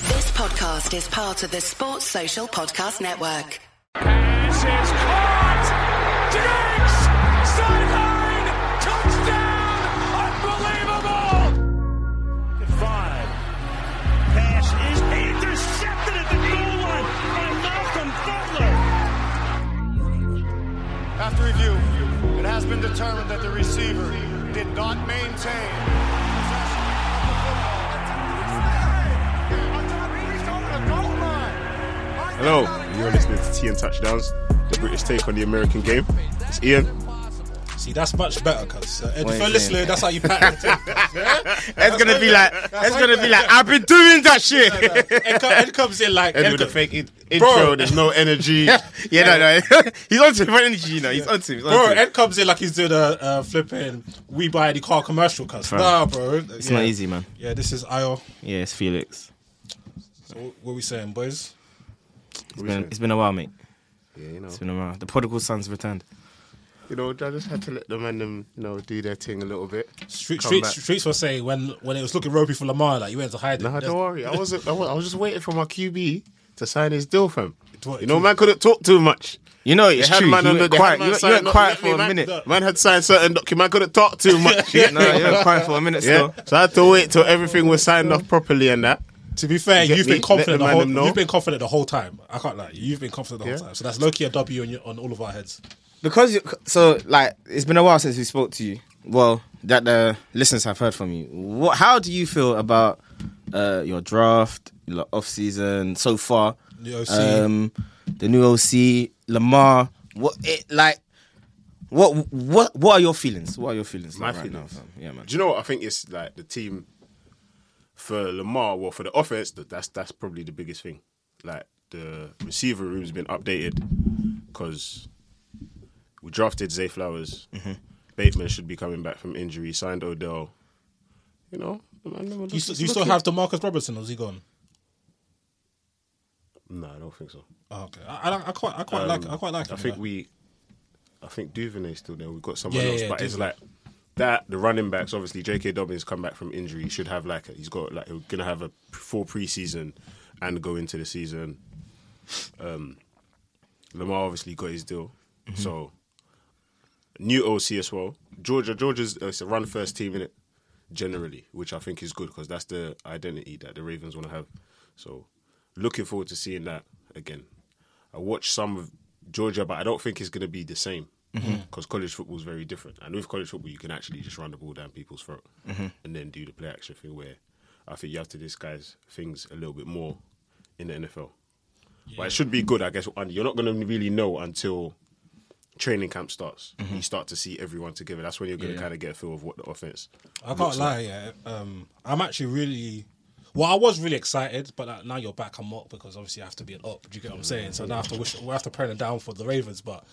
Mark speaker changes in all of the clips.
Speaker 1: podcast is part of the Sports Social Podcast Network.
Speaker 2: Pass is caught. Diggs sideline touchdown. Unbelievable.
Speaker 3: Five. Pass is intercepted at the goal line by Malcolm Butler.
Speaker 4: After review, it has been determined that the receiver did not maintain.
Speaker 5: Hello, you're listening to T and Touchdowns, the British take on the American game. It's Ian.
Speaker 6: See, that's much better, cuz. Uh, if
Speaker 7: Wait,
Speaker 6: you're
Speaker 7: wait.
Speaker 6: listening, that's how you pack it.
Speaker 7: It's gonna be like
Speaker 6: That's
Speaker 7: it's gonna
Speaker 6: like-
Speaker 7: be like I've been doing that shit.
Speaker 6: Ed, co- Ed comes in like,
Speaker 5: Ed
Speaker 6: Ed
Speaker 5: with a
Speaker 6: co-
Speaker 5: fake in- intro, there's no energy.
Speaker 7: yeah, no, no. he's on to him for energy, you know. He's on to him. He's on
Speaker 6: bro,
Speaker 7: to him.
Speaker 6: Ed comes in like he's doing a uh, flipping We Buy the Car commercial, cuz.
Speaker 7: Fam.
Speaker 6: Nah, bro.
Speaker 7: It's not easy, man.
Speaker 6: Yeah, this is Io.
Speaker 7: Yeah, it's Felix.
Speaker 6: So, wh- what we saying, boys?
Speaker 7: It's been, it's been a while, mate.
Speaker 5: Yeah, you know,
Speaker 7: It's been a while. The prodigal son's returned.
Speaker 5: you know, I just had to let the man them, you know, do their thing a little bit.
Speaker 6: Street,
Speaker 5: Come
Speaker 6: street,
Speaker 5: back.
Speaker 6: streets were saying when, when it was looking ropey for Lamar, like you went to hide it.
Speaker 5: Nah,
Speaker 6: That's-
Speaker 5: don't worry. I wasn't. I wa- I was just waiting for my QB to sign his deal, fam.
Speaker 6: what-
Speaker 5: You know, man couldn't talk too much.
Speaker 7: You know, it's
Speaker 5: They had
Speaker 7: true.
Speaker 5: man
Speaker 7: you
Speaker 5: on the-
Speaker 7: went
Speaker 5: they had
Speaker 7: quiet.
Speaker 5: man
Speaker 7: You went, you
Speaker 5: sign-
Speaker 7: went
Speaker 5: no,
Speaker 7: quiet
Speaker 5: let me,
Speaker 7: for a
Speaker 5: man.
Speaker 7: minute.
Speaker 5: Man had signed certain document. Man couldn't talk too much.
Speaker 7: No, you went quiet for a minute
Speaker 5: yeah.
Speaker 7: still.
Speaker 5: So I had to wait till everything was signed off properly and that.
Speaker 6: To be fair,
Speaker 5: You get
Speaker 6: you've
Speaker 5: me?
Speaker 6: been confident
Speaker 5: Let the
Speaker 6: the
Speaker 5: man
Speaker 6: whole.
Speaker 5: them know.
Speaker 6: You've been confident the whole time. I can't lie. You've been confident the
Speaker 5: Yeah.
Speaker 6: whole time. So that's Loki a W on, your, on all of our heads.
Speaker 7: Because you, so like it's been a while since we spoke to you. Well, that the listeners have heard from you. What? How do you feel about uh, your draft, your off season so far?
Speaker 6: The OC.
Speaker 7: um, the new OC, Lamar. What it like? What what what are your feelings? What are your feelings?
Speaker 5: My
Speaker 7: like, right
Speaker 5: feelings?
Speaker 7: now, fam? yeah, man.
Speaker 5: Do you know what I think is like the team for Lamar? Well, for the offense, th- that's that's probably the biggest thing. Like the receiver room's been updated because we drafted Zay Flowers.
Speaker 7: Mm-hmm.
Speaker 5: Bateman should be coming back from injury. Signed Odell. You know, the man never
Speaker 6: Do you,
Speaker 5: looks-
Speaker 6: still- do you still
Speaker 5: looking-
Speaker 6: have Demarcus Robertson or is he gone?
Speaker 5: No, I don't think so.
Speaker 6: Oh, okay. I, I, I quite, I quite like it. I quite like
Speaker 5: Um, I
Speaker 6: him,
Speaker 5: think
Speaker 6: though.
Speaker 5: we, I think Duvernay's still there. We've got someone
Speaker 6: Yeah,
Speaker 5: else,
Speaker 6: yeah,
Speaker 5: but it's
Speaker 6: Duvernay.
Speaker 5: like that. The running backs, obviously, J.K. Dobbins come back from injury. He should have like he's got like he's gonna have a full preseason and go into the season. Um, Lamar obviously got his deal,
Speaker 6: Mm-hmm.
Speaker 5: so new OC as well. Georgia, Georgia's uh, it's a run first team in it generally, which I think is good because that's the identity that the Ravens want to have. So looking forward to seeing that again. I watched some of Georgia, but I don't think it's going to be the same because college football is very different. And with college football, you can actually just run the ball down people's throat and then do the play action thing. Where I think you have to disguise things a little bit more in the NFL. But it should be good, I guess. And you're not going to really know until training camp starts.
Speaker 6: Mm-hmm.
Speaker 5: You start to see everyone together. That's when you're going to kind of get a feel of what the offense.
Speaker 6: I can't lie, yeah. Um, I'm actually really, well, I was really excited, but like, now you're back, I'm up because obviously I have to be an up. Do you get what I'm saying? So now I have to wish, we have to pray them down for the Ravens. But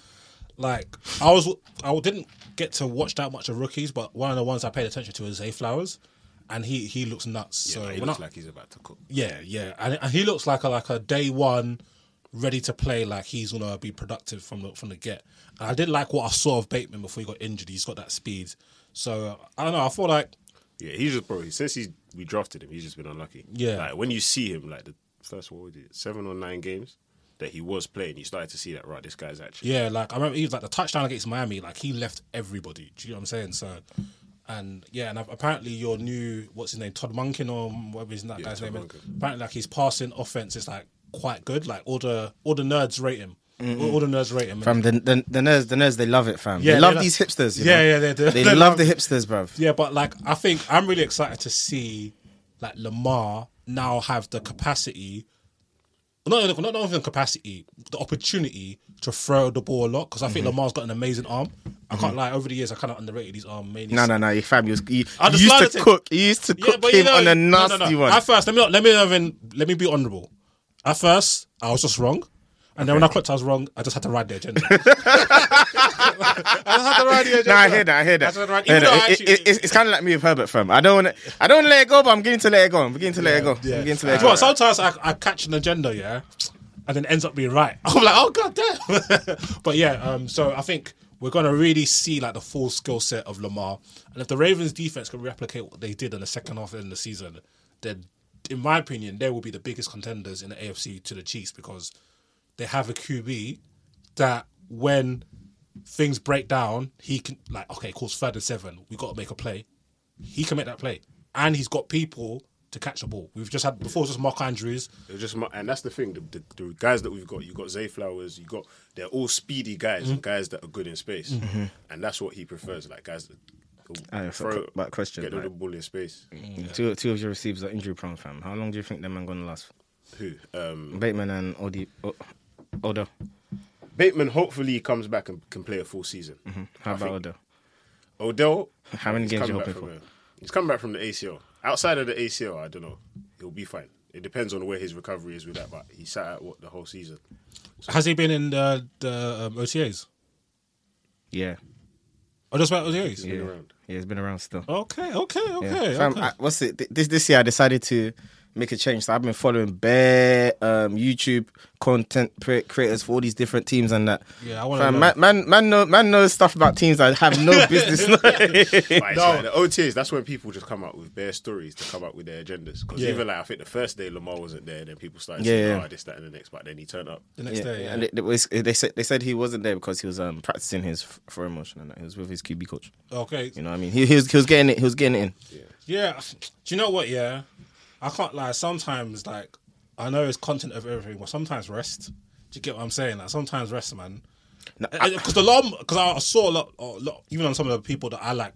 Speaker 6: like, I was, I didn't get to watch that much of rookies, but one of the ones I paid attention to is Zay Flowers, and he he looks nuts.
Speaker 5: Yeah,
Speaker 6: so
Speaker 5: like, he
Speaker 6: when
Speaker 5: looks
Speaker 6: I-
Speaker 5: like he's about to cook.
Speaker 6: yeah, yeah, and, and he looks like a like a day one, ready to play. Like he's gonna be productive from the from the get. And I did like what I saw of Bateman before he got injured. He's got that speed. So uh, I don't know. I feel like
Speaker 5: Yeah, he's just probably since he's we drafted him, he's just been unlucky.
Speaker 6: Yeah.
Speaker 5: like when you see him, like the first what was it, seven or nine games that he was playing, you started to see that right. This guy's actually
Speaker 6: yeah, like I remember he was like the touchdown against Miami. Like he left everybody. Do you know what I'm saying? So. And yeah, and apparently your new what's his name Todd Munkin or whatever his that guy's
Speaker 5: Todd
Speaker 6: name is.
Speaker 5: Monken.
Speaker 6: Apparently, like his passing offense is like quite good. Like all the all the nerds rate him. All, all the nerds rate him.
Speaker 7: Fam, the, the, the nerds, the nerds, they love it, fam.
Speaker 6: Yeah,
Speaker 7: they
Speaker 6: they
Speaker 7: love
Speaker 6: lo-
Speaker 7: these hipsters. You
Speaker 6: Yeah,
Speaker 7: know?
Speaker 6: yeah, they do.
Speaker 7: They
Speaker 6: They love-
Speaker 7: love the hipsters, bruv.
Speaker 6: Yeah, but like I think I'm really excited to see like Lamar now have the capacity, not not not even capacity, the opportunity to throw the ball a lot because I think Lamar's got an amazing arm. I can't lie, over the years I kind of underrated his arm mainly.
Speaker 7: No, no, no, you fam, you, was- you,
Speaker 6: I
Speaker 7: you
Speaker 6: just
Speaker 7: used
Speaker 6: lied
Speaker 7: to
Speaker 6: to-
Speaker 7: cook. You used to cook him on a
Speaker 6: no,
Speaker 7: nasty
Speaker 6: no, no.
Speaker 7: one.
Speaker 6: At first, let me not, let me not even let me be honourable. At first, I was just wrong. And then when I clocked I was wrong, I just had to ride the agenda. I just had to ride the agenda.
Speaker 7: No, I hear that. I hear
Speaker 6: I
Speaker 7: that.
Speaker 6: said, right,
Speaker 7: I hear
Speaker 6: even though
Speaker 7: that.
Speaker 6: I
Speaker 7: It- it-
Speaker 6: actually-
Speaker 7: it's kind of like me with Herbert, fam. I don't want to. I don't wanna let it go, but I'm getting to let it go. I'm beginning to let it go. I'm getting to let it
Speaker 6: Do you know
Speaker 7: go.
Speaker 6: what, sometimes I, I catch an agenda, yeah, and then it ends up being right. I'm like, oh god damn. but yeah, um, so I think we're gonna really see like the full skill set of Lamar, and if the Ravens defense can replicate what they did in the second half of the season, then in my opinion, they will be the biggest contenders in the AFC to the Chiefs because they have a QB that when things break down, he can like okay, calls third and seven. We got to make a play. He can make that play, and he's got people to catch the ball. We've just had before it was just Mark Andrews.
Speaker 5: They're just mu- and that's the thing. The, the, the guys that we've got, you got Zay Flowers, you got they're all speedy guys,
Speaker 7: Mm-hmm.
Speaker 5: guys that are good in space, and that's what he prefers. Like guys that
Speaker 7: Aye, f- c- but question,
Speaker 5: get rid of the
Speaker 7: like- Mm-hmm.
Speaker 5: ball in space.
Speaker 7: Mm. Two, two of your receivers are injury prone, fam. How long do you think them man gonna last?
Speaker 5: Who? Um,
Speaker 7: Bateman and Odi, o- Odo.
Speaker 5: Bateman hopefully comes back and can play a full season.
Speaker 7: How about Odo?
Speaker 5: Odell,
Speaker 7: Mm-hmm. How many
Speaker 5: he's
Speaker 7: games
Speaker 5: coming
Speaker 7: you
Speaker 5: back
Speaker 7: hoping
Speaker 5: from a- he's coming back from the ACL. Outside of the ACL, I don't know. He'll be fine. It depends on where his recovery is with that, but he sat out what the whole season.
Speaker 6: Has he been in the, the um, OTAs?
Speaker 7: Yeah,
Speaker 6: Oh, just about OTAs.
Speaker 7: yeah,
Speaker 5: around.
Speaker 7: yeah. It's been around still.
Speaker 6: Okay, okay,
Speaker 7: Yeah.
Speaker 6: okay.
Speaker 7: Fam,
Speaker 6: okay.
Speaker 7: I, what's it? th- This this year, I decided to make a change. So I've been following bare um, YouTube content pre- creators for all these different teams and that.
Speaker 6: Yeah, I wanna
Speaker 7: Fam,
Speaker 6: know.
Speaker 7: man, man, man, know, man knows stuff about teams that have no business. knowing.
Speaker 5: But it's like the OTAs, that's when people just come out with bare stories to come out with their agendas. Because
Speaker 6: Yeah.
Speaker 5: even like, I think the first day Lamar wasn't there, then people started
Speaker 7: Yeah,
Speaker 5: saying,
Speaker 7: yeah.
Speaker 5: oh, this, that, and the next, but then he turned up.
Speaker 6: the next
Speaker 7: Yeah,
Speaker 6: day, yeah.
Speaker 7: and they, they, was- they said they said he wasn't there because he was um, practicing his f- throw motion and that. he was with his QB coach.
Speaker 6: okay.
Speaker 7: You know what I mean? He, he was he was getting it. He was getting it in.
Speaker 6: Yeah. Do you know what? Yeah. I can't lie. Sometimes, like, I know it's content of everything, but sometimes rest. Do you get what I'm saying? Like, sometimes rest, man.
Speaker 7: No, I-
Speaker 6: Because the Lamar, because I saw a lot, a lot, even on some of the people that I like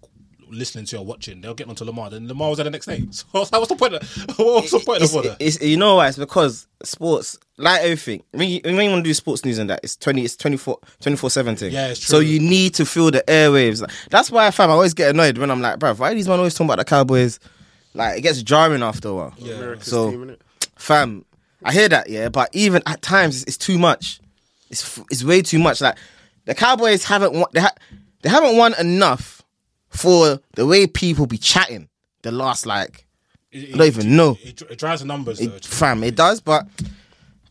Speaker 6: listening to or watching, they'll get onto Lamar. Then Lamar was there the next day. So I was like, what's the point? Of, what's the point
Speaker 7: it's,
Speaker 6: of all that?
Speaker 7: it's- you know why? It's because sports, like everything, when you, when you want to do sports news and that, it's 20, it's 24, 24 7 thing.
Speaker 6: Yeah, it's
Speaker 7: So
Speaker 6: true.
Speaker 7: you need to fill the airwaves. That's why, fam, I always get annoyed when I'm like, bruv, why are these men always talking about the Cowboys? Like, it gets jarring after a while. Yeah.
Speaker 5: America's
Speaker 7: so,
Speaker 5: team, innit?
Speaker 7: fam, I hear that, yeah, but even at times, it's too much. It's, f- it's way too much. Like, the Cowboys haven't won, they, ha- they haven't won enough for the way people be chatting the last, like,
Speaker 6: It-
Speaker 7: I don't even know.
Speaker 6: It, it drives the numbers, though.
Speaker 7: It, fam, it does, but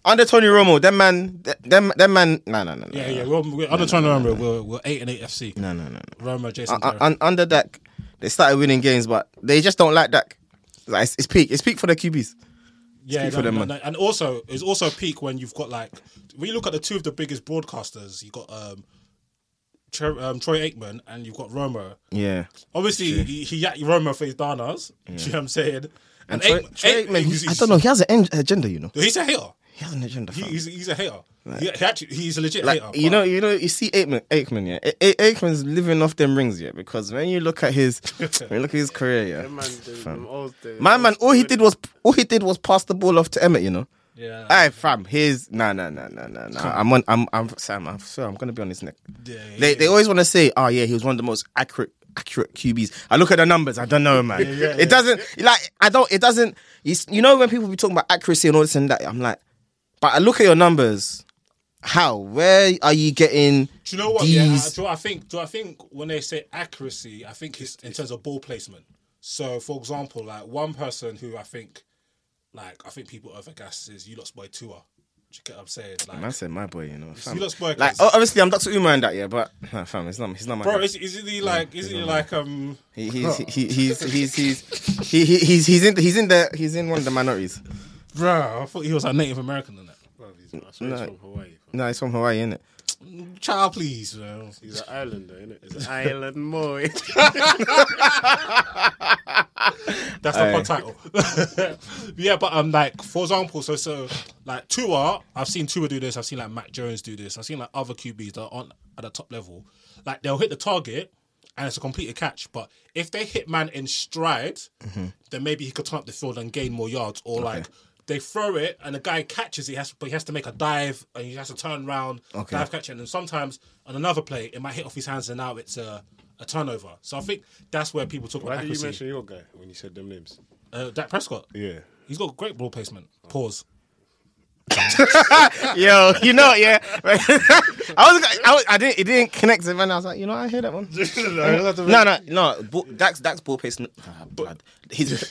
Speaker 7: under Tony Romo, that man, that them, that man, no, no, no, no,
Speaker 6: yeah,
Speaker 7: no.
Speaker 6: yeah. We're, we're, I'm not trying to remember. We're, we're 8 and 8 FC.
Speaker 7: no, no, no, no.
Speaker 6: Roma, Jason.
Speaker 7: Un- un-
Speaker 6: Terry.
Speaker 7: Uh, un- under Dak, they started winning games, but they just don't like Dak. Like it's, it's peak, it's peak for the QBs.
Speaker 6: Yeah,
Speaker 7: Speak for
Speaker 6: no,
Speaker 7: them,
Speaker 6: no,
Speaker 7: man.
Speaker 6: no. and also it's also a peak when you've got like when you look at the two of the biggest broadcasters, you got um, Tre- um Troy Aikman and you've got Romo.
Speaker 7: Yeah,
Speaker 6: Obviously, he, he yacked Romo for his danas. Do you know what I'm saying?
Speaker 7: and Troy,
Speaker 6: Aikman-
Speaker 7: Troy
Speaker 6: Aikman,
Speaker 7: Aikman,
Speaker 6: he's-
Speaker 7: he- I don't know, he has an en- agenda, you know,
Speaker 6: he's a hater.
Speaker 7: he has an agenda.
Speaker 6: He,
Speaker 7: fam.
Speaker 6: he's, he's a hater. he, he actually, he's a legit
Speaker 7: like
Speaker 6: hater.
Speaker 7: you
Speaker 6: but-
Speaker 7: know, you know, you see Aikman, Aikman, yeah, A- A- Aikman's living off them rings, yeah, because when you look at his, when you look at his career, yeah, fam. my man, all he did was, all he did was pass the ball off to Emmett, you know.
Speaker 6: yeah,
Speaker 7: Hey fam, here's nah nah nah nah nah nah. I'm on. I'm I'm Sam. I'm sorry. I'm gonna be on his neck.
Speaker 6: Yeah,
Speaker 7: they
Speaker 6: yeah.
Speaker 7: they always want to say, oh yeah, he was one of the most accurate accurate QBs. I look at the numbers. I don't know, man. it doesn't like I don't. It doesn't. You, s- you know when people be talking about accuracy and all this and that. I'm like, but I look at your numbers. How? Where are you getting?
Speaker 6: Do you know what?
Speaker 7: These?
Speaker 6: Yeah, I- do I think? Do I think when they say accuracy, I think it's in terms of ball placement. So, for example, like one person who I think, like I think people overgas is you lot's boy Tua. Do you get what I'm saying? Like,
Speaker 7: Man said my boy, you know. Fam.
Speaker 6: you lot's boy.
Speaker 7: Like oh, obviously I'm Dr. Uma and that, yeah, but nah, fam, it's not. He's not my.
Speaker 6: bro,
Speaker 7: guy.
Speaker 6: is, isn't he like? Isn't he like? Um,
Speaker 7: He, he's, he, he's, he's, he's, he, he, he's, he's in, he's in the, he's in one of the minorities.
Speaker 6: bro, I thought he was a Native American in that.
Speaker 5: Bruv, he's- I swear he's from Hawaii. bruv.
Speaker 7: No, he's from Hawaii, isn't it?
Speaker 6: Child, please, bro.
Speaker 5: He's an islander, innit? He's an island boy.
Speaker 6: That's the pod title. yeah, but um, like for example, so so like Tua, I've seen Tua do this. I've seen like Mac Jones do this. I've seen like other QBs that aren't at the top level. Like they'll hit the target and it's a completed catch. But if they hit man in stride, then maybe he could turn up the field and gain more yards. Or like they throw it and the guy catches it, he has but he has to make a dive and he has to turn around,
Speaker 7: Okay.
Speaker 6: dive catch it. And then sometimes on another play, it might hit off his hands and now it's a, a turnover. So I think that's where people talk
Speaker 5: Why
Speaker 6: about
Speaker 5: did you
Speaker 6: accuracy.
Speaker 5: mention your guy when you said them names?
Speaker 6: uh, Dak Prescott.
Speaker 5: Yeah.
Speaker 6: He's got great ball placement. Pause.
Speaker 7: Yo, you know, yeah. I was, I was, I didn't, it didn't connect to me, and I was like, you know, I hear that one. no, no, no. Ball, Dax, Dax ball placement. Ah, blood. His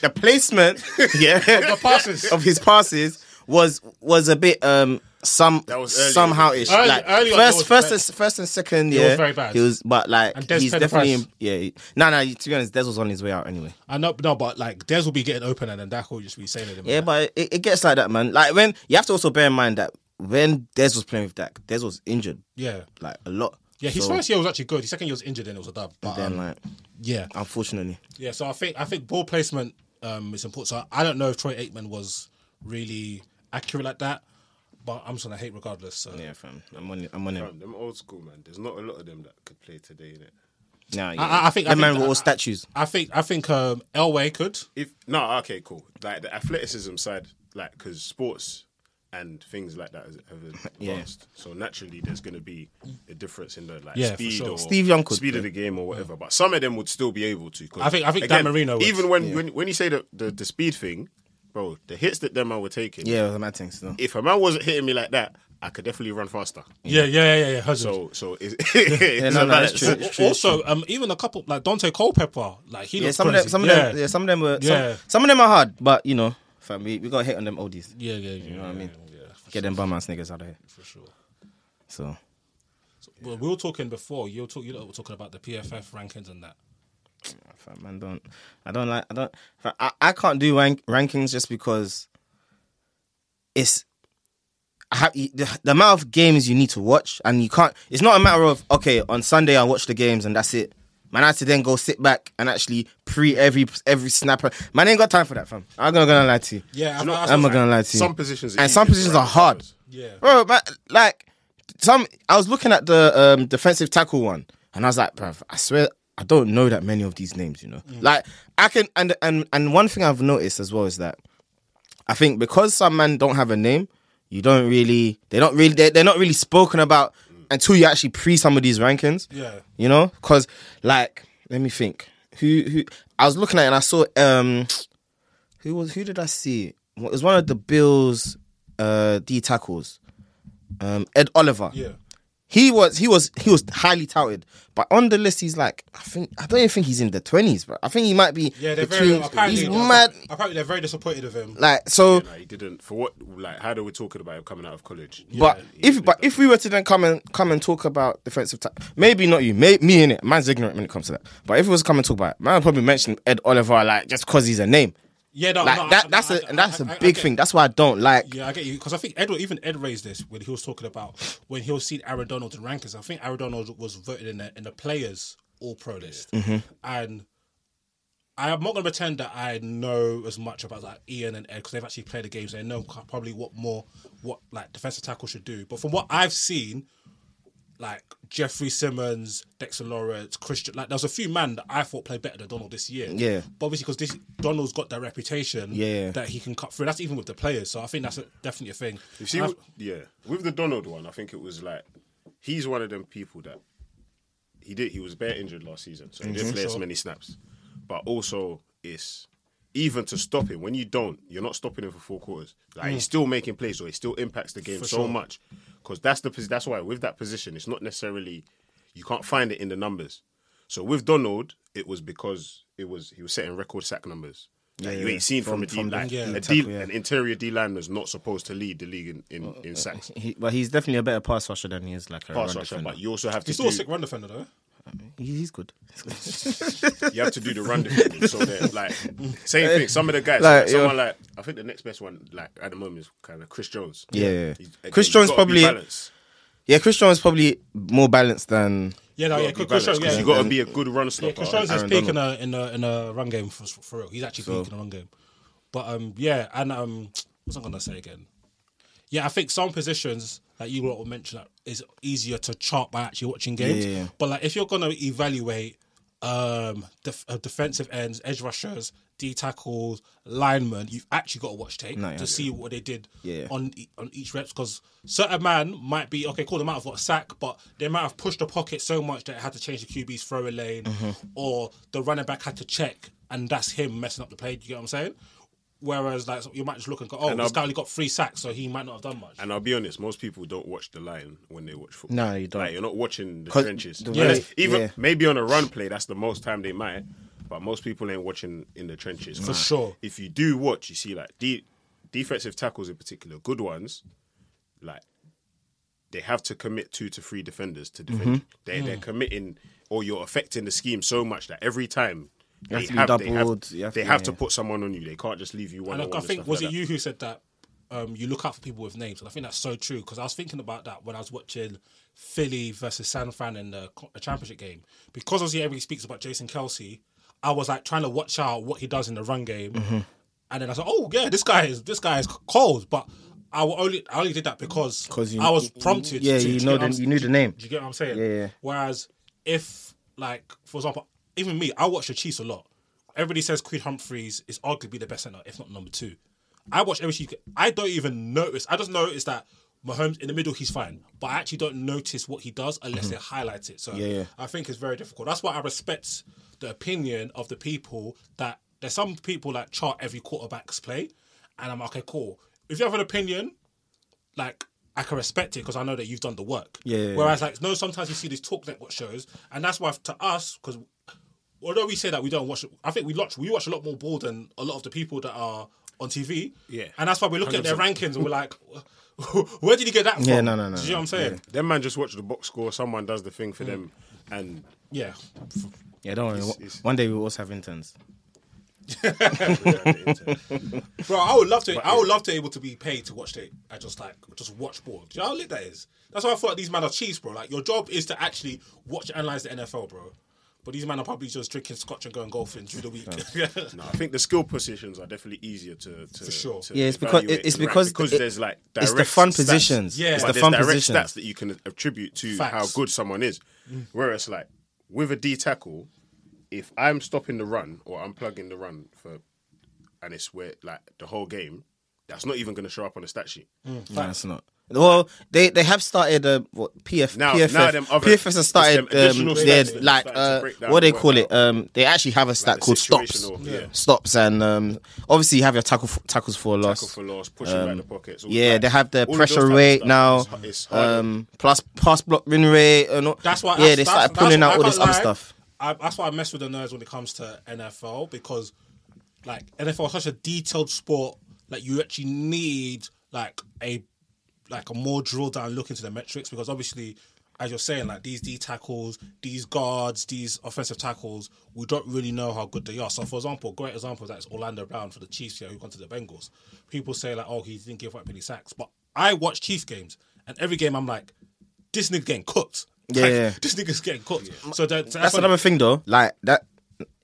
Speaker 7: the placement, yeah,
Speaker 6: passes.
Speaker 7: of his passes was was a bit um some
Speaker 5: That was early,
Speaker 7: somehow
Speaker 5: wasn't
Speaker 7: ish.
Speaker 5: it?
Speaker 6: Early-
Speaker 7: Like
Speaker 6: early on, it
Speaker 7: first,
Speaker 6: was
Speaker 7: first,
Speaker 6: bad.
Speaker 7: and, first and second
Speaker 6: It
Speaker 7: year,
Speaker 6: was very bad.
Speaker 7: He was, but like
Speaker 6: And Des
Speaker 7: he's
Speaker 6: paid the
Speaker 7: definitely
Speaker 6: price.
Speaker 7: yeah. he- No, no. To be honest, Des was on his way out anyway.
Speaker 6: I know, no, but like Des will be getting open and then Dak will just be saying it.
Speaker 7: Yeah, but it, it gets like that, man. Like when you have to also bear in mind that when Des was playing with Dak, Des was injured
Speaker 6: yeah,
Speaker 7: like a lot.
Speaker 6: yeah. His
Speaker 7: So,
Speaker 6: first year was actually good. His second year was injured and it was a dub. But
Speaker 7: Then
Speaker 6: um,
Speaker 7: like,
Speaker 6: yeah,
Speaker 7: unfortunately,
Speaker 6: yeah. So I think I think ball placement um, is important. So I don't know if Troy Aikman was really accurate like that, but I'm just gonna hate regardless. So
Speaker 7: yeah, fam. I'm on. it- I'm on him.
Speaker 5: Them old school man. There's not a lot of them that could play today, innit?
Speaker 7: Nah, yeah.
Speaker 6: I- I think- I
Speaker 7: Them
Speaker 6: think
Speaker 7: man
Speaker 6: that-
Speaker 7: were all statues.
Speaker 6: I think I think um, Elway could.
Speaker 7: Mm.
Speaker 5: If no, okay, cool. Like the athleticism side, like because sports and things like that have advanced, so naturally there's going to be a difference in the like
Speaker 6: Yeah, for
Speaker 5: speed
Speaker 6: sure.
Speaker 5: or
Speaker 7: Steve Young could
Speaker 5: speed of the game or whatever. But some of them would still be able to. 'cause,
Speaker 6: I think- I think Dan Marino would.
Speaker 5: Even when, when when you say the, the the speed thing, bro, the hits that them man were taking.
Speaker 7: Yeah, it was a mad thing. So.
Speaker 5: If a man wasn't hitting me like that, I could definitely run faster.
Speaker 6: Yeah, yeah, yeah, yeah. yeah. So
Speaker 5: So so it's, it's
Speaker 7: no,
Speaker 5: a
Speaker 7: no, that's
Speaker 5: balance.
Speaker 7: true. It's
Speaker 6: also, um, even a couple like Dante Culpepper, like he
Speaker 7: Yeah,
Speaker 6: looks
Speaker 7: some of them,
Speaker 6: crazy.
Speaker 7: some of
Speaker 6: yeah.
Speaker 7: them, yeah, some of them were,
Speaker 6: Yeah.
Speaker 7: some, some of them are hard, but you know, fam, we, we gotta hit on them oldies.
Speaker 6: yeah, yeah, yeah. You know what I mean? Yeah,
Speaker 7: Get them bum ass niggas out of here.
Speaker 6: for sure.
Speaker 7: So
Speaker 6: Well, we were talking before. You were, talk, you lot were talking about the PFF rankings and that.
Speaker 7: fam, man, don't, I don't like, I don't, fam, I, I can't do rank, rankings just because it's I have, the, the amount of games you need to watch, and you can't. It's not a matter of okay, on Sunday I watch the games and that's it. Man, I had to then go sit back and actually pre every every snapper. Man, I ain't got time for that, fam. I'm not gonna lie to you.
Speaker 6: Yeah,
Speaker 5: know-
Speaker 7: I'm not gonna lie to you.
Speaker 5: Some positions are
Speaker 7: and some
Speaker 5: easier,
Speaker 7: positions
Speaker 5: right?
Speaker 7: are hard.
Speaker 6: Yeah.
Speaker 7: bro. Man, like some, I was looking at the um, defensive tackle one, and I was like, bruv, I swear, I don't know that many of these names. You know,
Speaker 6: Mm.
Speaker 7: like I can, and and and one thing I've noticed as well is that I think because some men don't have a name, you don't really, they're not really, they're, they're not really spoken about until you actually pre some of these rankings.
Speaker 6: Mm. Yeah.
Speaker 7: You know, because like, let me think. Who who? I was looking at it and I saw um, who was who did I see? It was one of the Bills uh D tackles, um Ed Oliver.
Speaker 6: Yeah.
Speaker 7: He was he was he was highly touted, but on the list he's like I think I don't even think he's in the twenties, but I think he might be.
Speaker 6: Yeah, they're very
Speaker 7: between-
Speaker 6: apparently,
Speaker 7: he's mad.
Speaker 6: apparently they're very disappointed of him.
Speaker 7: Like so,
Speaker 5: Like, he didn't for what like how do we talking about him coming out of college?
Speaker 7: But
Speaker 5: Yeah,
Speaker 7: if but if we were to then come and come and talk about defensive tackle, maybe not you, may, me in it. Man's ignorant when it comes to that. But if we was to come and talk about it, man, would probably mention Ed Oliver like just because he's a name.
Speaker 6: yeah, no,
Speaker 7: Like
Speaker 6: no,
Speaker 7: that,
Speaker 6: I-
Speaker 7: that's
Speaker 6: I-
Speaker 7: a and that's a
Speaker 6: I- I- I
Speaker 7: big
Speaker 6: get-
Speaker 7: thing. That's why I don't like.
Speaker 6: Yeah, I get you because I think Edward even Ed raised this when he was talking about when he was seeing Aaron Donald in rankings. I think Aaron Donald was voted in the in the players All Pro list,
Speaker 7: Mm-hmm.
Speaker 6: and I am not going to pretend that I know as much about like Ian and Ed because they've actually played the games. They know ca- probably what more what like defensive tackle should do. But from what I've seen, like Jeffrey Simmons, Dexter Lawrence, Christian, like there was a few men that I thought played better than Donald this year.
Speaker 7: Yeah.
Speaker 6: but obviously because this Donald's got that reputation
Speaker 7: Yeah.
Speaker 6: that he can cut through. That's even with the players. So I think that's a, definitely a thing.
Speaker 5: You see,
Speaker 6: And I've-
Speaker 5: yeah, with the Donald one, I think it was like he's one of them people that he did. He was bare injured last season, so he didn't play as many snaps. But also, it's even to stop him when you don't, you're not stopping him for four quarters. Like
Speaker 7: Hmm.
Speaker 5: he's still making plays, or he still impacts the game so much because that's the posi- that's why with that position, it's not necessarily you can't find it in the numbers. So with Donald, it was because it was he was setting record sack numbers. Like you
Speaker 7: yeah.
Speaker 5: ain't seen from,
Speaker 7: From-
Speaker 5: a D
Speaker 7: from the-
Speaker 5: like
Speaker 6: yeah.
Speaker 5: a D,
Speaker 7: Tackle, yeah.
Speaker 5: an interior D lineman's not supposed to lead the league in, in, in sacks.
Speaker 7: He, but he's definitely a better pass rusher than he is like
Speaker 5: Pass
Speaker 7: a uh, run
Speaker 5: rusher,
Speaker 7: defender.
Speaker 5: but you also have to
Speaker 6: he's still a sick
Speaker 5: do,
Speaker 6: run defender though.
Speaker 7: He- he's good.
Speaker 5: you have to do the run defending. So they're like same thing. Some of the guys,
Speaker 7: Like,
Speaker 5: like, someone like I think the next best one like at the moment is kind of Chris Jones.
Speaker 7: Yeah, yeah.
Speaker 5: He's- again,
Speaker 7: Chris
Speaker 5: you've
Speaker 7: Jones
Speaker 5: gotta be
Speaker 7: probably-
Speaker 5: balanced.
Speaker 7: Yeah, Chris Jones is probably more balanced than
Speaker 6: Oh, Yeah, no,
Speaker 5: You've
Speaker 6: yeah,
Speaker 5: gotta be
Speaker 6: Chris Jones.
Speaker 5: balanced, 'cause
Speaker 6: Yeah,
Speaker 5: you got to be a good run
Speaker 6: Yeah,
Speaker 5: stopper.
Speaker 6: Chris Jones is
Speaker 7: Aaron
Speaker 6: peak in a, in a in a run game for, for real. He's actually
Speaker 7: So-
Speaker 6: peak in a run game. But um, yeah, and um, what's I gonna say again? Yeah, I think some positions that you lot will mention that is easier to chart by actually watching games.
Speaker 7: Yeah, yeah, yeah.
Speaker 6: But like, if you're gonna evaluate um def- uh, defensive ends, edge rushers, D tackles, linemen, you've actually got to watch tape
Speaker 7: No,
Speaker 6: to
Speaker 7: yeah.
Speaker 6: see what they did
Speaker 7: Yeah.
Speaker 6: on e- on each reps because certain man might be okay. Cool, they might have got a sack, but they might have pushed the pocket so much that it had to change the QB's throw lane,
Speaker 5: Mm-hmm.
Speaker 6: or the running back had to check, and that's him messing up the play. Do you get what I'm saying? Whereas, like, you might just look and go, "Oh,
Speaker 5: And
Speaker 6: this
Speaker 5: I'll-
Speaker 6: guy only got three sacks, so he might not have done much."
Speaker 5: And I'll be honest, most people don't watch the line when they watch football.
Speaker 7: No, you don't.
Speaker 5: Like, you're not watching the
Speaker 7: 'Cause
Speaker 5: trenches.
Speaker 7: the
Speaker 5: Unless-
Speaker 7: way-
Speaker 5: even
Speaker 7: yeah.
Speaker 5: maybe on a run play, that's the most time they might. But most people ain't watching in the trenches.
Speaker 6: For sure.
Speaker 5: If you do watch, you see like de- defensive tackles in particular, good ones. Like they have to commit two to three defenders to defend
Speaker 7: Mm-hmm.
Speaker 5: you. They, They're committing, or you're affecting the scheme so much that every time
Speaker 7: have
Speaker 5: they
Speaker 7: to be
Speaker 5: have, they have,
Speaker 7: doubled, you have
Speaker 5: they
Speaker 7: to-
Speaker 5: have to
Speaker 7: yeah.
Speaker 5: put someone on you. They can't just leave you one.
Speaker 6: And
Speaker 5: on
Speaker 6: I, I
Speaker 5: one
Speaker 6: think
Speaker 5: stuff
Speaker 6: was
Speaker 5: like
Speaker 6: it you who said that um, you look out for people with names, and I think that's so true because I was thinking about that when I was watching Philly versus San Fran in the, co- the championship game because obviously everybody speaks about Jason Kelsey. I was like trying to watch out what he does in the run game,
Speaker 7: Mm-hmm.
Speaker 6: and then I was like, oh yeah, this guy is this guy is cold, but. I will only I only did that because
Speaker 7: 'Cause you-
Speaker 6: I was prompted.
Speaker 7: Yeah,
Speaker 6: to-
Speaker 7: you
Speaker 6: to
Speaker 7: know
Speaker 6: get-
Speaker 7: the- you knew the name.
Speaker 6: Do you get what I'm saying?
Speaker 7: Yeah, yeah.
Speaker 6: Whereas if like for example, even me, I watch the Chiefs a lot. Everybody says Creed Humphreys is arguably the best center, if not number two. I watch every Chiefs. I don't even notice. I just notice that Mahomes in the middle, he's fine, but I actually don't notice what he does unless they highlight it. So
Speaker 7: Mm-hmm. Yeah, yeah.
Speaker 6: I think it's very difficult. That's why I respect the opinion of the people that there's some people that chart every quarterback's play, and I'm okay, cool. If you have an opinion, like I can respect it because I know that you've done the work.
Speaker 7: Yeah, yeah, yeah.
Speaker 6: Whereas, like, no, sometimes you see these talk network shows, and that's why to us, because although we say that we don't watch, I think we watch we watch a lot more ball than a lot of the people that are on TV.
Speaker 5: Yeah.
Speaker 6: and that's why we look at their rankings and we're like, where did you get that from?
Speaker 7: Yeah, no, no, no,
Speaker 6: Do you know what I'm saying?
Speaker 5: that. Them man just watch the box score. Someone does the thing for them,
Speaker 7: Mm.
Speaker 5: and
Speaker 6: Yeah.
Speaker 7: Yeah, don't worry.
Speaker 5: It's- it's-
Speaker 7: One day we will also have interns.
Speaker 6: bro, I would love to. I would love to able to be paid to watch it. I just like just watch ball. Do you know how lit that is? That's why I thought these men are cheese, bro. Like your job is to actually watch and analyze the NFL, bro. But these men are probably just drinking scotch and going golfing through the week.
Speaker 5: No, I think the skill positions are definitely easier to, to
Speaker 6: For sure.
Speaker 5: to
Speaker 7: Yeah, it's because-
Speaker 5: evaluate
Speaker 7: it's
Speaker 5: and rank
Speaker 7: because
Speaker 5: because
Speaker 7: it-
Speaker 5: there's like direct
Speaker 7: it's the fun
Speaker 5: stats.
Speaker 7: positions.
Speaker 6: Yeah. It's
Speaker 5: But
Speaker 7: the
Speaker 5: there's
Speaker 7: fun
Speaker 5: direct
Speaker 7: positions.
Speaker 5: stats that you can attribute to
Speaker 6: Facts. Mm.
Speaker 5: how good someone is. Whereas like with a D tackle, if I'm stopping the run or I'm plugging the run for, and it's where like the whole game, that's not even going to show up on the stat sheet.
Speaker 6: Mm.
Speaker 7: No, it's not. Well, they they have started uh, what PF
Speaker 5: Now-
Speaker 7: PFF
Speaker 5: now them other-
Speaker 7: PFFs have
Speaker 5: it's
Speaker 7: started
Speaker 5: them additional
Speaker 7: um,
Speaker 5: stats
Speaker 7: their,
Speaker 5: that they're
Speaker 7: like
Speaker 5: starting to
Speaker 7: uh,
Speaker 5: break down
Speaker 7: what they
Speaker 5: and work
Speaker 7: call it
Speaker 5: out.
Speaker 7: um they actually have a stat
Speaker 5: the
Speaker 7: called stops
Speaker 5: situational, yeah.
Speaker 7: stops and um obviously you have your tackle f- tackles for a loss
Speaker 5: Tackle for loss, pushing back the pockets. all
Speaker 7: Um, yeah
Speaker 5: that.
Speaker 7: they have the
Speaker 5: All of those
Speaker 7: pressure
Speaker 5: type of
Speaker 7: rate
Speaker 5: stuff
Speaker 7: now
Speaker 5: is- is harder.
Speaker 7: um plus pass block win rate and all.
Speaker 6: That's why.
Speaker 7: yeah
Speaker 6: that's-
Speaker 7: they
Speaker 6: that's-
Speaker 7: started
Speaker 6: that's
Speaker 7: pulling
Speaker 6: why
Speaker 7: out
Speaker 6: I
Speaker 7: all this
Speaker 6: can't
Speaker 7: other
Speaker 6: lie.
Speaker 7: stuff
Speaker 6: I, that's why I mess with the nerds when it comes to NFL because, like, NFL is such a detailed sport. Like, you actually need like a like a more drill down look into the metrics because obviously, as you're saying, like these D tackles, these guards, these offensive tackles, we don't really know how good they are. So, for example, great example of that is Orlando Brown for the Chiefs here who gone to the Bengals. People say like, oh, he didn't give up any sacks, but I watch Chiefs games and every game I'm like, this nigga getting cooked. Like,
Speaker 7: Yeah.
Speaker 6: this nigga's getting cooked. So that, so
Speaker 7: that's
Speaker 6: what-
Speaker 7: another thing though. Like that,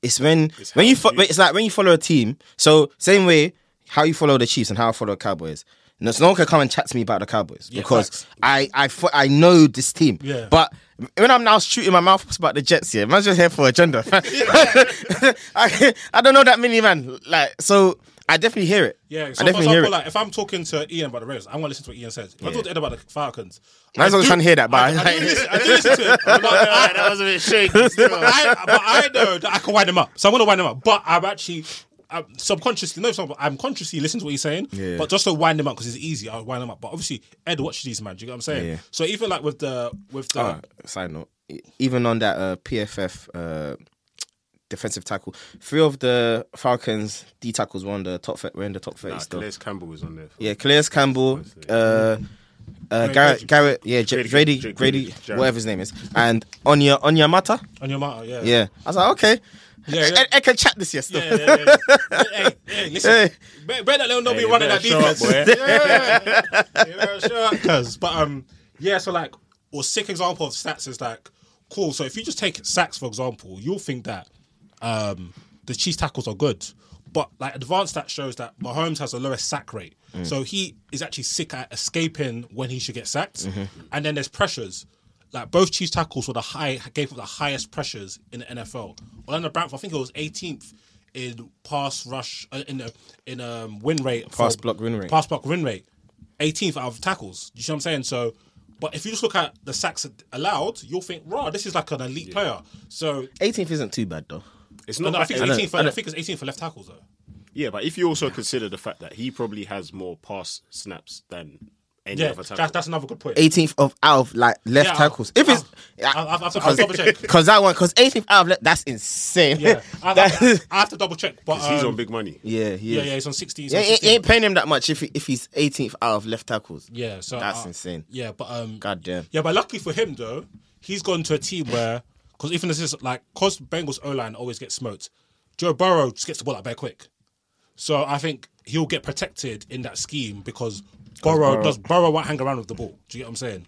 Speaker 7: it's when when
Speaker 5: how
Speaker 7: you, fo-
Speaker 5: you-
Speaker 7: it's like when you follow a team. So same way how you follow the Chiefs and how I follow the Cowboys. No, so no one can come and chat to me about the Cowboys because
Speaker 6: facts.
Speaker 7: I I fo- I know this team.
Speaker 6: Yeah.
Speaker 7: But when I'm now shooting my mouth about the Jets here, man's just here for agenda. I, I don't know that many man. Like so, I definitely hear it.
Speaker 6: Yeah,
Speaker 7: I
Speaker 6: so for
Speaker 7: definitely hear
Speaker 6: example,
Speaker 7: it.
Speaker 6: like if I'm talking to Ian about the Ravens, I'm gonna listen to what Ian says. If I talk to Ed about the Falcons,
Speaker 7: Man's
Speaker 6: I
Speaker 7: not
Speaker 6: do-
Speaker 7: trying to hear that, but
Speaker 6: I, I do listen, I do listen to it. But I,
Speaker 5: that was a bit shaky.
Speaker 6: but I- but I know that I can wind him up, so I'm gonna wind him up. But I'm actually. I'm subconsciously, no, sub- I'm consciously listening to what he's saying,
Speaker 7: Yeah.
Speaker 6: but just to wind him up because it's easy, I'll wind him up. But obviously, Ed watches these man. Do you get what I'm saying?
Speaker 7: Yeah.
Speaker 6: So even like with the with the
Speaker 7: Uh, side note, e- even on that uh, PFF uh, defensive tackle, three of the Falcons D tackles were on the top. Fe- were in the top thirty
Speaker 5: Nah,
Speaker 7: still.
Speaker 5: Calais Campbell was on there. for-
Speaker 7: Yeah, Calais Campbell, uh, uh, Garrett, Garrett, yeah, J-
Speaker 5: Grady-
Speaker 7: Grady,
Speaker 5: Grady-
Speaker 7: Grady,
Speaker 5: Grady-
Speaker 7: whatever his name is, and Onya Onya Mata.
Speaker 6: on your matter, yeah,
Speaker 7: Yeah, I was like, okay,
Speaker 6: Yeah, yeah.
Speaker 7: I, I can chat this year still.
Speaker 6: Yeah, yeah, yeah. hey, hey, listen.
Speaker 7: Hey.
Speaker 6: Bet, bet that they'll not be
Speaker 5: Hey,
Speaker 6: running that
Speaker 5: better show up,
Speaker 6: defense. yeah, yeah, yeah. Sure, cuz. But um, yeah. So like, or sick example of stats is like, cool. So if you just take sacks for example, you'll think that um the Chiefs tackles are good, but like advanced stats shows that Mahomes has the lowest sack rate.
Speaker 7: Mm.
Speaker 6: So he is actually sick at escaping when he should get sacked,
Speaker 7: Mm-hmm.
Speaker 6: and then there's pressures. Like both Chiefs tackles were the high gave up the highest pressures in the NFL. Orlando Brown, I think it was 18th in pass rush uh, in a in um win rate
Speaker 7: Pass
Speaker 6: for-
Speaker 7: block win rate.
Speaker 6: pass block win rate 18th out of tackles you see what I'm saying so but if you just look at the sacks allowed you'll think raw this is like an elite player so
Speaker 7: 18th isn't too bad though.
Speaker 5: It's
Speaker 6: no,
Speaker 5: not.
Speaker 6: no, I
Speaker 5: like
Speaker 6: think
Speaker 5: it's-
Speaker 6: it's 18 for,
Speaker 7: I
Speaker 6: I,
Speaker 7: don't-
Speaker 6: think it's 18 for left tackles though
Speaker 5: Yeah, but if you also consider the fact that he probably has more pass snaps than any
Speaker 6: Yeah,
Speaker 5: other tackle.
Speaker 6: that's, that's another good point.
Speaker 7: 18th of out of like left
Speaker 6: Yeah, I'll-
Speaker 7: tackles. If it's
Speaker 6: I'll- I'll- I'll have to- I'll double check.
Speaker 7: because that one because 18th out of left that's insane.
Speaker 6: Yeah, I,
Speaker 7: That-
Speaker 6: I, I have to double check. But
Speaker 5: 'Cause he's
Speaker 6: um,
Speaker 5: on big money.
Speaker 7: yeah, he
Speaker 6: yeah,
Speaker 7: is.
Speaker 6: yeah, he's on sixty. He's
Speaker 7: Yeah,
Speaker 6: on
Speaker 7: it,
Speaker 6: 16.
Speaker 7: ain't paying him that much if he, if he's 18th out of left tackles.
Speaker 6: Yeah, so
Speaker 7: That's
Speaker 6: uh,
Speaker 7: insane.
Speaker 6: Yeah, but um,
Speaker 7: God damn.
Speaker 6: Yeah, but luckily for him though, he's gone to a team where because even this is like because Bengals O line always gets smoked, Joe Burrow just gets the ball out very quick. So I think he'll get protected in that scheme because Burrow, does Burrow won't hang around with the ball. Do you get what I'm saying?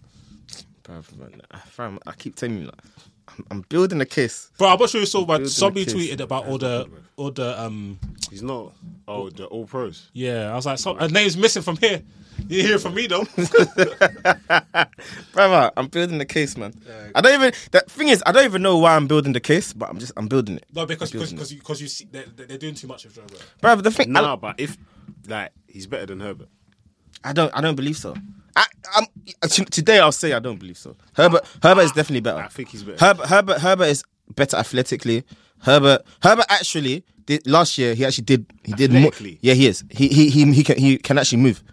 Speaker 7: Bruv, man, I- fam, I keep telling you, like, I'm, I'm building a case.
Speaker 6: Bro, I'm not sure you saw, but
Speaker 7: Building
Speaker 6: somebody
Speaker 7: a case.
Speaker 6: tweeted about all the all the um
Speaker 5: He's not. Oh, the all pros.
Speaker 6: yeah. I was like, so, a name's missing from here. You hear it from me though.
Speaker 7: Brother, I'm building the case, man. I don't even. The thing is, I don't even know why I'm building the case, but I'm just I'm building it.
Speaker 6: no, because
Speaker 7: I'm building
Speaker 6: because you because you see they're, they're doing too much of Joe Burrow.
Speaker 7: it. Brother, the thing. I-
Speaker 5: Nah, but if like he's better than Herbert.
Speaker 7: I don't. I don't believe so. I, I'm, t- today I'll say I don't believe so. Herbert. Herbert is definitely better.
Speaker 5: I think he's better.
Speaker 7: Herbert. Herbert. Herbert is better athletically. Herbert. Herbert actually did last year. He actually did. He did more.
Speaker 5: Athletically?
Speaker 7: Yeah, he is. He he he he can he can actually move.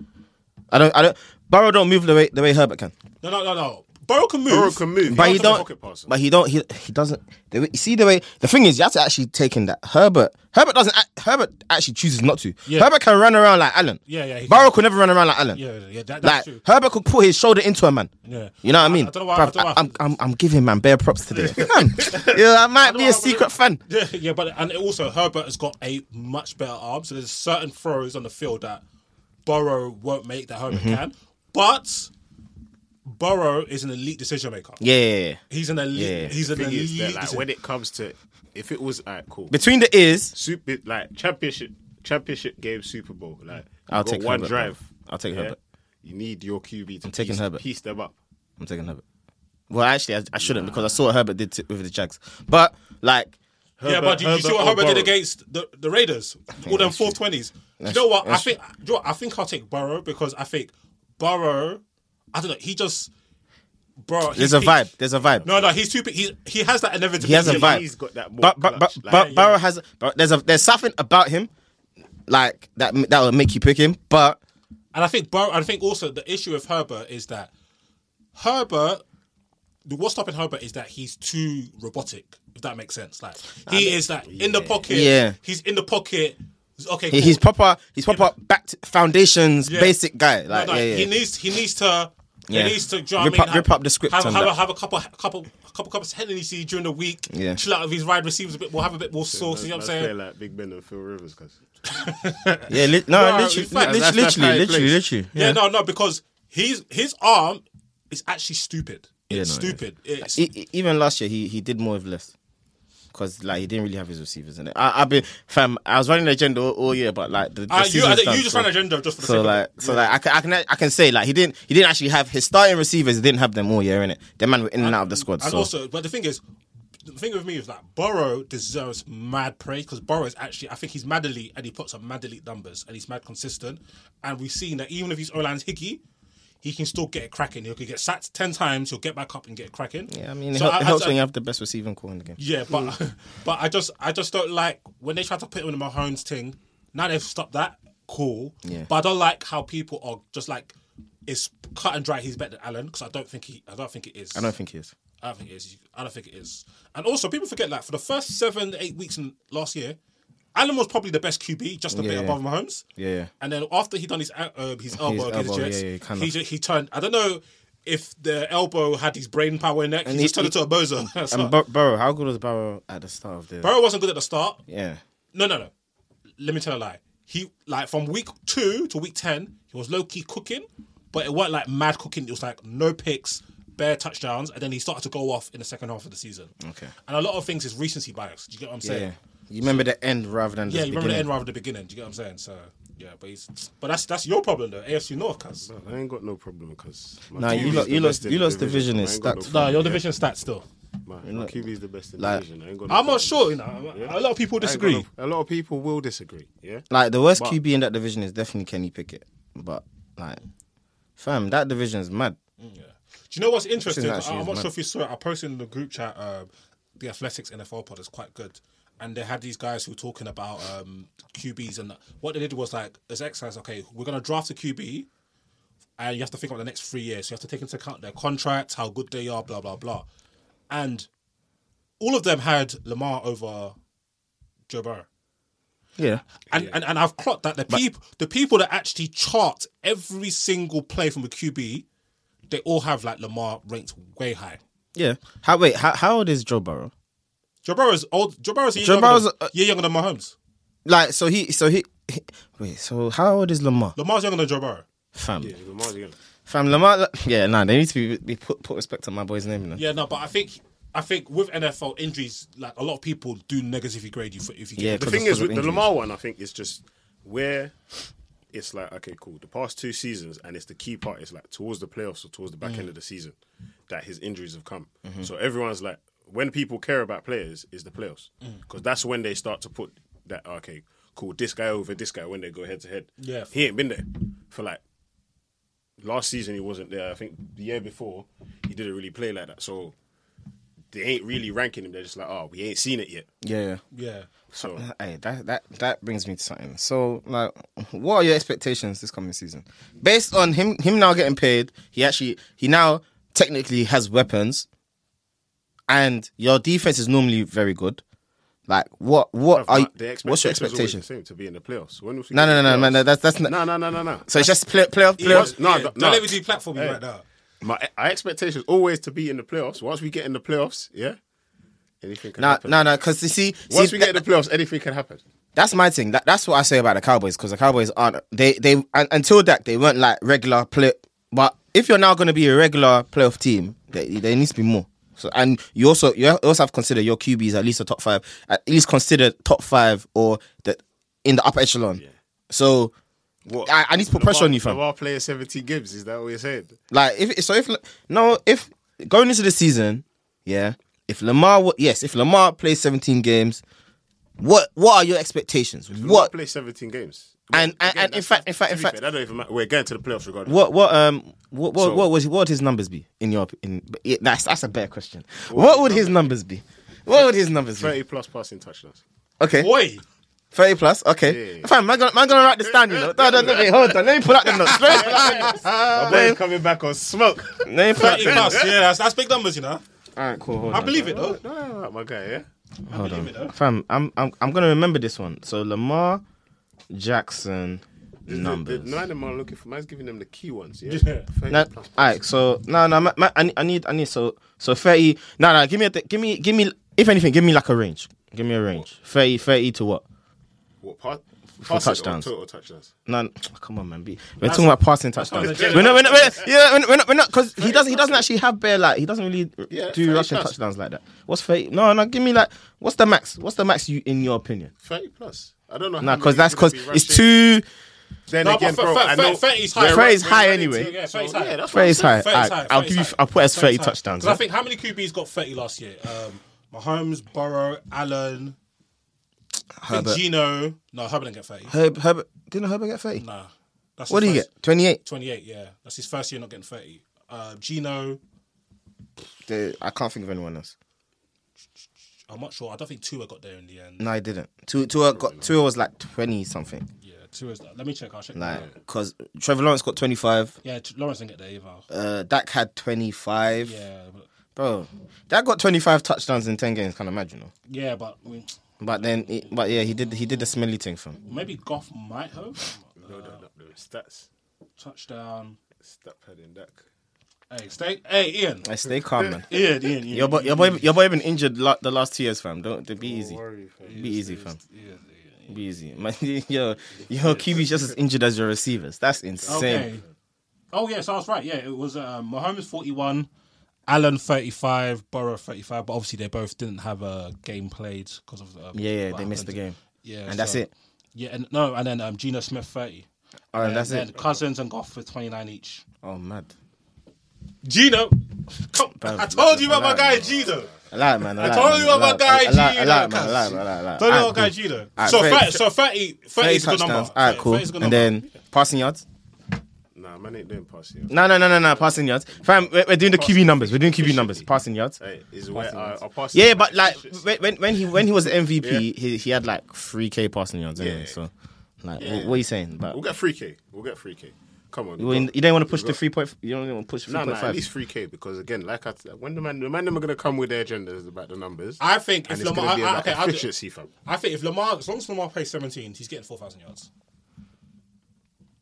Speaker 7: I don't. I don't. Burrow don't move the way the way Herbert can.
Speaker 6: No, no, no, no. Burrow can move.
Speaker 5: Burrow can move.
Speaker 7: But he
Speaker 5: also a
Speaker 7: don't.
Speaker 5: pocket passer.
Speaker 7: But he don't. He he doesn't. The way, you see the way. The thing is, you have to actually take in that Herbert. Herbert doesn't. act- Herbert actually chooses not to.
Speaker 6: Yeah.
Speaker 7: Herbert can run around like Allen.
Speaker 6: Yeah, yeah, he
Speaker 7: Burrow
Speaker 6: can.
Speaker 7: could never run around like Allen.
Speaker 6: Yeah, yeah, that, that's
Speaker 7: Like
Speaker 6: true.
Speaker 7: Herbert could put his shoulder into a man.
Speaker 6: Yeah.
Speaker 7: You know what I
Speaker 6: I-
Speaker 7: mean?
Speaker 6: I don't know why- I
Speaker 7: Bruv,
Speaker 6: don't know why-
Speaker 7: I'm, I'm, I'm giving man bare props today. Fam, yeah, I might be
Speaker 6: why I
Speaker 7: a secret fan.
Speaker 6: Yeah, yeah, but and also Herbert has got a much better arm, so there's certain throws on the field that Burrow won't make that Herbert can. But Burrow is an elite decision maker.
Speaker 7: Yeah.
Speaker 6: He's an elite.
Speaker 7: Yeah.
Speaker 6: He's an
Speaker 5: thing
Speaker 6: elite.
Speaker 5: is that like
Speaker 6: decision-
Speaker 5: when it comes to if it was alright, cool.
Speaker 7: Between the ears,
Speaker 5: Super like championship championship game Super Bowl. Like
Speaker 7: I'll
Speaker 5: you've got
Speaker 7: take
Speaker 5: one
Speaker 7: Herbert,
Speaker 5: drive.
Speaker 7: bro. I'll take Herbert.
Speaker 5: You need your QB to
Speaker 7: I'm taking
Speaker 5: piece,
Speaker 7: Herbert.
Speaker 5: piece them up.
Speaker 7: I'm taking Herbert. Well, actually, I, I shouldn't because I saw what Herbert did t- with the Jags. But like,
Speaker 6: yeah, but did you see what
Speaker 5: or
Speaker 6: Herbert did
Speaker 5: Burrow?
Speaker 6: against the, the Raiders? All them
Speaker 7: that's true.
Speaker 6: four twenties. You
Speaker 7: That's-
Speaker 6: know what? I
Speaker 7: that's
Speaker 6: think. do You know what? I think I'll take Burrow because I think Burrow. I don't know. He just. Bro, he's
Speaker 7: there's a
Speaker 6: peak.
Speaker 7: vibe. There's a vibe.
Speaker 6: No, no, he's too. big. He he has that inevitability.
Speaker 7: he has a
Speaker 5: Yeah,
Speaker 7: vibe.
Speaker 5: he's got that more
Speaker 7: but but but,
Speaker 5: clutch, like-
Speaker 7: but
Speaker 6: Yeah,
Speaker 7: Burrow
Speaker 6: yeah.
Speaker 7: has. But there's a there's something about him, like that that will make you pick him. But
Speaker 6: And I think Burrow, I think also the issue with Herbert is that Herbert, the what's stopping Herbert is that he's too robotic. If that makes sense, like he is like in the pocket.
Speaker 7: Yeah.
Speaker 6: he's in the pocket. Okay,
Speaker 7: he-
Speaker 6: cool.
Speaker 7: he's proper. He's proper back to foundations,
Speaker 6: Yeah.
Speaker 7: basic guy.
Speaker 6: No,
Speaker 7: Like,
Speaker 6: no,
Speaker 7: yeah, yeah.
Speaker 6: He needs he needs to.
Speaker 7: Yeah.
Speaker 6: He needs to do you know
Speaker 7: Rip
Speaker 6: what I mean?
Speaker 7: up- rip up the script
Speaker 6: Have,
Speaker 7: on
Speaker 6: have,
Speaker 7: that.
Speaker 6: a, have a couple, couple, couple cups of Hennessy during the week.
Speaker 7: Yeah.
Speaker 6: Chill out with his wide receivers a bit. We'll have a bit more sauce. You know what
Speaker 5: Man's
Speaker 6: I'm saying?
Speaker 5: playing like Big Ben and Phil Rivers, cause
Speaker 7: Yeah, li- no,
Speaker 6: No,
Speaker 7: literally,
Speaker 6: it's like-
Speaker 5: that's-
Speaker 7: li-
Speaker 5: that's how
Speaker 7: literally,
Speaker 5: it
Speaker 7: literally,
Speaker 5: plays.
Speaker 7: literally.
Speaker 6: Yeah, no, no, because his his arm is actually stupid. It's
Speaker 7: no, it is.
Speaker 6: stupid. It's,
Speaker 7: E- e- even last year, he he did more with less. Cause like he didn't really have his receivers in it. I, I've been fam. I was running the agenda all, all year, but like the, the
Speaker 6: Uh, you,
Speaker 7: season's
Speaker 6: I think
Speaker 7: done,
Speaker 6: you just
Speaker 7: so-
Speaker 6: ran agenda just for the sake
Speaker 7: So
Speaker 6: of
Speaker 7: like,
Speaker 6: it.
Speaker 7: so like, I can, I can I can say like he didn't he didn't actually have his starting receivers. He didn't have them all year in it. Their man were in and out of the squad.
Speaker 6: And
Speaker 7: So
Speaker 6: also, but the thing is, the thing with me is that Burrow deserves mad praise because Burrow is actually, I think he's mad elite and he puts up mad elite numbers and he's mad consistent. And we've seen that even if he's O line's hickey, he can still get it cracking. He could get sacked 10 times, he'll get back up and get it cracking.
Speaker 7: yeah, I mean, it,
Speaker 6: So
Speaker 7: hel- it helps
Speaker 6: I-
Speaker 7: when you have the best receiving core in the game.
Speaker 6: Yeah, but
Speaker 7: Hmm.
Speaker 6: but I just I just don't like when they try to put him in the Mahomes thing. Now they've stopped that. Cool.
Speaker 7: Yeah.
Speaker 6: But I don't like how people are just like it's cut and dry. He's better than Allen because I don't think he. I don't think it is.
Speaker 7: I don't think he is.
Speaker 6: I don't think it is. I don't think it is. And also, people forget that for the first seven eight weeks in last year, Allen was probably the best QB, just a
Speaker 7: Yeah,
Speaker 6: bit
Speaker 7: yeah.
Speaker 6: above Mahomes.
Speaker 7: Yeah, yeah.
Speaker 6: And then after he done his uh, um, his elbow against
Speaker 7: elbow,
Speaker 6: Jets,
Speaker 7: yeah, yeah, kind
Speaker 6: he
Speaker 7: of.
Speaker 6: ju- he turned. I don't know. If the elbow had his brain power in that, he,
Speaker 7: And he-
Speaker 6: just turned into a bozo.
Speaker 7: And Bur- Burrow, how good was Burrow at the start of the?
Speaker 6: Burrow wasn't good at the start.
Speaker 7: Yeah,
Speaker 6: No, no, no. Let me tell a lie. He like from week two to week ten, he was low key cooking, but it weren't like mad cooking. It was like no picks, bare touchdowns, and then he started to go off in the second half of the season.
Speaker 7: Okay.
Speaker 6: And a lot of things is recency bias. Do you get what I'm
Speaker 7: yeah.
Speaker 6: saying?
Speaker 7: yeah. You remember the end rather than
Speaker 6: Yeah,
Speaker 7: the
Speaker 6: you
Speaker 7: beginning.
Speaker 6: remember the end rather than the beginning. Do you get what I'm saying? So yeah, but he's but that's that's your problem though. AFC North, cuz.
Speaker 5: I ain't got no problem because
Speaker 7: Nah, you lot- you lost- you lost division is stacked.
Speaker 6: No, your division stats still.
Speaker 5: My QB is the best in the
Speaker 7: Like-
Speaker 5: division. I ain't got no
Speaker 6: I'm
Speaker 5: problem.
Speaker 6: not sure. You know, a lot of people
Speaker 5: I ain't got no-
Speaker 6: disagree.
Speaker 5: A lot of people will disagree. Yeah.
Speaker 7: Like the worst
Speaker 5: But-
Speaker 7: QB in that division is definitely Kenny Pickett, but like, fam, that division is mad.
Speaker 6: Yeah. Do you know what's interesting?
Speaker 7: Which is actually
Speaker 6: I- I'm not
Speaker 7: mad.
Speaker 6: sure if you saw it. I posted in the group chat. Uh, the Athletics NFL pod is quite good, and they had these guys who were talking about um, QBs, and what they did was like, as exercise, okay, we're gonna draft a QB, and you have to think about the next three years. you have to take into account their contract, how good they are, blah blah blah. And all of them had Lamar over Joe Burrow.
Speaker 7: Yeah.
Speaker 6: And, and and I've clocked that the people the people that actually chart every single play from a QB, they all have like Lamar ranked way high.
Speaker 7: Yeah. How wait, how, how old is Joe Burrow?
Speaker 6: Joe Burrow's old. Joe Burrow's a year,
Speaker 7: Joe
Speaker 6: younger,
Speaker 7: Burrow's,
Speaker 6: than,
Speaker 7: uh,
Speaker 6: year younger than Mahomes.
Speaker 7: Like so he so he, he- wait, so how old is Lamar?
Speaker 6: Lamar's younger than Joe Burrow.
Speaker 7: Fam.
Speaker 5: Yeah, Lamar's young.
Speaker 7: Fam Lamar Yeah, nah, they need to be, be put put respect on my boy's name, you know.
Speaker 6: Yeah, no, but I think I think with NFL injuries, like a lot of people do negatively grade you for if you get
Speaker 7: Yeah,
Speaker 5: The
Speaker 7: Because
Speaker 5: thing
Speaker 7: of-
Speaker 5: is
Speaker 7: because of
Speaker 5: with the
Speaker 7: injuries.
Speaker 5: Lamar one, I think it's just where it's like okay, cool. The past two seasons, and it's the key part. It's like towards the playoffs or towards the back
Speaker 7: Mm.
Speaker 5: end of the season that his injuries have come.
Speaker 7: Mm-hmm.
Speaker 5: So everyone's like, when people care about players, is the playoffs
Speaker 7: Mm.
Speaker 5: because that's when they start to put that okay, cool. This guy over this guy when they go head to head.
Speaker 6: Yeah.
Speaker 5: he ain't been there for like last season. He wasn't there. I think the year before he didn't really play like that. So. They ain't really ranking him. They're just like, oh, we ain't seen it yet.
Speaker 7: Yeah.
Speaker 6: Yeah.
Speaker 5: So
Speaker 7: Hey, that, that that brings me to something. So, like, what are your expectations this coming season? Based on him him now getting paid, he actually he now technically has weapons, and your defense is normally very good. Like, what what are you,
Speaker 5: Bruv, the
Speaker 7: what's your
Speaker 5: expectations always
Speaker 7: expectation?
Speaker 5: the same, to be in the playoffs. When was we
Speaker 7: No,
Speaker 5: get
Speaker 7: no,
Speaker 5: in
Speaker 7: no,
Speaker 5: the
Speaker 7: no, man.
Speaker 5: playoffs?
Speaker 7: That's that's not.
Speaker 5: no, no, no, no, no.
Speaker 7: So it's just play playoff
Speaker 5: It
Speaker 7: playoff.
Speaker 5: was- no,
Speaker 6: yeah.
Speaker 5: no,
Speaker 6: Don't
Speaker 5: no.
Speaker 6: let me deplatform you right now.
Speaker 5: My our expectations always to be in the playoffs. Once we get in the playoffs, yeah, anything can
Speaker 7: No,
Speaker 5: happen.
Speaker 7: no, no, because you see,
Speaker 5: Once
Speaker 7: see
Speaker 5: we get in the playoffs, anything can happen.
Speaker 7: That's my thing. That, that's what I say about the Cowboys because the Cowboys aren't they they un- until that they weren't like regular play. But if you're now going to be a regular playoff team, there, there needs to be more. So and you also you also have to consider your QBs at least a top five, at least consider top five or the in the upper echelon. So
Speaker 5: What?
Speaker 7: I, I need to put pressure on you, fam.
Speaker 5: Lamar player seventy gives. Is that what you said?
Speaker 7: Like if so, if no, if going into the season, yeah, if Lamar, wa- yes, if Lamar plays 17 games, what what are your expectations?
Speaker 5: Lamar
Speaker 7: What
Speaker 5: play seventeen games.
Speaker 7: And- and- and in
Speaker 5: that's-
Speaker 7: fact- in fact-
Speaker 5: to
Speaker 7: in
Speaker 5: be
Speaker 7: fact-
Speaker 5: fair, that don't even matter. We're going to the playoffs regardless.
Speaker 7: What what um what what,
Speaker 5: So-
Speaker 7: what was what would his numbers be in your opinion? Yeah, that's that's a better question. What would his numbers be? What would his numbers be?
Speaker 5: Thirty plus passing touchdowns.
Speaker 7: Okay,
Speaker 6: Boy,
Speaker 7: thirty plus. Okay,
Speaker 5: Yeah.
Speaker 7: fam, man, gonna, man gonna write this down. You know, no, no, no, wait, hold on. Let me pull out the notes. Let me pull out the notes.
Speaker 5: My boy's coming back on smoke.
Speaker 7: Let me pull out
Speaker 6: 30
Speaker 7: the
Speaker 6: plus. Yeah, that's, that's big numbers, you know.
Speaker 7: All right, cool. Hold
Speaker 6: I
Speaker 7: on.
Speaker 6: believe it though.
Speaker 5: No, no, no, my guy. Yeah.
Speaker 7: Hold on, fam. I'm I'm I'm gonna remember this one. So Lamar Jackson numbers.
Speaker 5: The, the nine of them are looking for. Man's giving them the key ones. Yeah.
Speaker 6: Yeah.
Speaker 5: 30
Speaker 7: No,
Speaker 5: plus.
Speaker 7: all right. So no, no. ma- ma- I, need- I need, I need. So, so thirty. No, no. Give me, a th- give me, give me. If anything, give me like a range. Give me a range. 30, 30 to what?
Speaker 5: What part? Passes
Speaker 7: touchdowns.
Speaker 5: Or total touchdowns.
Speaker 7: No, n- come on, man. Be, we're talking about passing touchdowns. We're not, we're not, we're not, yeah, we're not- we're not, we're not, because he doesn't, he doesn't actually have bare like, he doesn't really
Speaker 5: Yeah,
Speaker 7: do
Speaker 5: 30
Speaker 7: rushing
Speaker 5: plus.
Speaker 7: touchdowns like that. What's thirty? No, no. Give me like, what's the max? What's the max? You, in your opinion?
Speaker 5: 30 plus. I don't know.
Speaker 7: Nah, because that's because it's too.
Speaker 5: Then
Speaker 6: No,
Speaker 5: again,
Speaker 6: but
Speaker 5: bro,
Speaker 6: fa-
Speaker 5: I
Speaker 6: fa-
Speaker 5: know.
Speaker 6: 30 is high.
Speaker 5: we're-
Speaker 7: 30 is
Speaker 5: we're
Speaker 7: high
Speaker 5: running
Speaker 7: anyway.
Speaker 5: to-
Speaker 6: Yeah, 30 is
Speaker 5: so,
Speaker 6: high.
Speaker 5: yeah, that's what
Speaker 7: 30 is
Speaker 5: I'm saying.
Speaker 7: high.
Speaker 6: Thirty is
Speaker 7: Alright,
Speaker 6: high,
Speaker 7: I'll
Speaker 6: thirty
Speaker 7: give you.
Speaker 6: is high,
Speaker 7: I'll put as
Speaker 6: thirty
Speaker 7: thirty
Speaker 6: is high.
Speaker 7: touchdowns.
Speaker 6: 'Cause I think how many QBs got thirty last year? Um, Mahomes, Burrow, Allen, I think
Speaker 7: Herbert.
Speaker 6: Gino. No, Herbert didn't get thirty.
Speaker 7: Herb, Herbert, didn't Herbert get thirty?
Speaker 6: Nah, that's
Speaker 7: What do
Speaker 6: his
Speaker 7: you get?
Speaker 6: first-
Speaker 7: Twenty-eight.
Speaker 6: Twenty-eight. Yeah, that's his first year not getting thirty. Uh, Gino,
Speaker 7: I can't think of anyone else.
Speaker 6: I'm not sure. I don't think Tua got there in the end.
Speaker 7: No, he didn't. Tua, Tua got Tua was like twenty something,
Speaker 6: Yeah, Tua's. Let me check. I'll check.
Speaker 7: like because Trevor Lawrence got twenty five.
Speaker 6: yeah, T- Lawrence didn't get there either.
Speaker 7: Uh, Dak had twenty five.
Speaker 6: Yeah, but,
Speaker 7: Bro, Dak got twenty five touchdowns in ten games. Kind of mad, you know.
Speaker 6: yeah, but I mean,
Speaker 7: But then, he, but yeah, he did he did the smelly thing for him.
Speaker 6: maybe Goff might have
Speaker 5: No, no, no, no. Stats.
Speaker 6: touchdown.
Speaker 5: Stat padding that.
Speaker 6: Hey, stay. Hey, Ian.
Speaker 7: Like, stay calm, man.
Speaker 6: Ian, Ian, Ian.
Speaker 7: Your boy, your boy, your boy been injured la- the last two years, fam. Don't, don't be easy. Be easy, fam. Be easy. Man, yo, your QB's just as injured as your receivers. That's insane.
Speaker 6: Okay. Oh yes, I was right. Yeah, it was um, Mahomes forty-one, Allen thirty-five, Burrow thirty-five. But obviously, they both didn't have a game played because of um,
Speaker 7: Yeah, yeah,
Speaker 6: what
Speaker 7: they missed the
Speaker 6: happened.
Speaker 7: game.
Speaker 6: Yeah,
Speaker 7: And that's
Speaker 6: so-
Speaker 7: it.
Speaker 6: Yeah, and no, and then um, Gino Smith thirty.
Speaker 7: All right, that's
Speaker 6: and then
Speaker 7: it.
Speaker 6: Cousins and Goff with twenty-nine each.
Speaker 7: Oh, mad.
Speaker 6: Gino, come!
Speaker 7: Bruv,
Speaker 6: I told you about
Speaker 7: bruv,
Speaker 6: my guy
Speaker 7: bruv.
Speaker 6: Gino.
Speaker 7: I like man. I,
Speaker 6: I
Speaker 7: like,
Speaker 6: told
Speaker 7: man.
Speaker 6: you about
Speaker 7: I like-
Speaker 6: guy
Speaker 7: I like, I
Speaker 6: G,
Speaker 7: like,
Speaker 6: like,
Speaker 7: man. I like, man. I like, I like.
Speaker 6: Told you
Speaker 7: Alright,
Speaker 6: about guy
Speaker 7: cool.
Speaker 6: Gino.
Speaker 7: Alright,
Speaker 6: So,
Speaker 7: thirty-
Speaker 6: 30, so 30, 30 E is a good
Speaker 7: touchdowns.
Speaker 6: number.
Speaker 7: All right,
Speaker 6: 30
Speaker 7: cool.
Speaker 6: is a good
Speaker 7: And
Speaker 6: number.
Speaker 7: then passing yards.
Speaker 5: Nah, man ain't doing pass here.
Speaker 7: No, no, no, no, no. Passing yards. Fam, we're, we're doing the QB numbers. We're doing QB numbers. Passing yards.
Speaker 5: Hey, is where I, I pass.
Speaker 7: Yeah, but like when- when when he when he was MVP, he he had like three K passing yards. Anyway,
Speaker 5: Yeah.
Speaker 7: so like, wh-
Speaker 5: Yeah.
Speaker 7: what are you saying? But
Speaker 5: We'll get 3K. We'll get 3K. Come on.
Speaker 7: You, want- you don't want to push the three point. You don't want to push three
Speaker 5: No,
Speaker 7: point
Speaker 5: no, at
Speaker 7: five.
Speaker 5: least three k because again, like I, said, when the man, the man, them are gonna come with their agendas about the numbers.
Speaker 6: I think
Speaker 5: and
Speaker 6: if
Speaker 5: it's gonna
Speaker 6: Lamar,
Speaker 5: be
Speaker 6: I- I-
Speaker 5: about
Speaker 6: okay, I'll do-
Speaker 5: efficiency, fam.
Speaker 6: I think if Lamar, as long as Lamar plays 17, he's getting 4,000 yards.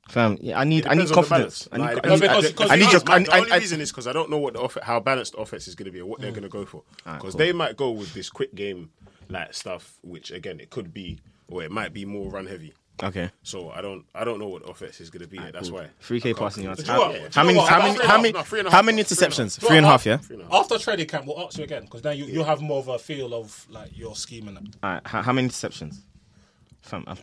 Speaker 7: Fam, yeah, I need I need
Speaker 5: Depends on the
Speaker 7: confidence. I
Speaker 5: balance. Like,
Speaker 7: need,
Speaker 5: it
Speaker 7: I need,
Speaker 5: depends-
Speaker 6: because-
Speaker 7: I-
Speaker 5: it
Speaker 6: because
Speaker 7: I need
Speaker 5: depends.
Speaker 7: your.
Speaker 5: Like,
Speaker 7: I-
Speaker 5: the only
Speaker 7: I- Mm.
Speaker 5: reason is because I don't know what the off- how balanced the offense is going to be or what they're going to go for. Because they might go with this quick game like stuff, which again it could be or it might be more run heavy.
Speaker 7: Okay.
Speaker 5: So I don't I don't know what the offense is going to be. yet. That's why
Speaker 7: Three
Speaker 5: I
Speaker 7: K
Speaker 5: can't
Speaker 7: passing
Speaker 5: commit.
Speaker 7: yards.
Speaker 6: Do you know
Speaker 7: How
Speaker 6: what? Do you
Speaker 7: how
Speaker 6: know
Speaker 7: many?
Speaker 6: what?
Speaker 7: How
Speaker 6: Three
Speaker 7: many?
Speaker 6: and a
Speaker 7: How
Speaker 6: half,
Speaker 7: many?
Speaker 5: no, three and a
Speaker 7: How
Speaker 5: half,
Speaker 7: many
Speaker 5: three and a half.
Speaker 7: interceptions? Three and a half. Yeah.
Speaker 5: Three and a half.
Speaker 6: After training camp, we'll ask you again because now you, you'll have more of a feel of like your scheme and that.
Speaker 7: All right. How, how many interceptions? Fam, I'm,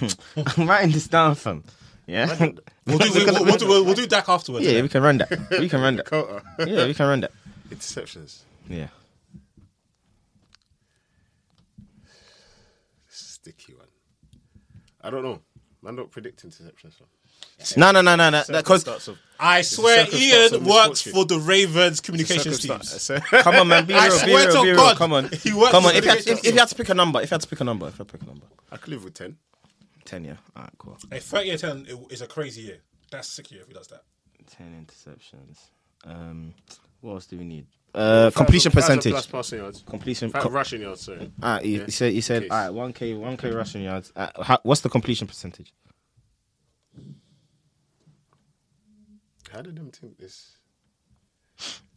Speaker 7: I'm, I'm writing this down, fam. Yeah.
Speaker 6: We'll do, we'll, we'll, do, we'll, we'll do Dak afterwards.
Speaker 7: Yeah, we can run that. We can run that.
Speaker 5: Dakota.
Speaker 7: Yeah, we can run that.
Speaker 5: Interceptions.
Speaker 7: Yeah.
Speaker 5: Sticky one. I don't know. Man, don't predict interceptions. fam.
Speaker 7: No, no, no, no, no. Because
Speaker 5: Circumstance of-
Speaker 6: I swear
Speaker 5: circumstance of
Speaker 6: Ian works
Speaker 5: misfortune.
Speaker 6: for the Ravens communications team.
Speaker 5: circumstance-
Speaker 6: It's
Speaker 5: so-
Speaker 7: come on, man, be real,
Speaker 6: I
Speaker 7: be
Speaker 6: swear
Speaker 7: real,
Speaker 6: to
Speaker 7: be real.
Speaker 6: God,
Speaker 7: Come on,
Speaker 6: he works
Speaker 7: come on.
Speaker 6: for
Speaker 7: If you, had,
Speaker 6: the
Speaker 7: if, if you had to pick a number, if you had to pick a number, if I pick a number,
Speaker 5: I could live with ten.
Speaker 7: ten. Yeah. All right, cool.
Speaker 6: 30 and 10 it- is a crazy year. That's sick year if he does that.
Speaker 7: Ten interceptions. Um, what else do we need? Uh, completion percentage.
Speaker 5: Plus passing yards.
Speaker 7: Completion.
Speaker 5: Fact,
Speaker 7: co-
Speaker 5: rushing yards. Sorry.
Speaker 7: Ah, he, he said. He said.
Speaker 5: Case.
Speaker 7: All right, one k, one k rushing yards. Uh, how, what's the completion percentage?
Speaker 5: How did them think this?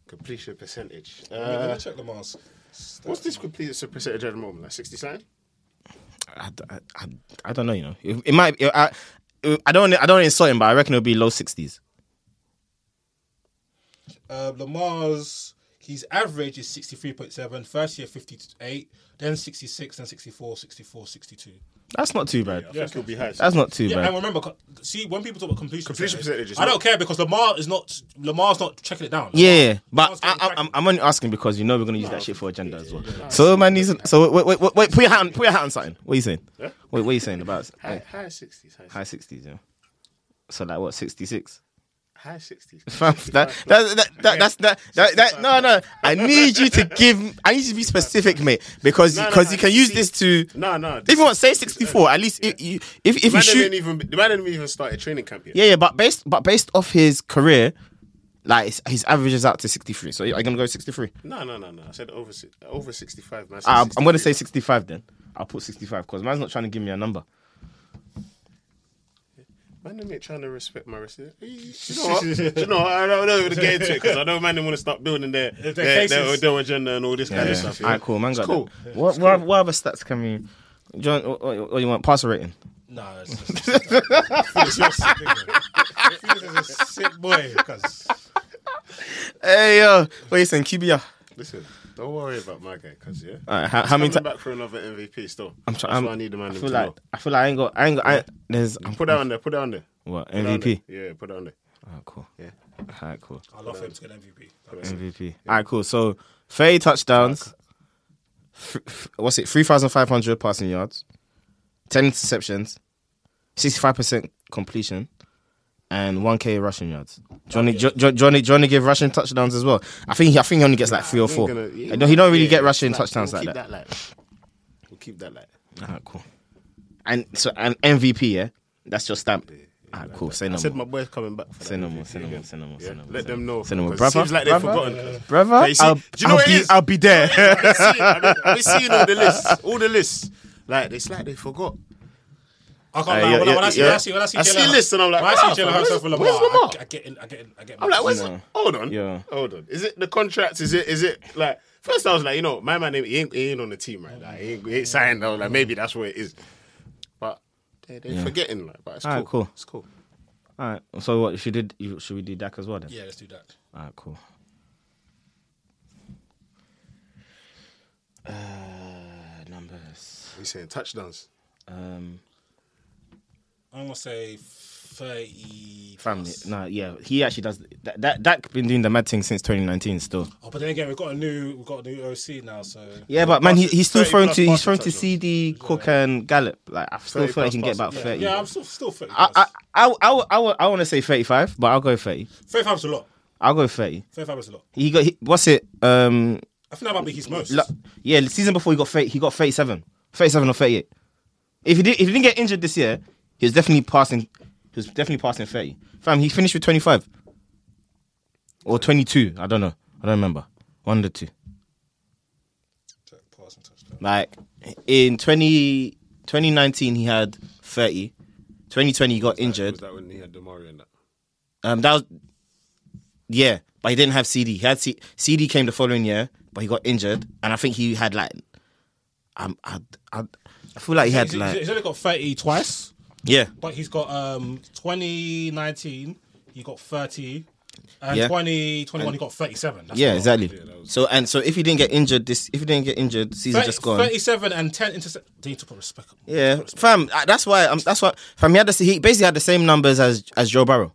Speaker 5: Completion percentage.
Speaker 6: Let me
Speaker 5: Uh,
Speaker 6: check Lamar's.
Speaker 5: what's this completion percentage at the moment? Like 69?
Speaker 7: I, d- I- I- I don't know. You know, it, it might. It, I, it- I don't. I don't wanna insult him, but I reckon it'll be low sixties.
Speaker 6: Uh, Lamar's his average is 63.7, first year 58, then 66, then 64, 64, 62.
Speaker 7: That's not too bad.
Speaker 5: I think it'll be high.
Speaker 7: That's not too
Speaker 6: Yeah,
Speaker 7: bad.
Speaker 6: and remember, co- see when people talk about completion,
Speaker 5: Completion percentage is
Speaker 6: I don't
Speaker 5: not-
Speaker 6: care because Lamar is not Lamar's not checking it down.
Speaker 7: Yeah, but
Speaker 6: Lamar's
Speaker 7: I,
Speaker 6: getting
Speaker 7: I,
Speaker 6: cracking.
Speaker 7: I'm, I'm only asking because you know we're gonna use that shit for agenda as well. So man, needs. So wait, wait, wait, wait, put your hat on. Put your hat on something. What are you saying? Wait, what are you saying about
Speaker 5: high,
Speaker 7: like,
Speaker 5: high 60s. High,
Speaker 7: high sixties? Yeah. So like what sixty six?
Speaker 5: high 60s.
Speaker 7: Fam, that, that, that, that, that's that, that, that, no, no. I need you to give. I need you to be specific, mate, because
Speaker 5: No, no,
Speaker 7: because
Speaker 5: no,
Speaker 7: you can
Speaker 5: you
Speaker 7: use
Speaker 5: see-
Speaker 7: this to.
Speaker 5: No, no. uh,
Speaker 7: If you want say sixty four, at least if you if, if
Speaker 5: the
Speaker 7: you
Speaker 5: man, didn't
Speaker 7: shoot,
Speaker 5: even, the man didn't even start a training camp yet.
Speaker 7: yeah, yeah. But based but based off his career, like his, his average is out to sixty three. So I'm gonna go sixty three.
Speaker 5: No, no, no, no. I said over si- over 65. Man, I said
Speaker 7: I'm, Ah, I'm gonna
Speaker 5: 63.
Speaker 7: say sixty five then. I'll put sixty five because man's not trying to give me a number.
Speaker 5: Man, them ain't trying to respect my respect. You know what? you know what? I don't know if the game to it because I know man, they want to start building their, their, their,
Speaker 6: cases.
Speaker 5: their agenda and all this kind of stuff. yeah.
Speaker 7: All right, cool. Man,
Speaker 5: It's
Speaker 7: got
Speaker 5: cool.
Speaker 7: that. What, what what other stats can we? John, what, what, what you want? Passer rating.
Speaker 6: Nah, it's just, it's just sick, nigga. Felix is a sick boy. 'cause-
Speaker 7: Hey yo, what you saying, QBR?
Speaker 5: Listen, don't worry about my guy because, yeah.
Speaker 7: All right, how, how
Speaker 5: Coming
Speaker 7: many times?
Speaker 5: back for another MVP still.
Speaker 7: I'm
Speaker 5: That's
Speaker 7: trying.
Speaker 5: why I need the man
Speaker 7: I
Speaker 5: to
Speaker 7: feel
Speaker 5: know.
Speaker 7: like I feel like I ain't got. I ain't got. I, there's. I'm,
Speaker 5: Put that on there. Put that on there.
Speaker 7: What
Speaker 5: Put that on
Speaker 7: MVP?
Speaker 5: there. Yeah, put that on there.
Speaker 7: Alright, cool.
Speaker 5: Yeah.
Speaker 7: Alright, cool.
Speaker 6: I love him to get MVP.
Speaker 7: MVP. Alright, cool. So, thirty touchdowns. F- f- what's it? Three thousand five hundred passing yards, ten interceptions, sixty-five percent completion, and one K rushing yards. Johnny, jo- jo- Johnny, Johnny give rushing touchdowns as well. I think he, I think he only gets like three or
Speaker 5: He ain't
Speaker 7: four.
Speaker 5: gonna-
Speaker 7: he, don't, he don't really
Speaker 5: yeah,
Speaker 7: get rushing
Speaker 5: like,
Speaker 7: touchdowns
Speaker 5: we'll
Speaker 7: like
Speaker 5: keep
Speaker 7: that.
Speaker 5: that. light. We'll keep that light.
Speaker 7: Alright, cool. And so, and MVP, yeah, that's your stamp. Alright, cool. Say no
Speaker 5: I said my
Speaker 7: more.
Speaker 5: boy's coming back. For
Speaker 7: Say
Speaker 5: that
Speaker 7: no
Speaker 5: MVP
Speaker 7: more. Say no more.
Speaker 5: again.
Speaker 7: Say no more.
Speaker 5: Yeah,
Speaker 7: Say no more.
Speaker 5: Let them know.
Speaker 7: Say no more.
Speaker 5: 'cause
Speaker 7: Brother,
Speaker 5: It seems like they've
Speaker 7: brother.
Speaker 5: forgotten.
Speaker 7: Brother,
Speaker 5: Okay, you see-
Speaker 7: I'll,
Speaker 5: do you know
Speaker 7: I'll
Speaker 5: what it
Speaker 7: be,
Speaker 5: is?
Speaker 7: I'll be there.
Speaker 5: I've seen- I've been- I've been seeing all the lists, all the lists. Like it's like they forgot.
Speaker 6: I can't
Speaker 7: Uh,
Speaker 6: lie.
Speaker 7: yeah,
Speaker 6: when, I, when, I
Speaker 7: yeah,
Speaker 6: see,
Speaker 7: yeah.
Speaker 6: when I see when I see
Speaker 5: I see
Speaker 6: Jalen-
Speaker 5: lists and I'm like,
Speaker 6: when I see
Speaker 5: wow,
Speaker 6: Jalen
Speaker 5: where's-
Speaker 6: Hurts over Lamar,
Speaker 5: where's Lamar?
Speaker 6: I, I get in, I get in, I get.
Speaker 5: I'm like, where's
Speaker 7: No.
Speaker 5: hold on,
Speaker 7: Yeah.
Speaker 5: hold on. Is it the contracts? Is it is it like? First, I was like, you know, my man, he ain't, he ain't on the team right now. He ain't, he ain't signed. I was like, maybe that's what it is. But they they forgetting like, but it's cool.
Speaker 7: Alright, cool.
Speaker 5: It's cool.
Speaker 7: All right. So what? Should did you, should we do Dak as well then?
Speaker 6: Yeah, let's do that.
Speaker 7: All right. Cool. Uh, numbers.
Speaker 5: We saying touchdowns.
Speaker 7: Um,
Speaker 6: I'm gonna say thirty.
Speaker 7: family. No, yeah. He actually does that. that Dak been doing the mad thing since 2019 still.
Speaker 6: Oh, but then again, we've got a new, we've got a new OC now, so
Speaker 7: Yeah, but man, he, he's still
Speaker 5: 30
Speaker 7: thrown
Speaker 5: plus
Speaker 7: to he's
Speaker 5: passing
Speaker 7: thrown to
Speaker 5: touchdowns.
Speaker 7: CD Cook and Gallup. Like I still
Speaker 5: 30
Speaker 7: feel like he
Speaker 5: plus
Speaker 7: can get about
Speaker 5: passes.
Speaker 7: 30.
Speaker 6: yeah, I'm still still thirty.
Speaker 7: I I I I, I, I want to say 35, but I'll go 30.
Speaker 6: Thirty-five's a lot.
Speaker 7: I'll go 30.
Speaker 6: Thirty-five is a lot.
Speaker 7: He got he, what's it? Um,
Speaker 6: I think that might be his most.
Speaker 7: Lo- yeah, the season before he got 30, he got 37. 37 or 38. If he, did, if he didn't get injured this year, he was definitely passing He was definitely passing 30. Fam, he finished with 25. Or 22. I don't know. I don't remember. One of the two. Like, in 20, 2019, he had 30. 2020, he got
Speaker 5: Was
Speaker 7: injured.
Speaker 5: that when he had Demario and that?
Speaker 7: Um, that was, yeah, but he didn't have CD. He had C- CD came the following year, but he got injured. And I think he had, like, um, I, I, I feel like he had,
Speaker 6: He's,
Speaker 7: like,
Speaker 6: he's only got 30 twice,
Speaker 7: yeah.
Speaker 6: but he's got um 2019, he got 30, and
Speaker 7: Yeah.
Speaker 6: 2021, he got 37. That's
Speaker 5: Oh,
Speaker 6: a
Speaker 7: Yeah,
Speaker 6: lot.
Speaker 7: exactly. so and so, if he didn't get injured, this if he didn't get injured, season
Speaker 6: 30
Speaker 7: just gone.
Speaker 6: 37 and 10 intercept. They need to put respect.
Speaker 7: Yeah, fam. I- That's why. Um, that's why. Fam, he had the, he basically had the same numbers as as Joe Burrow.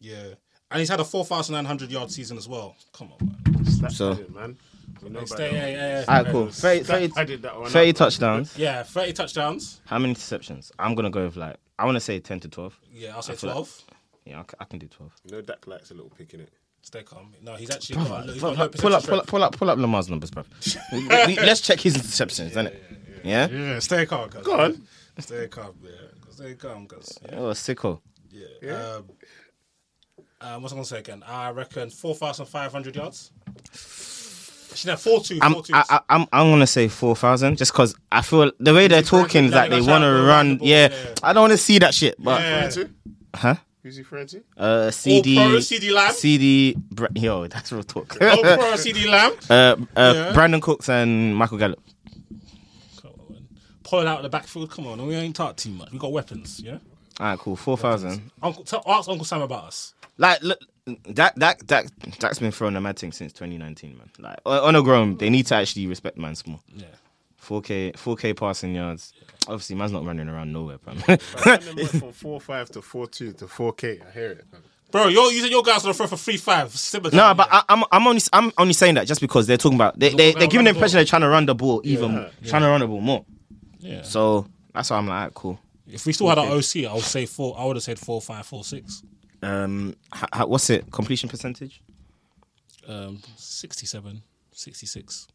Speaker 6: Yeah. And he's had a 4,900 yard season as well. Come on, man.
Speaker 7: So,
Speaker 5: Yeah, man. We know about
Speaker 6: Stay,
Speaker 5: that.
Speaker 6: yeah, yeah, yeah.
Speaker 7: alright, cool. 30,
Speaker 5: That-
Speaker 7: 30,
Speaker 5: I did that one.
Speaker 7: 30 touchdowns.
Speaker 6: Yeah, 30 touchdowns.
Speaker 7: How many interceptions? I'm gonna go with like I want to say ten to twelve.
Speaker 6: Yeah, I'll say
Speaker 7: feel like-
Speaker 6: 12.
Speaker 7: Yeah, I, c- I can do twelve.
Speaker 5: You know Dak likes a little pick in it.
Speaker 6: Stay calm. No, he's actually got, a- he's got
Speaker 7: Pull
Speaker 6: no
Speaker 7: up, pull up,
Speaker 6: percentage
Speaker 7: pull up, pull up, pull up Lamar's numbers, bro. Let's check his interceptions, innit? Yeah.
Speaker 6: rate. Yeah, stay calm, guys. Go
Speaker 5: on.
Speaker 6: Stay calm, yeah. Stay calm, guys. Yeah.
Speaker 7: Oh, sicko.
Speaker 6: Um, um, what's I gonna say again? I reckon four thousand five hundred yards. She had four two,
Speaker 7: I'm,
Speaker 6: four two.
Speaker 7: I, I, I'm, I'm gonna say four thousand, just cause I feel the way they're talking is
Speaker 6: Yeah,
Speaker 7: like they
Speaker 6: that's
Speaker 7: want to
Speaker 6: how I feel
Speaker 7: run.
Speaker 6: about the
Speaker 7: Yeah,
Speaker 6: ball, yeah.
Speaker 7: I don't want to see that shit. But
Speaker 6: Yeah.
Speaker 5: Friend to?
Speaker 7: huh?
Speaker 5: Who's he friend to?
Speaker 7: Uh, CD,
Speaker 6: pro, CD Lamb.
Speaker 7: CD, Bra- yo, that's real talk.
Speaker 6: Oh, bro, CD Lamb.
Speaker 7: uh, uh,
Speaker 6: Yeah.
Speaker 7: Brandon Cooks and Michael Gallup.
Speaker 6: Come on. Pull it out of the backfield. Come on, we ain't talk too much. We got weapons. Yeah.
Speaker 7: All right, cool, four thousand.
Speaker 6: Uncle, tell, ask Uncle Sam about us.
Speaker 7: Like, look, that that that that's been thrown a mad thing since 2019, man. Like, on on a grown, they need to actually respect man's more.
Speaker 6: Yeah.
Speaker 7: 4K, 4K passing yards. Obviously, man's not running around nowhere, bro.
Speaker 5: Brandon went from four five to four two to four K. I hear it.
Speaker 6: Bro, you're using your guys on the front for three five. Similar.
Speaker 7: No, but I, I'm I'm only I'm only saying that just because they're talking about they they
Speaker 6: Run the
Speaker 7: they're giving the impression
Speaker 6: ball.
Speaker 7: they're trying to run the ball even trying to run the ball more.
Speaker 6: yeah. So
Speaker 7: So that's why I'm like, all right, cool.
Speaker 6: if we still had our OC, I would say four. I would have said four five four six.
Speaker 7: Um, h- h- what's it completion percentage?
Speaker 6: Um, 67, 66.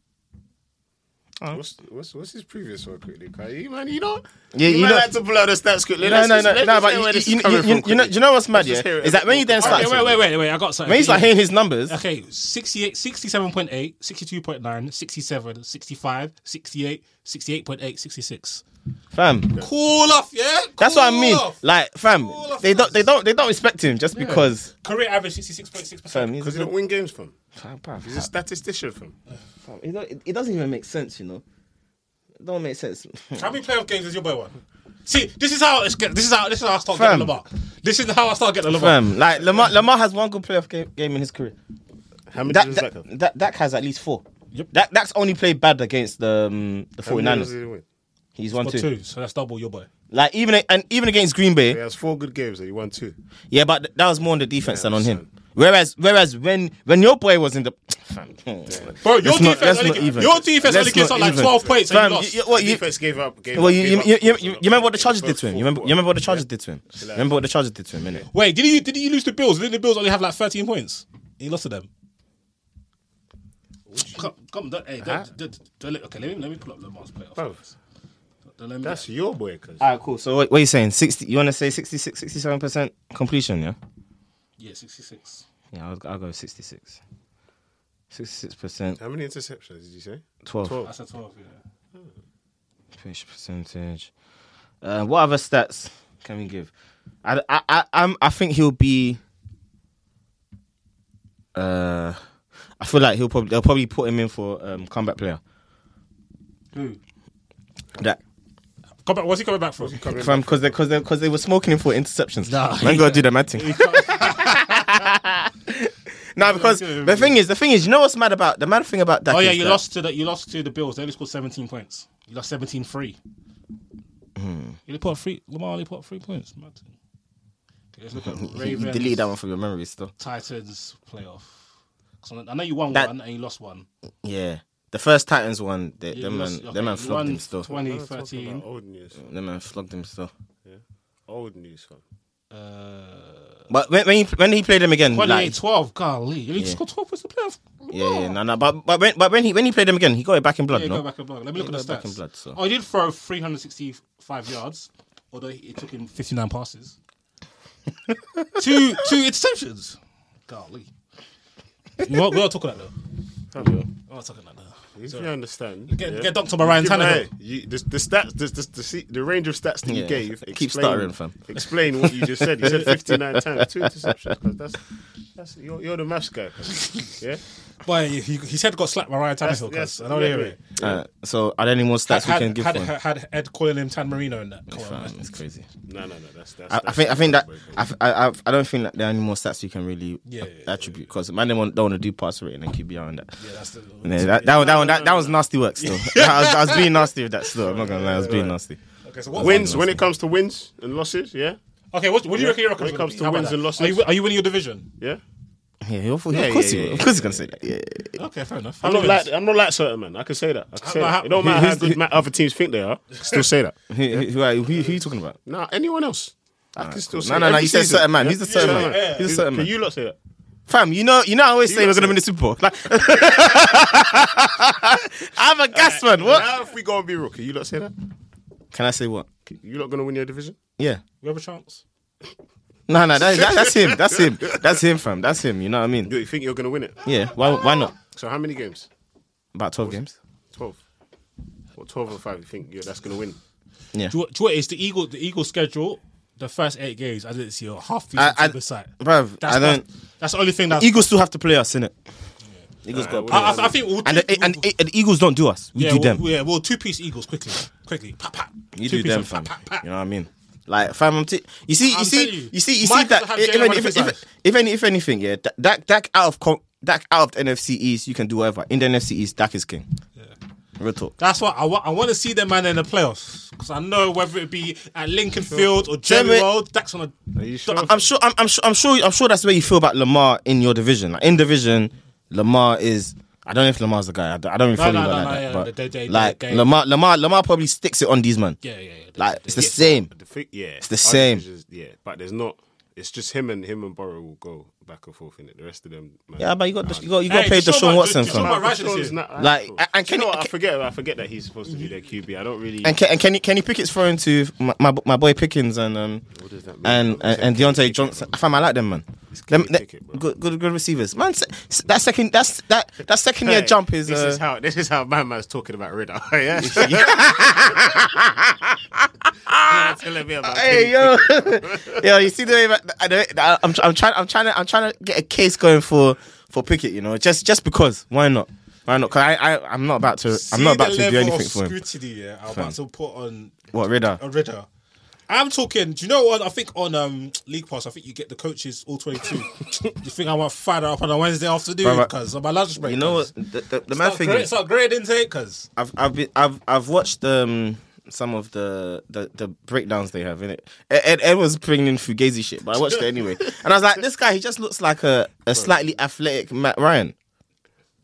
Speaker 5: What's, what's what's his previous one quickly? Kai? You man, you know,
Speaker 7: Yeah, you
Speaker 5: you, might
Speaker 7: know-
Speaker 5: like to blow the stats quickly.
Speaker 7: No,
Speaker 5: Let's
Speaker 7: no,
Speaker 5: just-
Speaker 7: no,
Speaker 5: let's just hear where
Speaker 7: no. But
Speaker 5: this is
Speaker 7: you, you,
Speaker 5: coming
Speaker 7: you, you,
Speaker 5: from
Speaker 7: you know,
Speaker 5: quickly.
Speaker 7: do you know what's mad?
Speaker 5: Let's just
Speaker 7: Yeah,
Speaker 5: hear it.
Speaker 7: is that when you then start
Speaker 6: Okay, wait, wait, wait, wait. I got something.
Speaker 7: when you start
Speaker 6: Yeah.
Speaker 7: hearing his numbers,
Speaker 6: Okay, 68, 67.8, 62.9, 67, 65, 68, 68.8, 66.
Speaker 7: fam.
Speaker 6: Cool off, yeah?
Speaker 7: That's what I
Speaker 6: Cool
Speaker 7: mean.
Speaker 6: off.
Speaker 7: Like, fam,
Speaker 6: Cool off,
Speaker 7: they don't, they
Speaker 6: guys.
Speaker 7: don't, they don't respect him just because,
Speaker 6: Career average 66.6%.
Speaker 7: fam. He's,
Speaker 5: because you don't win games from.
Speaker 7: fam, bruv,
Speaker 5: He's a statistician from.
Speaker 7: fam, it, don't, it doesn't even make sense, you know. It don't make sense.
Speaker 6: How many playoff games has your boy won? See, this is how it's get, this is how this is how I start
Speaker 7: Fam.
Speaker 6: getting Lamar. This is how I start getting Lamar.
Speaker 7: fam, like Lamar, Lamar has one good playoff game, game in his career.
Speaker 5: How many
Speaker 7: That,
Speaker 5: does
Speaker 7: that,
Speaker 5: that have?
Speaker 7: that, Dak has at least four.
Speaker 6: Yep.
Speaker 7: That that's only played bad against the um, the
Speaker 5: How many does
Speaker 7: 49ers.
Speaker 5: he win?
Speaker 7: He's won
Speaker 6: Or
Speaker 7: two.
Speaker 6: two, so that's double your boy.
Speaker 7: Like even and even against Green Bay,
Speaker 5: He has four good games and he won two.
Speaker 7: Yeah, but th- that was more on the defense
Speaker 5: Yeah,
Speaker 7: than on him.
Speaker 5: so-
Speaker 7: Whereas, whereas when when your boy was in the,
Speaker 6: Bro, your
Speaker 7: Let's not-
Speaker 6: defense,
Speaker 7: let's
Speaker 6: only,
Speaker 7: not
Speaker 6: gi-
Speaker 7: even.
Speaker 6: your defense
Speaker 7: Let's
Speaker 6: only gives
Speaker 7: not
Speaker 6: up like
Speaker 7: even.
Speaker 6: 12 points and
Speaker 7: Fam,
Speaker 6: you lost.
Speaker 7: you- what
Speaker 5: The
Speaker 7: you-
Speaker 5: defense gave up. Gave
Speaker 7: well,
Speaker 5: up,
Speaker 7: you,
Speaker 5: gave
Speaker 7: you,
Speaker 5: up
Speaker 7: you, you,
Speaker 5: four,
Speaker 7: you
Speaker 5: four,
Speaker 7: remember what the
Speaker 5: four,
Speaker 7: Chargers
Speaker 5: four,
Speaker 7: did to him?
Speaker 5: four,
Speaker 7: You remember,
Speaker 5: four.
Speaker 7: you remember what the Chargers did to him?
Speaker 5: out.
Speaker 7: Remember what the Chargers did to him, innit?
Speaker 6: Wait, did you did you lose to Bills? Didn't the Bills only have like 13 points? He lost to them. Come, come, don't, hey,
Speaker 5: Huh?
Speaker 6: don't, don't, don't, let- okay, let me, let me pull up Lamar's playoff.
Speaker 5: Bro,
Speaker 6: Don't let me-
Speaker 5: that's your boy, cause
Speaker 7: All right, cool. So what, what are you saying? 60, you want to say 66, 67% completion, yeah?
Speaker 6: yeah, 66.
Speaker 7: Yeah, I'll, I'll go 66. 66%
Speaker 5: how many interceptions did you say?
Speaker 7: 12.
Speaker 5: Twelve.
Speaker 6: That's a 12, yeah.
Speaker 7: Finish percentage. Uh, what other stats can we give? I, I, I, I'm, I think he'll be. Uh, I feel like he'll probably they'll probably put him in for um, comeback player.
Speaker 6: Who?
Speaker 7: That
Speaker 6: Come back, what's he coming back from?
Speaker 7: from because they because they because they were smoking him for interceptions. Nah, man, gotta do that mad thing. nah, because the thing is, the thing is, you know what's mad about the mad thing about that?
Speaker 6: Oh yeah,
Speaker 7: is
Speaker 6: you
Speaker 7: that-
Speaker 6: lost to the you lost to the Bills. They only scored 17 points. You lost 17 free.
Speaker 7: Hmm.
Speaker 6: You only put up three. Lamar only put up three points. Mad thing. Okay, let's look at
Speaker 7: You
Speaker 6: Ravens,
Speaker 7: delete that one from your memory still.
Speaker 6: Titans playoff. 'Cause I know you won
Speaker 7: That-
Speaker 6: one and you lost one.
Speaker 7: Yeah, the first Titans one, they,
Speaker 6: You
Speaker 7: them man,
Speaker 6: lost- okay,
Speaker 7: them man
Speaker 6: you
Speaker 7: flogged
Speaker 6: won
Speaker 7: him still.
Speaker 6: 20,
Speaker 5: Talking
Speaker 6: 13.
Speaker 5: about Old news.
Speaker 7: Them man flogged him still.
Speaker 5: Old news, fam.
Speaker 6: Uh,
Speaker 7: But when when he, when he played him again,
Speaker 6: 28,
Speaker 7: like,
Speaker 6: 12. Golly, you
Speaker 7: Yeah.
Speaker 6: scored 12 points in the playoff.
Speaker 7: yeah, yeah, no, no. But but when but when he when he played him again, he got it back in blood.
Speaker 6: Yeah,
Speaker 7: no?
Speaker 6: go back and blood. Let me
Speaker 7: Yeah,
Speaker 6: look at
Speaker 7: go
Speaker 6: the
Speaker 7: back in
Speaker 6: stats.
Speaker 7: blood, so.
Speaker 6: Oh, he did throw 365 yards, although it took him 59 passes. two two interceptions. Golly. We are we are talking like that. We are talking like that.
Speaker 5: If you understand,
Speaker 6: Get,
Speaker 5: yeah.
Speaker 6: get docked on by Ryan
Speaker 5: Give-
Speaker 6: Tannehill.
Speaker 5: hey, you, the, the stats, the, the, the, se- the range of stats that
Speaker 7: Yeah.
Speaker 5: you gave.
Speaker 7: Keep stuttering, fam.
Speaker 5: Explain what you just said. You said 59 times, two interceptions. Cause that's that's you're, you're the maths guy. 'cause- Yeah,
Speaker 6: But he, he, he said got slapped by Ryan
Speaker 5: That's-
Speaker 6: Tannehill.
Speaker 5: that's-
Speaker 6: Cause I don't
Speaker 5: yeah,
Speaker 6: hear
Speaker 5: yeah.
Speaker 6: it.
Speaker 7: Alright, Uh, so are there any more stats we
Speaker 6: had,
Speaker 7: can give
Speaker 6: had,
Speaker 7: for him?
Speaker 6: had Ed calling him Tan Marino in that. Come on,
Speaker 7: Fam,
Speaker 6: man.
Speaker 7: It's crazy.
Speaker 5: No, no, no. That's that's.
Speaker 7: I, I
Speaker 5: that's
Speaker 7: think I think that
Speaker 5: heartbreaking.
Speaker 7: I, f- I, I've- I don't think that there are any more stats you can really
Speaker 6: Yeah, yeah, yeah,
Speaker 7: attribute because man they want, don't want to do pass rating and QBR and that.
Speaker 6: Yeah, that's the.
Speaker 7: Yeah, that, that, one- that, one, that, that was nasty work still. I, was, I was being nasty with that still. I'm not gonna lie, I was being nasty.
Speaker 6: Okay, so what
Speaker 5: wins when it comes to wins and losses. Yeah,
Speaker 6: Okay, what, what do you
Speaker 5: Yeah.
Speaker 6: reckon your record's
Speaker 5: When it
Speaker 6: gonna
Speaker 5: comes
Speaker 6: be?
Speaker 5: to
Speaker 6: How about
Speaker 5: wins
Speaker 6: that?
Speaker 5: and losses.
Speaker 6: Are you, are you winning your division?
Speaker 5: yeah.
Speaker 7: Yeah, he'll, he'll,
Speaker 5: Yeah,
Speaker 7: of course
Speaker 5: yeah,
Speaker 7: he will.
Speaker 5: yeah,
Speaker 7: Of course he's gonna say that. Yeah,
Speaker 6: Okay, fair enough.
Speaker 5: I'm
Speaker 6: Fair
Speaker 5: not like
Speaker 6: enough.
Speaker 5: I'm not like certain man. I can say that. I can say
Speaker 6: But
Speaker 5: that.
Speaker 6: how-
Speaker 5: It don't matter how
Speaker 7: who's-
Speaker 5: good ma- other teams think they are. Still say that.
Speaker 7: Who, who, who, who, are you talking about?
Speaker 5: Nah, anyone else. I can still say
Speaker 7: No, no, no.
Speaker 5: every
Speaker 7: You said
Speaker 5: season.
Speaker 7: certain man. He's the certain
Speaker 5: Yeah,
Speaker 7: man. He's the certain
Speaker 5: Can
Speaker 7: man.
Speaker 5: you lot say that?
Speaker 7: Fam, you know, you know. I always say
Speaker 5: You
Speaker 7: we're gonna
Speaker 5: lot
Speaker 7: win the Super Bowl. Like, I'm a gas man. What?
Speaker 5: Now if we go and be real, can you lot say that?
Speaker 7: Can I say what?
Speaker 5: You lot gonna win your division?
Speaker 7: Yeah.
Speaker 6: We have a chance.
Speaker 7: No, no. That, that, that's him. That's him. That's him, fam. That's him. You know what I mean?
Speaker 5: You think you're gonna win it?
Speaker 7: Yeah. Why? Why not?
Speaker 5: So how many games?
Speaker 7: About twelve games.
Speaker 5: Twelve. What twelve or five? You think yeah, that's gonna win?
Speaker 7: Yeah.
Speaker 6: Do you, do you know what it is? the Eagle the Eagle schedule? The first eight games, I didn't see a half
Speaker 7: I-
Speaker 6: season
Speaker 7: I-
Speaker 6: to the side.
Speaker 7: bruv,
Speaker 6: That's,
Speaker 7: I don't.
Speaker 6: That's, that's the only thing that
Speaker 7: Eagles still have to play us, innit? Eagles got to play
Speaker 6: I,
Speaker 7: us.
Speaker 6: I, I think. We'll
Speaker 7: And the, and,
Speaker 6: we'll-
Speaker 7: and the Eagles don't do us.
Speaker 6: Uh,
Speaker 7: We
Speaker 6: yeah,
Speaker 7: do
Speaker 6: we'll,
Speaker 7: them.
Speaker 6: Yeah, well, two piece Eagles quickly, quickly. Pap, pap.
Speaker 7: You
Speaker 6: Two
Speaker 7: do
Speaker 6: piece
Speaker 7: them,
Speaker 6: of
Speaker 7: fam.
Speaker 6: pap, pap, pap.
Speaker 7: You know what I mean? Like, fam, I'm t- you see, you
Speaker 6: I'm
Speaker 7: see,
Speaker 6: telling you.
Speaker 7: you, see, you see
Speaker 6: Mike
Speaker 7: that.
Speaker 6: doesn't have
Speaker 7: If, if,
Speaker 6: Jalen
Speaker 7: any- if,
Speaker 6: Ramsey.
Speaker 7: if, if any, if anything, yeah, Dak- Dak, Dak out of com- Dak out of the NFC East, you can do whatever. In the NFC East, Dak is king. Real talk.
Speaker 6: That's what I want. I want to see them man in the playoffs because I know whether it be at Lincoln Field or
Speaker 7: Jimmy-
Speaker 6: Jerry World, that's on a.
Speaker 5: Are you sure?
Speaker 7: I'm sure. I'm, I'm sure. I'm sure. I'm sure that's where you feel about Lamar in your division. Like, in division, Lamar is. I don't know if Lamar's the guy. I don't, I don't really
Speaker 6: No,
Speaker 7: feel
Speaker 6: no,
Speaker 7: him
Speaker 6: no,
Speaker 7: like
Speaker 6: no,
Speaker 7: that.
Speaker 6: yeah,
Speaker 7: but
Speaker 6: they- they- they-
Speaker 7: like
Speaker 6: they-
Speaker 7: Lamar, Lamar, Lamar probably sticks it on these man.
Speaker 6: Yeah, yeah, yeah.
Speaker 7: Like it's the same.
Speaker 5: The thing, yeah,
Speaker 7: It's the same.
Speaker 5: yeah, but there's not. It's just him and him and Burrow will go back and forth in it. The rest of them, man,
Speaker 7: Yeah, but you got
Speaker 5: nah,
Speaker 7: the, you got you got to play
Speaker 6: Deshaun
Speaker 7: Deshaun
Speaker 6: Wa-
Speaker 7: Watson
Speaker 6: Deshaun
Speaker 7: from.
Speaker 6: Wa- Rashid
Speaker 5: Deshaun
Speaker 6: is
Speaker 5: is not
Speaker 7: Like,
Speaker 5: cool.
Speaker 7: and- and
Speaker 5: Do you
Speaker 7: can
Speaker 5: know
Speaker 7: you-
Speaker 5: what? I
Speaker 7: can-
Speaker 5: forget. I forget that he's supposed to be their QB. I don't really.
Speaker 7: And can, and Kenny Kenny Pickett's thrown to my, my my boy Pickens and um
Speaker 5: does that mean?
Speaker 7: and, and and Deontay Johnson. I fam, I like them man.
Speaker 5: Kenny
Speaker 7: Them, them-
Speaker 5: Pickett, bro.
Speaker 7: good good good receivers. Man, se- se- that second that's that that second year
Speaker 5: Hey,
Speaker 7: jump is.
Speaker 5: This
Speaker 7: uh,
Speaker 5: is how this is how my man's talking about Riddle. yeah, Yeah, telling me about
Speaker 7: Hey
Speaker 5: Kenny
Speaker 7: yo, yo! You see the way that I don't- I- I'm, I'm trying, I'm trying to, I'm trying to get a case going for for Pickett. You know, just just because why not? Why not? Because I, I, I'm not about to, I'm
Speaker 6: See
Speaker 7: not about
Speaker 6: the
Speaker 7: to do
Speaker 6: level
Speaker 7: anything
Speaker 6: of
Speaker 7: for him.
Speaker 6: scrutiny, yeah, I'm about to put on
Speaker 7: What radar?
Speaker 6: on Ritter. I'm talking. Do you know what? I think on um, League Pass, I think you get the coaches all 22. you think I want Friday up on a Wednesday afternoon
Speaker 7: Brother,
Speaker 6: because of my lunch break?
Speaker 7: You know what?
Speaker 6: 'cause
Speaker 7: The, the, the
Speaker 6: It's
Speaker 7: mad
Speaker 6: not
Speaker 7: thing
Speaker 6: great,
Speaker 7: is,
Speaker 6: it's not great intake because
Speaker 7: I've I've been I've I've watched um some of the the, the breakdowns they have in it. Ed, Ed was bringing in fugazi shit, but I watched it anyway, and I was like, this guy he just looks like a, a slightly athletic Matt Ryan.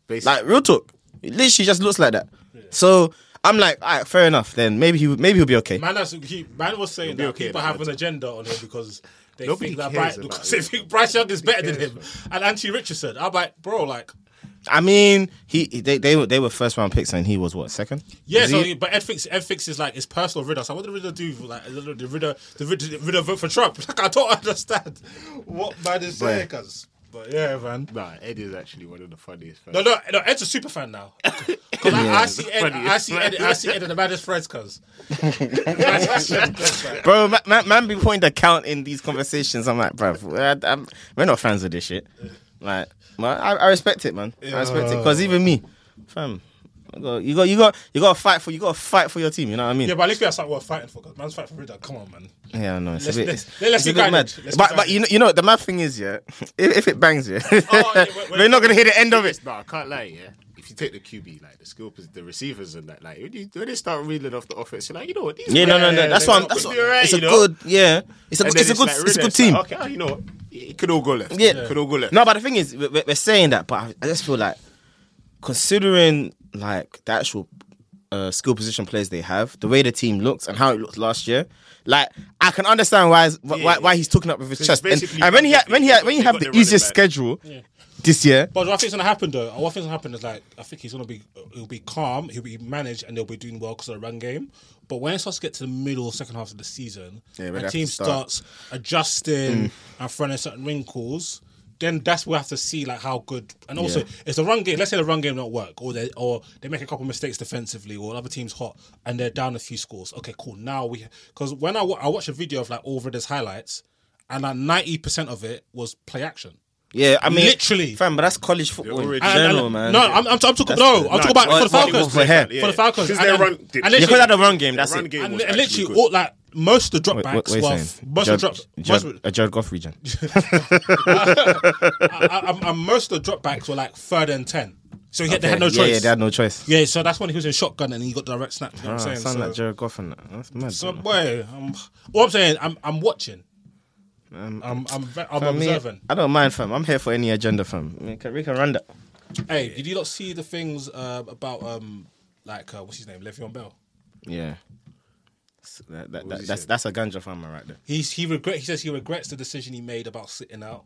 Speaker 5: Pickett.
Speaker 7: Like real talk, it literally just looks like that. So I'm like, all right, fair enough. Then maybe he maybe he'll be okay.
Speaker 6: man, has, he, man was saying that
Speaker 5: It'll be okay
Speaker 6: people
Speaker 5: that
Speaker 6: have an agenda on him because they
Speaker 5: Nobody
Speaker 6: think that
Speaker 5: cares
Speaker 6: Bryce,
Speaker 5: about
Speaker 6: because
Speaker 5: it.
Speaker 6: they think Bryce Young is better than him and Anthony Richardson. I'm like, bro, like,
Speaker 7: I mean, he they they were they were first round picks and he was what second?
Speaker 6: yeah.
Speaker 7: Was
Speaker 6: So,
Speaker 7: he-
Speaker 6: but Ed Fix, Ed Fix is like it's personal Ritter. So what did Ritter do? Like the Ritter, the Ritter, the Ritter vote for Trump. Like I don't understand what man is saying, cause. But yeah, man.
Speaker 5: Nah, Ed is actually one of the funniest.
Speaker 6: No,
Speaker 5: fans.
Speaker 6: no, no. Ed's a super fan now. 'Cause I, I see Ed, I see Ed, I see Ed and the maddest friends, cause.
Speaker 7: Bro, ma- ma- man, be pointing the count in these conversations. I'm like, bro, we're not fans of this shit. Like, man, I, I respect it, man. I respect it because even me, fam, I got- you got, you got, you got to fight for, you got to fight for your team. You know what I mean?
Speaker 6: Yeah, but at least we have something worth fighting for. Cause man's fighting for Ritter. Come on, man.
Speaker 7: Yeah, I know. It's
Speaker 6: Let's-
Speaker 7: a bit,
Speaker 6: let's- let's
Speaker 7: it's a
Speaker 6: be
Speaker 7: bit
Speaker 6: guided.
Speaker 7: mad.
Speaker 6: Let's be
Speaker 7: but but
Speaker 6: guided.
Speaker 7: you know, you know, what the mad thing is, yeah, if, if it bangs, yeah,
Speaker 6: yeah, wait, wait.
Speaker 7: we're not gonna hear the end of it.
Speaker 5: It's- Nah, I can't lie. Yeah, if you take the QB, like the skill, pos- the receivers, and that, like when, you, when they start reeling off the offense, you're like, you know what? These
Speaker 7: Yeah, no, no, no.
Speaker 5: guys-
Speaker 7: That's
Speaker 5: they're
Speaker 7: what. I'm,
Speaker 5: not
Speaker 7: that's
Speaker 5: gonna
Speaker 7: what
Speaker 5: be alright,
Speaker 7: it's a
Speaker 5: you know?
Speaker 7: good. Yeah, it's a
Speaker 5: And
Speaker 7: good.
Speaker 5: then
Speaker 7: It's a good.
Speaker 5: like,
Speaker 7: It's a
Speaker 5: really,
Speaker 7: good team.
Speaker 5: like, okay, oh, you know, what? it could all go left.
Speaker 7: Yeah.
Speaker 5: it could all go left.
Speaker 7: No, but the thing is, we- we- we're saying that, but I- I just feel like considering like the actual uh, skill position players they have, the way the team looks, and how it looked last year, like I can understand why why,
Speaker 5: Yeah,
Speaker 7: why,
Speaker 5: yeah.
Speaker 7: why he's talking up with his
Speaker 5: So it's
Speaker 7: chest. And,
Speaker 5: basically
Speaker 7: and when he ha- when he ha- when you
Speaker 5: they've
Speaker 7: have
Speaker 5: got
Speaker 7: the
Speaker 5: their
Speaker 7: easiest
Speaker 5: running back.
Speaker 7: schedule, this year.
Speaker 6: But what I think's gonna happen though, what I think's gonna happen is like I think he's gonna be he'll be calm, he'll be managed, and they'll be doing well because of the run game. But when it starts to get to the middle second half of the season,
Speaker 7: Yeah, we'd
Speaker 6: and
Speaker 7: have to
Speaker 6: team
Speaker 7: start. Mm.
Speaker 6: starts adjusting and throwing in certain wrinkles, then that's where we have to see like how good. And also,
Speaker 7: Yeah.
Speaker 6: it's the run game. Let's say the run game don't work, or they or they make a couple mistakes defensively, or other team's hot and they're down a few scores. Okay, cool. Now we because when I wa- I watched a video of like all Ridder's highlights, and like ninety percent of it was play action.
Speaker 7: Yeah, I mean,
Speaker 6: Literally.
Speaker 7: fam. But that's college football in
Speaker 5: already-
Speaker 6: And- and-
Speaker 7: general, man.
Speaker 6: No, I'm, I'm, I'm talking.
Speaker 7: That's
Speaker 6: no,
Speaker 7: the-
Speaker 6: I'm talking
Speaker 5: Nah,
Speaker 6: about for the
Speaker 7: well, well,
Speaker 6: Falcons.
Speaker 7: well, yeah.
Speaker 6: For the Falcons,
Speaker 5: Because
Speaker 6: and
Speaker 5: their
Speaker 6: then-
Speaker 5: run, did-
Speaker 6: and
Speaker 7: yeah,
Speaker 6: literally-
Speaker 7: because of the run game.
Speaker 5: the
Speaker 7: That's
Speaker 5: run
Speaker 7: it.
Speaker 5: game
Speaker 6: and
Speaker 5: was
Speaker 6: and
Speaker 5: actually
Speaker 6: literally,
Speaker 5: good.
Speaker 6: all, like most of the dropbacks
Speaker 7: What, what are you
Speaker 6: were
Speaker 7: saying?
Speaker 6: f- most of the uh,
Speaker 7: Jared-
Speaker 6: drop, most,
Speaker 7: Jared- a Jared Goff region.
Speaker 6: I, I, I, um, most of the dropbacks were like third and ten. So he had, they had no
Speaker 7: Yeah,
Speaker 6: choice.
Speaker 7: Yeah, they had no choice.
Speaker 6: Yeah, so that's when he was in shotgun and he got direct snaps. You know
Speaker 7: Ah,
Speaker 6: what I'm saying?
Speaker 7: sound
Speaker 6: so,
Speaker 7: like Jared Goff and that. That's mad.
Speaker 6: so,
Speaker 7: you know.
Speaker 6: boy, I'm, what I'm saying, I'm, I'm watching. I'm, I'm, ve- I'm
Speaker 7: Fam, Um, me-
Speaker 6: observing.
Speaker 7: I don't mind, fam. I'm here for any agenda, fam. We can, we can run that.
Speaker 6: Hey, did you not see the things uh, about um, like uh, what's his name, Le'Veon Bell?
Speaker 7: Yeah. S- That, that, that, that's that's a ganja farmer right there.
Speaker 6: He's he regret he says he regrets the decision he made about sitting out.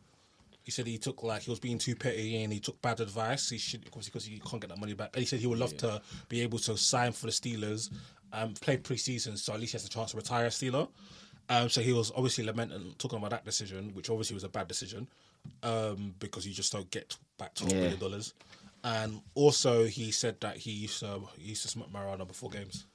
Speaker 6: He said he took like he was being too petty and he took bad advice. He should because because he can't get that money back. And he said he would love to be able to sign for the Steelers and play preseason, so at least he has a chance to retire a Steeler. Um, so he was obviously lamenting talking about that decision, which obviously was a bad decision um, because you just don't get back to
Speaker 7: Yeah.
Speaker 6: dollars. And also he said that he used to he used to smoke marijuana before games.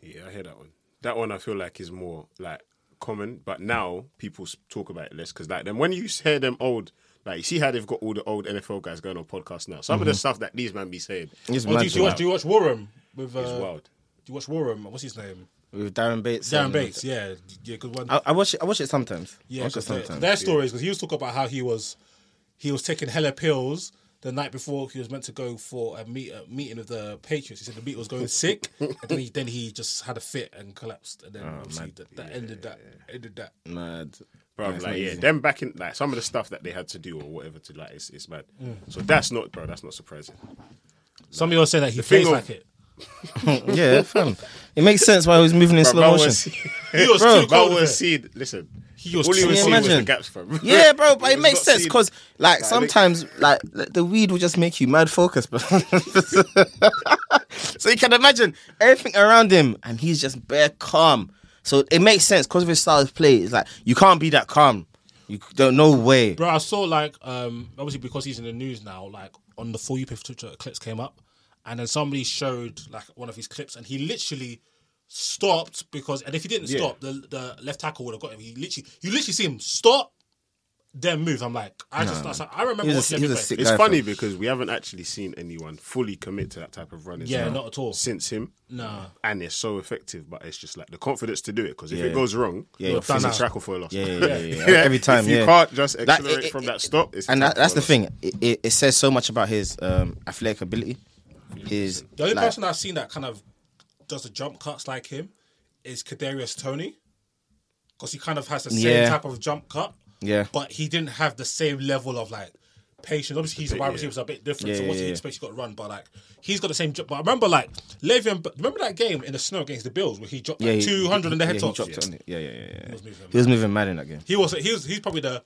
Speaker 5: Yeah, I hear that one. That one I feel like is more like common, but now people s- talk about it less because like then when you s- hear them old, like you see how they've got all the old NFL guys going on podcasts now. Some of the stuff that these man be saying
Speaker 7: Mm-hmm. It's
Speaker 6: Oh, do, you,
Speaker 7: mad.
Speaker 6: do you watch do
Speaker 7: you
Speaker 6: you watch Warham with uh,
Speaker 5: is wild.
Speaker 6: Do you watch Warham? What's his name?
Speaker 7: With Darren Bates.
Speaker 6: Darren
Speaker 7: and-
Speaker 6: Bates, yeah, yeah, because one,
Speaker 7: I, I watch it. I watch it sometimes. I
Speaker 6: yeah,
Speaker 7: watch it
Speaker 6: 'cause their-
Speaker 7: sometimes.
Speaker 6: their stories because he was talking about how he was, he was taking hella pills the night before he was meant to go for a meet a meeting with the Patriots. He said the meet was going sick, and then he then he just had a fit and collapsed, and then
Speaker 5: Oh,
Speaker 6: obviously that, that ended that ended that.
Speaker 7: Mad.
Speaker 5: Bro,
Speaker 7: Yeah, it's
Speaker 5: like
Speaker 7: not
Speaker 5: yeah,
Speaker 7: easy.
Speaker 5: them back in like some of the stuff that they had to do or whatever to like it's, it's mad.
Speaker 7: Mm.
Speaker 5: So that's not bro, that's not surprising.
Speaker 6: Some of you are saying that he
Speaker 5: thing
Speaker 6: plays
Speaker 5: of-
Speaker 6: like it.
Speaker 7: yeah, fam. It makes sense why he was moving in
Speaker 5: Bro,
Speaker 7: slow
Speaker 5: Bro,
Speaker 7: motion.
Speaker 5: was seen-
Speaker 6: He was
Speaker 7: Bro,
Speaker 6: too
Speaker 5: Bro,
Speaker 6: cold. with
Speaker 5: was
Speaker 6: it.
Speaker 5: seen. Listen,
Speaker 6: He was
Speaker 5: all he
Speaker 6: too-
Speaker 5: was
Speaker 6: Can
Speaker 5: seeing
Speaker 6: you
Speaker 5: was the
Speaker 7: imagine?
Speaker 5: gaps, bro.
Speaker 7: Yeah, bro, but
Speaker 5: He
Speaker 7: it
Speaker 5: was
Speaker 7: makes
Speaker 5: not
Speaker 7: sense
Speaker 5: seeing-
Speaker 7: because like
Speaker 5: Like,
Speaker 7: sometimes like the the weed will just make you mad focused, bro. so you can imagine everything around him, and he's just bare calm. So it makes sense because of his style of play. It's like you can't be that calm. You c- don't. No way.
Speaker 6: Bro, I saw like um obviously because he's in the news now, like on the for you page Twitter clips came up, and then somebody showed like one of his clips, and he literally stopped because, and if he didn't stop, the the left tackle would have got him. He literally, you literally see him stop, then move. I'm like, I just, that's- I remember
Speaker 7: He's a-
Speaker 6: watching
Speaker 7: he's a
Speaker 6: him play.
Speaker 7: sick-
Speaker 5: It's
Speaker 7: guy,
Speaker 5: funny
Speaker 7: fam.
Speaker 5: because we haven't actually seen anyone fully commit to that type of running.
Speaker 6: Yeah,
Speaker 5: style
Speaker 6: not at all.
Speaker 5: Since him.
Speaker 6: Nah.
Speaker 5: And it's so effective, but it's just like the confidence to do it because if
Speaker 7: Yeah.
Speaker 5: it goes wrong,
Speaker 7: Yeah,
Speaker 5: you're
Speaker 7: you're
Speaker 5: it's a
Speaker 6: done
Speaker 5: tackle for a loss.
Speaker 7: Yeah, yeah, yeah, yeah. Every time,
Speaker 5: If you
Speaker 7: yeah.
Speaker 5: can't just accelerate
Speaker 7: it- it-
Speaker 5: from
Speaker 7: it-
Speaker 5: that stop, it's a
Speaker 7: and that,
Speaker 5: tackle
Speaker 7: that's
Speaker 5: for a
Speaker 7: the
Speaker 5: loss.
Speaker 7: thing. It, it, it says so much about his um, athletic ability. His
Speaker 6: The only
Speaker 7: like,
Speaker 6: person I've seen that kind of does the jump cuts like him is Kadarius Tony, because he kind of has the same
Speaker 7: Yeah.
Speaker 6: type of jump cut.
Speaker 7: Yeah.
Speaker 6: but he didn't have the same level of like patience. Obviously, he's a wide receiver, so a bit different.
Speaker 7: Yeah,
Speaker 6: so
Speaker 7: yeah,
Speaker 6: what
Speaker 7: yeah.
Speaker 6: he expects, you got to run. But like, he's got the same jump. But I remember like Le'Veon. Remember that game in the snow against the Bills where he dropped
Speaker 7: yeah,
Speaker 6: like,
Speaker 7: he-
Speaker 6: two hundred in the
Speaker 7: yeah,
Speaker 6: head
Speaker 7: he
Speaker 6: toss?
Speaker 7: dropped it
Speaker 6: Yeah.
Speaker 7: on it. Yeah, yeah, yeah, yeah. He was
Speaker 6: moving
Speaker 7: moving, mad in that game.
Speaker 6: He was he was he's probably the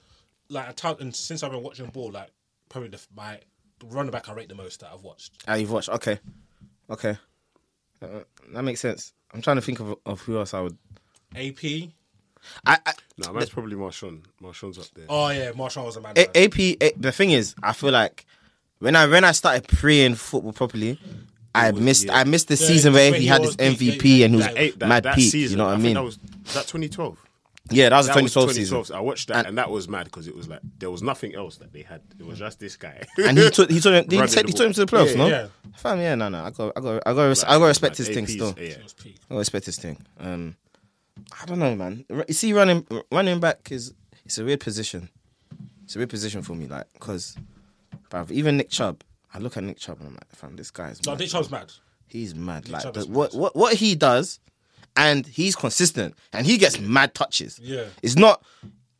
Speaker 6: like a talent, and since I've been watching ball, like probably the my running back I rate the most that I've watched.
Speaker 7: Ah, you've watched. Okay, okay, Uh, that makes sense. I'm trying to think of, of who else I would.
Speaker 6: AP.
Speaker 7: I, I
Speaker 5: No, man's probably Marshawn. Marshawn's up there.
Speaker 6: Oh yeah, Marshawn was a man.
Speaker 7: A- AP. A- the thing is, I feel like when I when I started praying football properly, I missed I missed the
Speaker 6: Yeah,
Speaker 7: season
Speaker 6: when
Speaker 7: where
Speaker 6: he
Speaker 7: he had
Speaker 6: was
Speaker 7: his
Speaker 6: big, yeah,
Speaker 7: MVP
Speaker 6: yeah.
Speaker 7: and he was
Speaker 6: That
Speaker 5: Eight- that,
Speaker 7: mad
Speaker 5: that
Speaker 7: peak.
Speaker 5: season,
Speaker 7: you know what I
Speaker 5: think
Speaker 7: mean?
Speaker 5: That was was that 2012.
Speaker 7: yeah, that was the
Speaker 5: That
Speaker 7: 2012
Speaker 5: was
Speaker 7: season,
Speaker 5: 2012. I watched that,
Speaker 7: And-
Speaker 5: and, that was mad because it was like there was nothing else that they had. It was just this guy.
Speaker 7: and he took he took him, did he,
Speaker 5: Running
Speaker 7: take,
Speaker 5: the
Speaker 7: he
Speaker 5: ball.
Speaker 7: took him to the playoffs.
Speaker 5: Yeah,
Speaker 7: no,
Speaker 6: yeah.
Speaker 7: fam, yeah, no, no. I got I got I got res- I got respect his
Speaker 5: Like,
Speaker 7: thing
Speaker 5: AP's
Speaker 7: still.
Speaker 5: yeah.
Speaker 6: It was peak.
Speaker 7: I respect this thing. Um, I don't know, man. R- You see, running running back is it's a weird position. It's a weird position for me, like because, even Nick Chubb. I look at Nick Chubb and I'm like, fam, this guy's
Speaker 6: No,
Speaker 7: mad.
Speaker 6: Nick Chubb's mad.
Speaker 7: He's mad. like
Speaker 6: Chubb
Speaker 7: the,
Speaker 6: is
Speaker 7: what
Speaker 6: mad.
Speaker 7: what what he does, and he's consistent and he gets mad touches.
Speaker 6: Yeah.
Speaker 7: it's not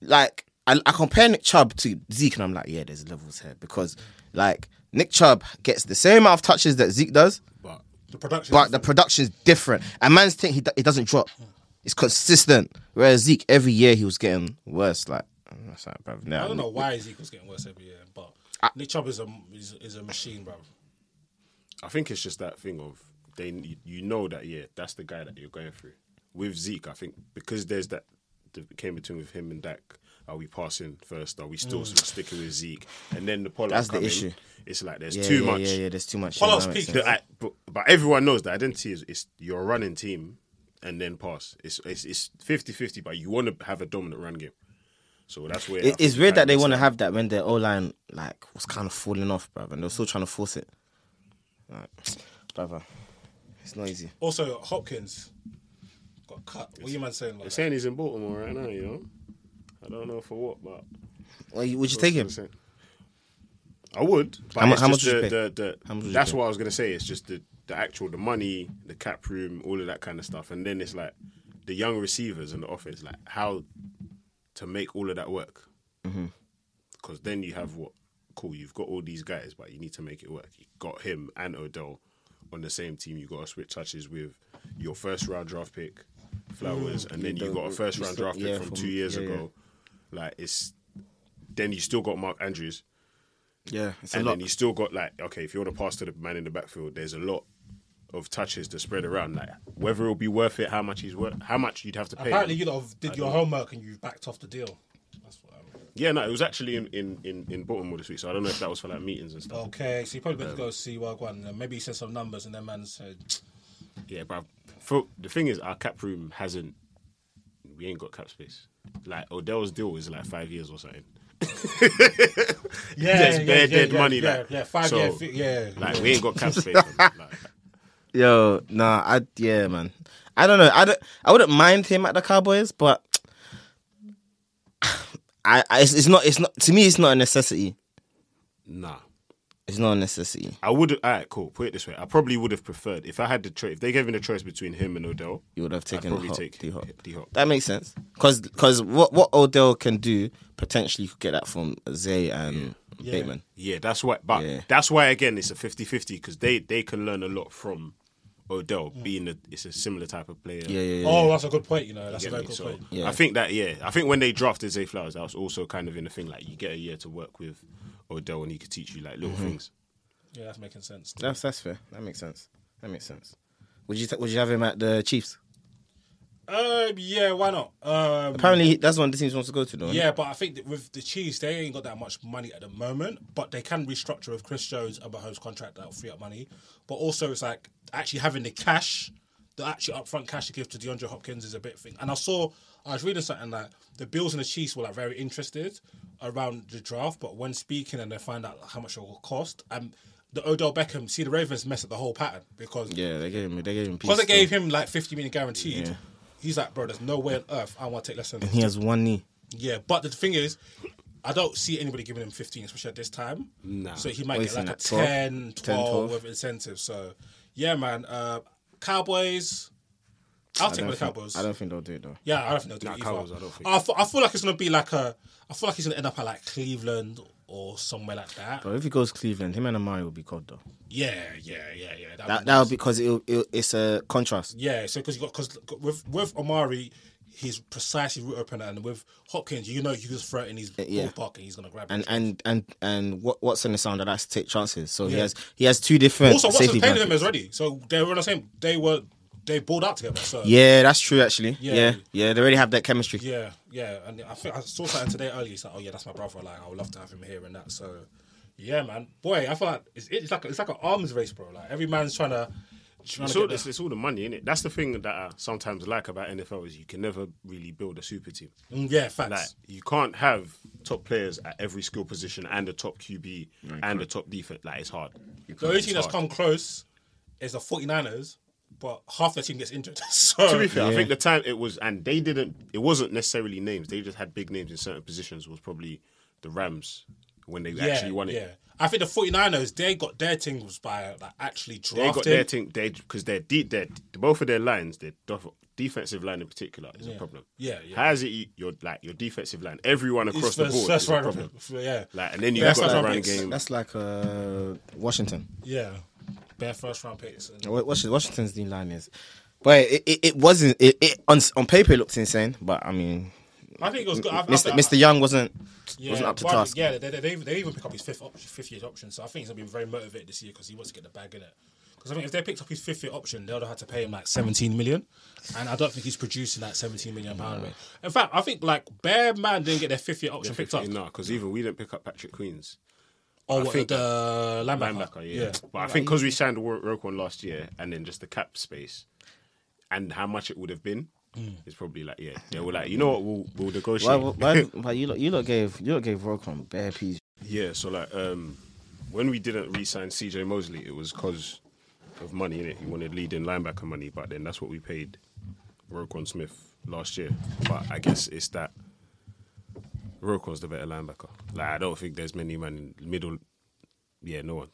Speaker 7: like I, I compare Nick Chubb to Zeke and I'm like, yeah, there's levels here because like Nick Chubb gets the same amount of touches that Zeke does,
Speaker 5: But
Speaker 6: The production.
Speaker 7: but the production's different. And man's think he do- it doesn't drop. It's consistent. Whereas Zeke, every year he was getting worse. Like mm, That's like, bruv, nah,
Speaker 6: I don't know why his equals getting worse every year, but Nick Chubb is a is, is a machine, bro.
Speaker 5: I think it's just that thing of they you know that yeah that's the guy that you're going through with Zeke. I think because there's that that came between with him and Dak. Are we passing first? Are we still sort of sticking with Zeke? And then the Pollard
Speaker 7: Mm. That's the
Speaker 5: come in,
Speaker 7: issue.
Speaker 5: It's like there's
Speaker 7: Yeah,
Speaker 5: too
Speaker 7: yeah,
Speaker 5: much.
Speaker 7: Yeah, yeah, there's too much.
Speaker 6: Pollard's
Speaker 7: yeah, that makes
Speaker 6: peaked
Speaker 7: sense.
Speaker 5: The, I, but, but everyone knows the identity is it's your running team and then pass. It's it's it's 50-50, But you want to have a dominant run game, so that's where I
Speaker 7: It- it's
Speaker 5: think
Speaker 7: weird that they
Speaker 5: Dak
Speaker 7: want to
Speaker 5: is-
Speaker 7: have that when their O line like was kind of falling off, bruv, and they're still trying to force it. Like, brother, it's not easy.
Speaker 6: Also, Hopkins got cut. What you man saying? Like
Speaker 5: They're
Speaker 6: that?
Speaker 5: saying he's in Baltimore right now. You know, I don't know for what, but
Speaker 7: Well, you- would you take him?
Speaker 5: I would. But
Speaker 7: How mu-
Speaker 5: it's
Speaker 7: how
Speaker 5: just
Speaker 7: much would you
Speaker 5: the,
Speaker 7: pay?
Speaker 5: the, the,
Speaker 7: How much would you
Speaker 5: That's
Speaker 7: pay?
Speaker 5: what I was gonna say. It's just the, the actual the money, the cap room, all of that kind of stuff, and then it's like the young receivers in the offense, like how to make all of that work. Because then you have what? Cool, you've got all these guys, but you need to make it work. You got him and Odell on the same team. You got to switch touches with your first round draft pick, Flowers, and then you
Speaker 7: the-
Speaker 5: got a first
Speaker 7: Mm-hmm. you
Speaker 5: round
Speaker 7: still-
Speaker 5: draft pick
Speaker 7: yeah,
Speaker 5: from,
Speaker 7: from-
Speaker 5: two years
Speaker 7: yeah,
Speaker 5: ago. Like it's then you still got Mark Andrews
Speaker 7: Yeah, it's
Speaker 5: and then you still got like okay, if you want to pass to the man in the backfield, there's a lot of touches to spread around. Like whether it'll be worth it, how much he's worth, how much you'd have to pay.
Speaker 6: Apparently, you lot have did your homework and you backed off the deal. That's what I mean.
Speaker 5: yeah, no, it was actually in, in, in, in Baltimore this week, so I don't know if that was for like meetings and stuff.
Speaker 6: Okay, so you probably better go see Wagwan. and Maybe he said some numbers and then man said,
Speaker 5: Yeah, but for, the thing is, our cap room hasn't. We ain't got cap space. Like Odell's deal is like five years or something.
Speaker 6: yeah,
Speaker 5: There's
Speaker 6: yeah,
Speaker 5: bare
Speaker 6: yeah,
Speaker 5: dead
Speaker 6: yeah,
Speaker 5: money.
Speaker 6: yeah,
Speaker 5: like,
Speaker 6: yeah, five
Speaker 5: so,
Speaker 6: year, fi- yeah.
Speaker 5: Like we ain't got cap space. man. like,
Speaker 7: Yo, nah, I yeah, man. I don't know. I don't. I wouldn't mind him at the Cowboys, but I, I it's, it's not. It's not to me. It's not a necessity.
Speaker 5: nah.
Speaker 7: It's not a necessity.
Speaker 5: I would. All right, cool. Put it this way: I probably would have preferred if I had the choice. If they gave me the choice between him and Odell,
Speaker 7: You would have taken
Speaker 5: I'd probably
Speaker 7: Hop-
Speaker 5: take
Speaker 7: D-Hop.
Speaker 5: D-Hop.
Speaker 7: That makes sense. Cause, 'cause what what Odell can do potentially you could get that from Zay and Bateman.
Speaker 5: Yeah, that's why. But
Speaker 7: Yeah.
Speaker 5: that's why again, it's a 50-50 because they they can learn a lot from Odell being a it's a similar type of player.
Speaker 7: Yeah, yeah, yeah.
Speaker 6: Oh, that's a good point. You know, that's
Speaker 5: You
Speaker 6: a
Speaker 5: get
Speaker 6: very
Speaker 5: me?
Speaker 6: good
Speaker 5: So
Speaker 6: point.
Speaker 7: Yeah.
Speaker 5: I think that yeah, I think when they drafted Zay Flowers, that was also kind of in the thing like you get a year to work with Odell and he could teach you like little things.
Speaker 6: Yeah, that's making sense.
Speaker 7: That's that's fair. That makes sense. That makes sense. Would you ta- Would you have him at the Chiefs?
Speaker 6: Um, yeah, why not? Um,
Speaker 7: Apparently, that's one of the teams he wants to go to, though.
Speaker 6: yeah, but I think that with the Chiefs, they ain't got that much money at the moment, but they can restructure with Chris Jones and Mahomes' contract that'll free up money. But also, it's like actually having the cash, the actual upfront cash to give to DeAndre Hopkins is a bit thing. And I saw, I was reading something like the Bills and the Chiefs were like very interested around the draft, but when speaking and they find out how much it will cost, and the Odell Beckham, see the Ravens mess up the whole pattern because
Speaker 7: Yeah, they gave him. They gave him.
Speaker 6: because
Speaker 7: peace,
Speaker 6: they gave
Speaker 7: though.
Speaker 6: him like 50 million guaranteed,
Speaker 7: Yeah.
Speaker 6: he's like, bro, there's no way on earth I want to take less than
Speaker 7: He has one knee.
Speaker 6: yeah, but the thing is, I don't see anybody giving him 15, especially at this time. Nah. So he might
Speaker 7: What
Speaker 6: get
Speaker 7: is
Speaker 6: like
Speaker 7: he
Speaker 6: a
Speaker 7: at, 12?
Speaker 6: 10, 12,
Speaker 7: 12.
Speaker 6: with incentives. So, yeah, man. Uh, Cowboys. I'll take the
Speaker 7: I don't think-
Speaker 6: Cowboys.
Speaker 7: I don't think they'll do it though.
Speaker 6: yeah, I don't think they'll
Speaker 5: Nah,
Speaker 6: do it
Speaker 5: Cowboys,
Speaker 6: either.
Speaker 5: I don't think.
Speaker 6: I, feel, I feel like it's going to be like a. I feel like he's going to end up at like Cleveland or somewhere like that.
Speaker 7: But if he goes Cleveland, him and Amari will be cold though.
Speaker 6: Yeah, yeah, yeah, yeah. That'd
Speaker 7: That
Speaker 6: be
Speaker 7: that'll
Speaker 6: nice.
Speaker 7: because it'll, it'll, it's a contrast.
Speaker 6: Yeah, so because you got because with with Omari, he's precisely root open, and with Hopkins, you know you just throw it in his
Speaker 7: yeah.
Speaker 6: ballpark and he's gonna grab it.
Speaker 7: And and and and what Watson is sound that likes to take chances. So he
Speaker 6: Yeah.
Speaker 7: has he has two different
Speaker 6: also,
Speaker 7: safety
Speaker 6: Watson's playing them
Speaker 7: blankets.
Speaker 6: as ready, so they were on the same. They were they balled out together. So
Speaker 7: Yeah, that's true actually.
Speaker 6: Yeah.
Speaker 7: Yeah. yeah, they already have that chemistry.
Speaker 6: yeah, yeah. And I think I saw something today earlier. It's like, oh yeah, that's my brother. Like I would love to have him here and that. So yeah, man, boy, I feel like it's, it's like it's like an arms race, bro. Like every man's trying to. Trying
Speaker 5: It's
Speaker 6: to
Speaker 5: all,
Speaker 6: get
Speaker 5: it's,
Speaker 6: the-
Speaker 5: it's all the money in it. That's the thing that I sometimes like about NFL is you can never really build a super team.
Speaker 6: Mm, yeah, facts.
Speaker 5: Like you can't have top players at every skill position and a top QB and a top defense. Like it's hard. You
Speaker 6: The
Speaker 5: can't-
Speaker 6: only
Speaker 5: it's
Speaker 6: team that's
Speaker 5: hard.
Speaker 6: come close is the 49ers, but half the team gets injured. so
Speaker 5: To be fair, I think the time it was, and they didn't. It wasn't necessarily names. They just had big names in certain positions. Was probably the Rams when they actually won it.
Speaker 6: Yeah. I think the 49ers, they got their tingles by like, actually drafting.
Speaker 5: They got their thing. They because they're deep. They're both of their lines. Their def- defensive line in particular is a problem.
Speaker 6: Yeah, yeah.
Speaker 5: How is it your like your defensive line? Everyone
Speaker 6: It's
Speaker 5: across the
Speaker 6: first-
Speaker 5: board
Speaker 6: first
Speaker 5: is a
Speaker 6: round of-
Speaker 5: problem.
Speaker 6: yeah.
Speaker 5: Like, and then you've
Speaker 6: Best
Speaker 5: got
Speaker 6: first
Speaker 5: the
Speaker 6: round
Speaker 5: running
Speaker 6: picks.
Speaker 5: game.
Speaker 7: That's like uh, Washington.
Speaker 6: yeah. Bare first round picks. And-
Speaker 7: Wa- Washi- Washington's new line is, but it, it, it wasn't. It, it on, s- on paper it looked insane, but I mean,
Speaker 6: I think it was good. I- I-
Speaker 7: Mr.
Speaker 6: I-
Speaker 7: Mr. Young wasn't
Speaker 6: yeah,
Speaker 7: wasn't up to
Speaker 6: but I think-
Speaker 7: task.
Speaker 6: Yeah, they, they, they, even- they even pick up his fifth option, fifth year option. So I think he's gonna be very motivated this year because he wants to get the bag in it. Because I think if they picked up his fifth year option, they would have had to pay him like seventeen million, and I don't think he's producing that seventeen million pound. rate. In fact, I think like Bear Man didn't get their fifth year option picked up.
Speaker 5: No, because even we didn't pick up Patrick Queens.
Speaker 6: Or
Speaker 5: I
Speaker 6: what,
Speaker 5: think-
Speaker 6: the linebacker.
Speaker 5: linebacker, yeah. But I think because we signed Ro- Roquan last year, and then just the cap space, and how much it would have been,
Speaker 6: Mm.
Speaker 5: it's probably like yeah, they were like, you know what, we'll, we'll negotiate.
Speaker 7: Why, why, why you lot, you lot gave you lot gave Rockon bare peas.
Speaker 5: Yeah, so like um, when we didn't re-sign CJ Mosley, it was because of money, innit? He wanted leading linebacker money, but then that's what we paid Roquan Smith last year. But I guess it's that Roquan's the better linebacker. Like I don't think there's many man in middle. Yeah, no one.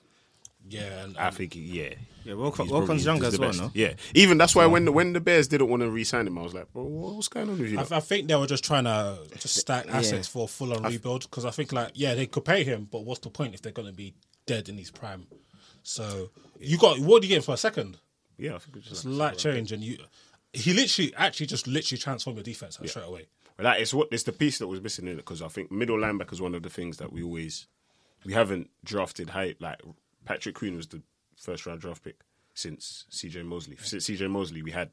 Speaker 6: Yeah, and,
Speaker 5: I think yeah.
Speaker 7: Yeah, Roquan-
Speaker 5: He's probably-
Speaker 7: Roquan's
Speaker 5: he's
Speaker 7: young
Speaker 5: the
Speaker 7: as well,
Speaker 5: best.
Speaker 7: no?
Speaker 5: Yeah, even that's why when the, when the Bears didn't want to re-sign him, I was like, bro, what's going on with you?
Speaker 6: I, I think they were just trying to just stack assets for a full on rebuild because I think like yeah they could pay him, but what's the point if they're going to be dead in his prime? So you got what do you get for a second?
Speaker 5: yeah, I think it's just
Speaker 6: It's
Speaker 5: like,
Speaker 6: light change, and you he literally actually just literally transformed your defense like, straight away.
Speaker 5: But that is what it's the piece that was missing in it because I think middle linebacker is one of the things that we always we haven't drafted high. Like Patrick Queen was the first round draft pick since CJ Mosley. Since CJ Mosley, we had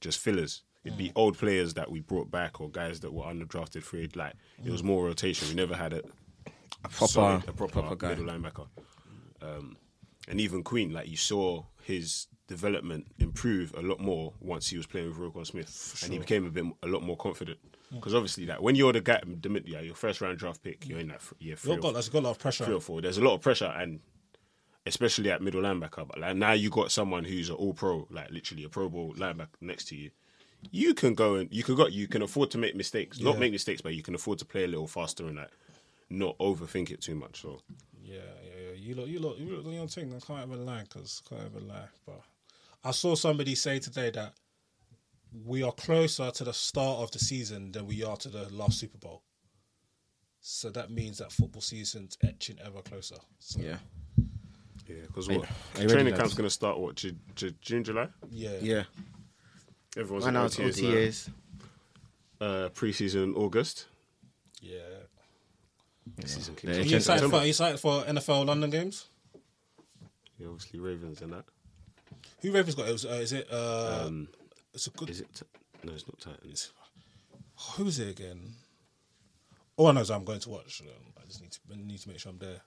Speaker 5: just fillers. It'd be old players that we brought back or guys that were underdrafted free. Like it was more rotation. We never had a,
Speaker 7: proper-
Speaker 5: solid- a proper,
Speaker 7: proper guy.
Speaker 5: middle linebacker. Um, and even Queen, like you saw his development improve a lot more once he was playing with Roquan Smith, and he became a bit a lot more confident.
Speaker 6: Mm.
Speaker 5: Because obviously, that when you're the guy, the mid, yeah, your first round draft pick, you're in that fr- year three,
Speaker 6: You've
Speaker 5: or,
Speaker 6: got that's got a lot of
Speaker 5: three
Speaker 6: pressure.
Speaker 5: or four. There's a lot of pressure, and especially at middle linebacker. But like now, you got someone who's an all pro, like literally a Pro Bowl linebacker next to you. You can go and you can go. You can afford to make mistakes, not make mistakes, but you can afford to play a little faster and like not overthink it too much. So
Speaker 6: Yeah, yeah, yeah. You look, you look, you look on your thing. I can't even lie, cause can't even lie. But I saw somebody say today that we are closer to the start of the season than we are to the last Super Bowl. So that means that football season's etching ever closer. So,
Speaker 7: Yeah,
Speaker 5: Yeah, because what?
Speaker 7: are you ready,
Speaker 5: training
Speaker 7: lads?
Speaker 5: camp's going to start, what, Ju- Ju- June, July?
Speaker 6: yeah,
Speaker 7: yeah.
Speaker 5: Everyone's
Speaker 7: Right
Speaker 5: in
Speaker 7: now it's
Speaker 5: OTAs now.
Speaker 7: OTAs.
Speaker 5: Uh, preseason in August.
Speaker 6: yeah.
Speaker 5: Season kicks
Speaker 7: They
Speaker 5: off
Speaker 6: Are
Speaker 5: in
Speaker 6: you excited for?
Speaker 5: September.
Speaker 6: Are you excited for NFL London games?
Speaker 5: Yeah, obviously, Ravens and that.
Speaker 6: Who Ravens got? It was, uh, is it? Uh,
Speaker 7: Um,
Speaker 6: it's a good.
Speaker 5: Is it? T- no, it's not Titans.
Speaker 6: Who is it again? Oh, I know. So I'm going to watch. Um, I just need to I need to make sure I'm there.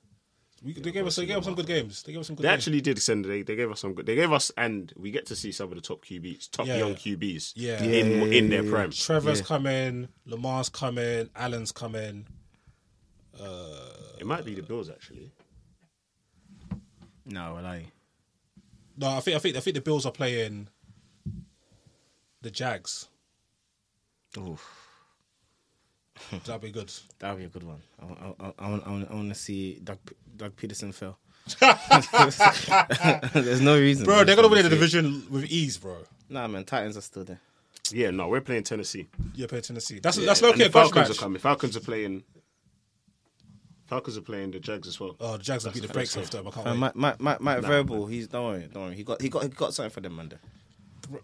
Speaker 6: We, they gave us they gave us some good games. They gave us some good.
Speaker 5: They
Speaker 6: games.
Speaker 5: actually did send. They, they gave us some good. They gave us, and we get to see some of the top QBs, top
Speaker 6: Yeah.
Speaker 5: young QBs,
Speaker 6: Yeah.
Speaker 5: in in their prime.
Speaker 6: Trevor's coming. Lamar's coming. Allen's coming.
Speaker 5: It might be the Bills actually.
Speaker 7: No, well, I.
Speaker 6: No, I think I think I think the Bills are playing. The Jags.
Speaker 7: Oof,
Speaker 6: That'd be good.
Speaker 7: that would be a good one. I, I, I, I, want- I, want- I want to see Doug, P- Doug Peterson fail. There's no reason,
Speaker 6: Bro, they're gonna win the
Speaker 7: Honestly.
Speaker 6: division with ease, bro.
Speaker 7: Nah, man, Titans are still there.
Speaker 5: Yeah, no, we're playing Tennessee.
Speaker 6: Yeah, play Tennessee. That's that's low
Speaker 5: And
Speaker 6: key a
Speaker 5: the
Speaker 6: grudge
Speaker 5: Falcons
Speaker 6: match.
Speaker 5: are coming. Falcons are playing. Falcons are playing the Jags as well.
Speaker 6: Oh, the Jags will beat the brakes off them. I can't
Speaker 7: Uh,
Speaker 6: wait.
Speaker 7: Mike, Mike, Mike, Mike Verbal, he's don't worry, don't worry. He got, he got, he got something for them, man.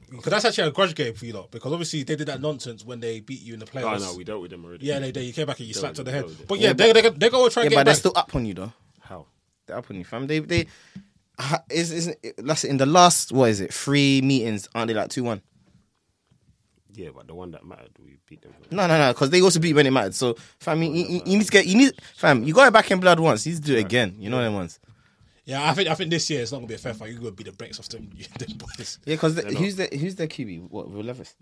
Speaker 6: Because that's actually a grudge game for you lot. Because obviously they did that nonsense when they beat you in the
Speaker 5: No,
Speaker 6: playoffs.
Speaker 5: Oh, no, we dealt with them already.
Speaker 6: yeah, they, they you came back and you
Speaker 5: They
Speaker 6: slapped on
Speaker 5: were-
Speaker 6: the head.
Speaker 5: they were-
Speaker 6: But yeah, they they they go try
Speaker 7: Yeah,
Speaker 6: and
Speaker 7: but
Speaker 6: get
Speaker 7: they're
Speaker 6: back.
Speaker 7: still up on you though.
Speaker 5: How?
Speaker 7: They're up on you, fam. They, they, ha- is, isn't it, that's in the last what is it? Three meetings, aren't they like two one?
Speaker 5: Yeah, but the one that mattered, we beat them.
Speaker 7: No, no, no, because they also beat when it mattered. So, fam, you, you, you need to get, you need, fam, you got it back in blood once. You need to do it again. You know them ones.
Speaker 6: yeah, I think I think this year it's not gonna be a fair fight. You're gonna beat the brakes off them, them boys.
Speaker 7: Yeah, because who's the who's their QB? What Will Levis?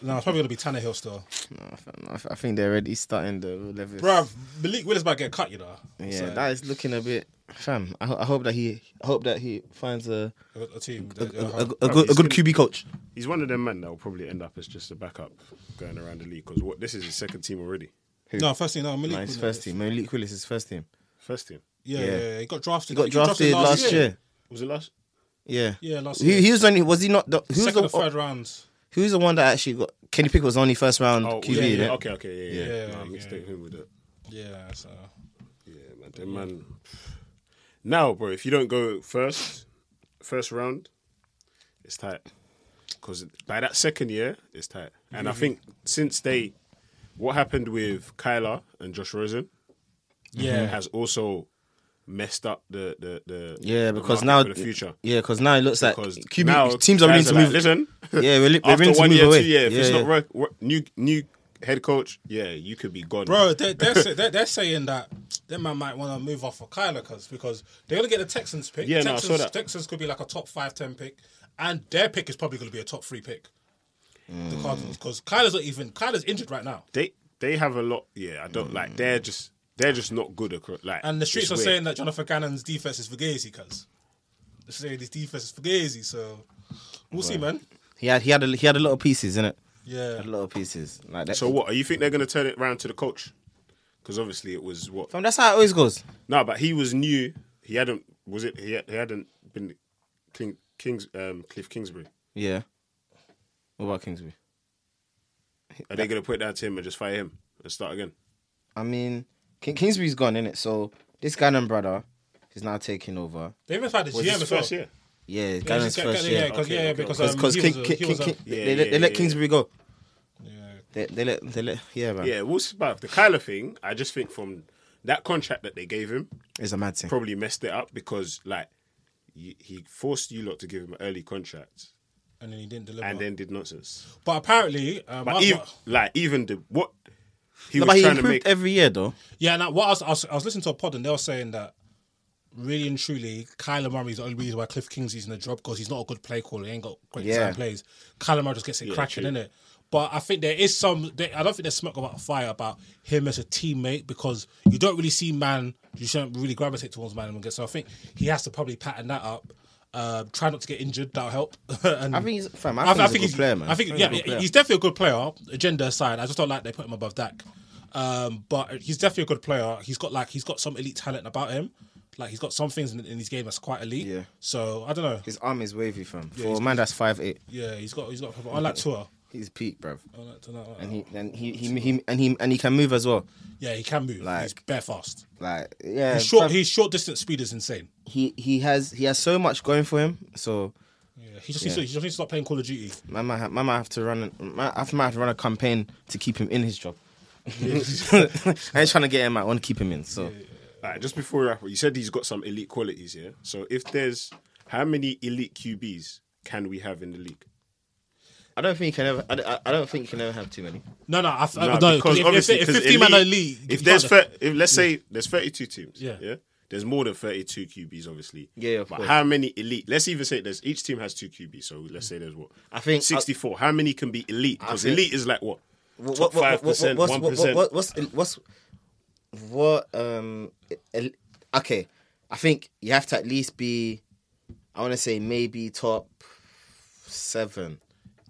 Speaker 6: No, it's probably gonna be Tannehill still.
Speaker 7: No, I, fam, I, I think they're already starting the Will Levis.
Speaker 6: Bruv, Malik Willis might get cut, you know.
Speaker 7: yeah,
Speaker 6: So,
Speaker 7: that is looking a bit, fam. I, ho- I hope that he, I hope that he finds a
Speaker 6: a, a team.
Speaker 7: a,
Speaker 6: that-
Speaker 7: a, a,
Speaker 6: uh,
Speaker 7: a good a
Speaker 5: he's
Speaker 7: good
Speaker 5: gonna-
Speaker 7: QB coach.
Speaker 5: He's one of them men that will probably end up as just a backup going around the league because what this is his second team already.
Speaker 6: no, first team, no, Malik.
Speaker 7: No, his
Speaker 6: Willis.
Speaker 7: first team. Malik Willis is first team.
Speaker 5: First team
Speaker 6: Yeah, yeah,
Speaker 7: Yeah.
Speaker 6: yeah, he got drafted.
Speaker 7: He got drafted last year.
Speaker 5: was it last?
Speaker 7: Yeah.
Speaker 6: Yeah, last
Speaker 7: He,
Speaker 6: year.
Speaker 7: he was only was he not the who's
Speaker 6: Second
Speaker 7: the
Speaker 6: or third round.
Speaker 7: who's the one that actually got Kenny Pickett was only first round
Speaker 5: Oh,
Speaker 7: QB.
Speaker 5: yeah,
Speaker 7: innit?
Speaker 5: yeah. Okay, okay, yeah, yeah.
Speaker 6: Yeah,
Speaker 5: yeah,
Speaker 6: yeah.
Speaker 5: I mistake him with that.
Speaker 6: Yeah, so
Speaker 5: Yeah, man. Them man. Now, bro, if you don't go first, first round, it's
Speaker 6: Mm-hmm.
Speaker 5: tight. Because by that second year, it's tight. And I think since they, what happened with Kyler and Josh Rosen
Speaker 6: Yeah.
Speaker 5: has also messed up the the, the
Speaker 7: Yeah,
Speaker 5: the
Speaker 7: because
Speaker 5: market
Speaker 7: now
Speaker 5: for the future.
Speaker 7: Yeah, because now it looks like
Speaker 5: Because
Speaker 7: QB
Speaker 5: now
Speaker 7: teams are willing
Speaker 5: guys
Speaker 7: to
Speaker 5: like,
Speaker 7: move.
Speaker 5: Listen,
Speaker 7: Yeah, we're, li- we're
Speaker 5: after
Speaker 7: willing to
Speaker 5: one
Speaker 7: move
Speaker 5: year,
Speaker 7: away.
Speaker 5: two year, if it's
Speaker 7: Yeah,
Speaker 5: not
Speaker 7: yeah.
Speaker 5: work, work, new new head coach, yeah, you could be gone,
Speaker 6: Bro, they're, they're, say, they're, they're saying that they might, might want to move off of Kyler cause, because they're going to get the Texans pick.
Speaker 5: Yeah, no, I
Speaker 6: Texans,
Speaker 5: saw that.
Speaker 6: Texans could be like a top 5 10 pick, and their pick is probably going to be a top 3 pick.
Speaker 7: Mm.
Speaker 6: The Cardinals, because Kyler's not even Kyler's injured right now,
Speaker 5: They they have a lot. Yeah, I don't like.
Speaker 7: Mm.
Speaker 5: They're just they're just not good. Across, like
Speaker 6: and the streets
Speaker 5: it's
Speaker 6: are
Speaker 5: weird.
Speaker 6: saying that Jonathan Gannon's defense is Fugazi, cause they're saying his defense is Fugazi. So we'll see, man.
Speaker 7: He had he had a, he had a lot of pieces in it.
Speaker 6: Yeah,
Speaker 7: Had a lot of pieces like that.
Speaker 5: So what? You think they're going to turn it round to the coach? Because obviously it was what?
Speaker 7: Fam, that's how it always goes.
Speaker 5: No, but he was new. He hadn't. Was it? He, had, he hadn't been King Kings um, Cliff Kingsbury.
Speaker 7: Yeah. What about Kingsbury?
Speaker 5: Are they going to put that to him and just fire him and start again?
Speaker 7: I mean, King, Kingsbury's gone in it, so this Gannon brother is now taking over.
Speaker 6: they even tried the
Speaker 5: Was
Speaker 6: GM
Speaker 5: his
Speaker 6: as well.
Speaker 5: first year?
Speaker 7: Yeah,
Speaker 6: Yeah,
Speaker 7: Gannon's
Speaker 6: just-
Speaker 7: first
Speaker 6: yeah,
Speaker 7: year.
Speaker 6: because
Speaker 5: Okay,
Speaker 6: yeah,
Speaker 5: okay,
Speaker 6: because
Speaker 5: okay.
Speaker 6: um,
Speaker 7: Because
Speaker 6: he
Speaker 7: King,
Speaker 6: was a-
Speaker 7: King,
Speaker 6: he was a-
Speaker 7: King,
Speaker 5: Yeah,
Speaker 7: they, let-
Speaker 5: yeah,
Speaker 7: they let
Speaker 5: yeah,
Speaker 7: Kingsbury go.
Speaker 6: yeah.
Speaker 7: They, they let they let yeah man.
Speaker 5: Yeah, we'll see. But the Kyler thing, I just think from that contract that they gave him
Speaker 7: It's a mad thing.
Speaker 5: probably messed it up because like y- he forced you lot to give him an early contract
Speaker 6: and then he didn't deliver.
Speaker 5: and then did nonsense.
Speaker 6: but apparently, um,
Speaker 5: But
Speaker 6: I-
Speaker 5: even like even the what he was
Speaker 7: No, but he
Speaker 5: trying to
Speaker 7: improved
Speaker 5: make.
Speaker 7: every year though.
Speaker 6: Yeah, now what else, I was I was listening to a pod and they were saying that really and truly, Kyler Murray's the only reason why Cliff Kingsley's in the job because he's not a good play caller. He ain't got great
Speaker 7: Yeah.
Speaker 6: design plays. Kyler Murray just gets it cracking in it. But I think there is some. There, I don't think there's smoke about fire about him as a teammate because you don't really see man. You shouldn't really gravitate towards man. So I think he has to probably pattern that up. Uh, try not to get injured. That'll help. and
Speaker 7: I think he's fam. I, think, he's a good player, man.
Speaker 6: I think,
Speaker 7: a
Speaker 6: yeah,
Speaker 7: good player.
Speaker 6: he's definitely a good player. Agenda aside, I just don't like they put him above Dak. Um, but he's definitely a good player. He's got like he's got some elite talent about him. Like he's got some things in, in his game that's quite elite.
Speaker 7: Yeah.
Speaker 6: So I don't know.
Speaker 7: his arm is wavy, fam. For
Speaker 6: he's-
Speaker 7: a man that's five eight,
Speaker 6: Yeah, he's got he's got. Unlike Tua,
Speaker 7: he's peak, bruv.
Speaker 6: unlike Tua, unlike-
Speaker 7: And he and he, he, he and he and he can move as well.
Speaker 6: yeah, he can move.
Speaker 7: Like-
Speaker 6: he's bare fast.
Speaker 7: Like yeah,
Speaker 6: His short
Speaker 7: fam,
Speaker 6: his short distance speed is insane.
Speaker 7: he he has he has so much going for him. So
Speaker 6: Yeah, he just needs to, he just needs to stop playing Call of Duty.
Speaker 7: man might have, man might have to run man, I might have to run a campaign to keep him in his job. I ain't trying to get him out. I want to keep him in. So
Speaker 5: Alright, just before we wrap up, you said he's got some elite qualities here. So if there's how many elite QBs can we have in the league?
Speaker 7: I don't think he can ever. I, don't- I don't think he can ever have too many.
Speaker 6: No, no, I, no,
Speaker 5: No,
Speaker 6: no because if, if, if
Speaker 5: 'cause
Speaker 6: fifteen man
Speaker 5: elite-
Speaker 6: elite,
Speaker 5: if
Speaker 6: you
Speaker 5: there's
Speaker 6: can't-
Speaker 5: thir- if let's say there's 32 teams,
Speaker 6: Yeah.
Speaker 5: yeah, there's more than 32 QBs, obviously.
Speaker 7: Yeah, of
Speaker 5: but
Speaker 7: course.
Speaker 5: how many elite? Let's even say there's each team has two QBs, so let's say there's what
Speaker 7: I think- uh,
Speaker 5: 64. how many can be elite? Because
Speaker 7: think-
Speaker 5: elite is like what
Speaker 7: What-
Speaker 5: top
Speaker 7: what- what-
Speaker 5: five percent,
Speaker 7: what-
Speaker 5: one
Speaker 7: what- what- what-
Speaker 5: percent.
Speaker 7: What's what's what? Um, el- okay, I think you have to at least be. I want to say maybe top seven.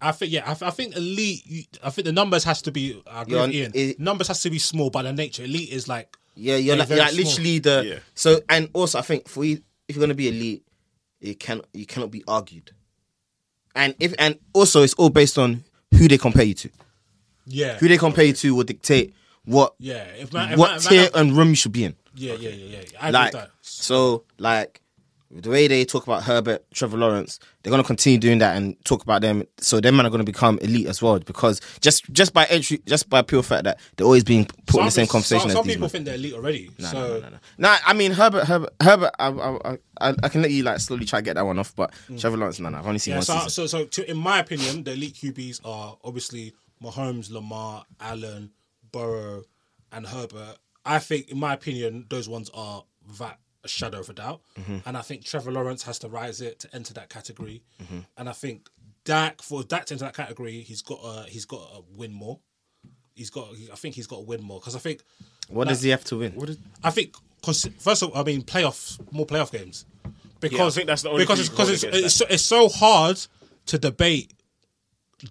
Speaker 6: I think yeah, I, th- I think elite. You, I think the numbers has to be. I agree
Speaker 7: You're
Speaker 6: with
Speaker 7: on-
Speaker 6: Ian.
Speaker 7: it-
Speaker 6: numbers has to be small by the nature. Elite is like
Speaker 7: Yeah, you're
Speaker 6: They're
Speaker 7: like, you're
Speaker 6: very
Speaker 7: like
Speaker 6: small.
Speaker 7: literally the.
Speaker 5: Yeah.
Speaker 7: So and also, I think for you, if you're gonna be elite, you can you cannot be argued. And if and also, it's all based on who they compare you to.
Speaker 6: yeah,
Speaker 7: Who they compare you to will dictate what
Speaker 6: yeah. If man, if man,
Speaker 7: what
Speaker 6: if
Speaker 7: tier
Speaker 6: man,
Speaker 7: and room you should be in.
Speaker 6: yeah, yeah, yeah, yeah. I agree
Speaker 7: like
Speaker 6: with that.
Speaker 7: so like the way they talk about Herbert, Trevor Lawrence, they're gonna continue doing that and talk about them. So them men are gonna become elite as well because just just by entry, just by pure fact that they're always being put in the same
Speaker 6: people-
Speaker 7: conversation
Speaker 6: Some,
Speaker 7: as
Speaker 6: some
Speaker 7: these
Speaker 6: people
Speaker 7: men.
Speaker 6: think they're elite already. so
Speaker 7: no, no, no. Nah, I mean Herbert, Herbert, Herbert. I, I, I- I, I can let you like slowly try to get that one off, but Trevor Lawrence, no, no, I've only seen
Speaker 6: Mm. yeah. So,
Speaker 7: one season.
Speaker 6: so, so to, in my opinion, the elite QBs are obviously Mahomes, Lamar, Allen, Burrow, and Herbert. I think, in my opinion, those ones are that a shadow of a doubt.
Speaker 7: Mm-hmm.
Speaker 6: And I think Trevor Lawrence has to rise it to enter that category.
Speaker 7: Mm-hmm.
Speaker 6: And I think Dak for Dak to enter that category, he's got uh, he's got to win more. He's got. I think he's got to win more because I think
Speaker 7: what does he have to win?
Speaker 6: I think cause first of all, I mean playoff more playoff games because
Speaker 5: Yeah, I think that's the only
Speaker 6: because
Speaker 5: thing
Speaker 6: it's,
Speaker 5: you
Speaker 6: because
Speaker 5: can
Speaker 6: it's,
Speaker 5: hold against
Speaker 6: it's, so, it's so hard to debate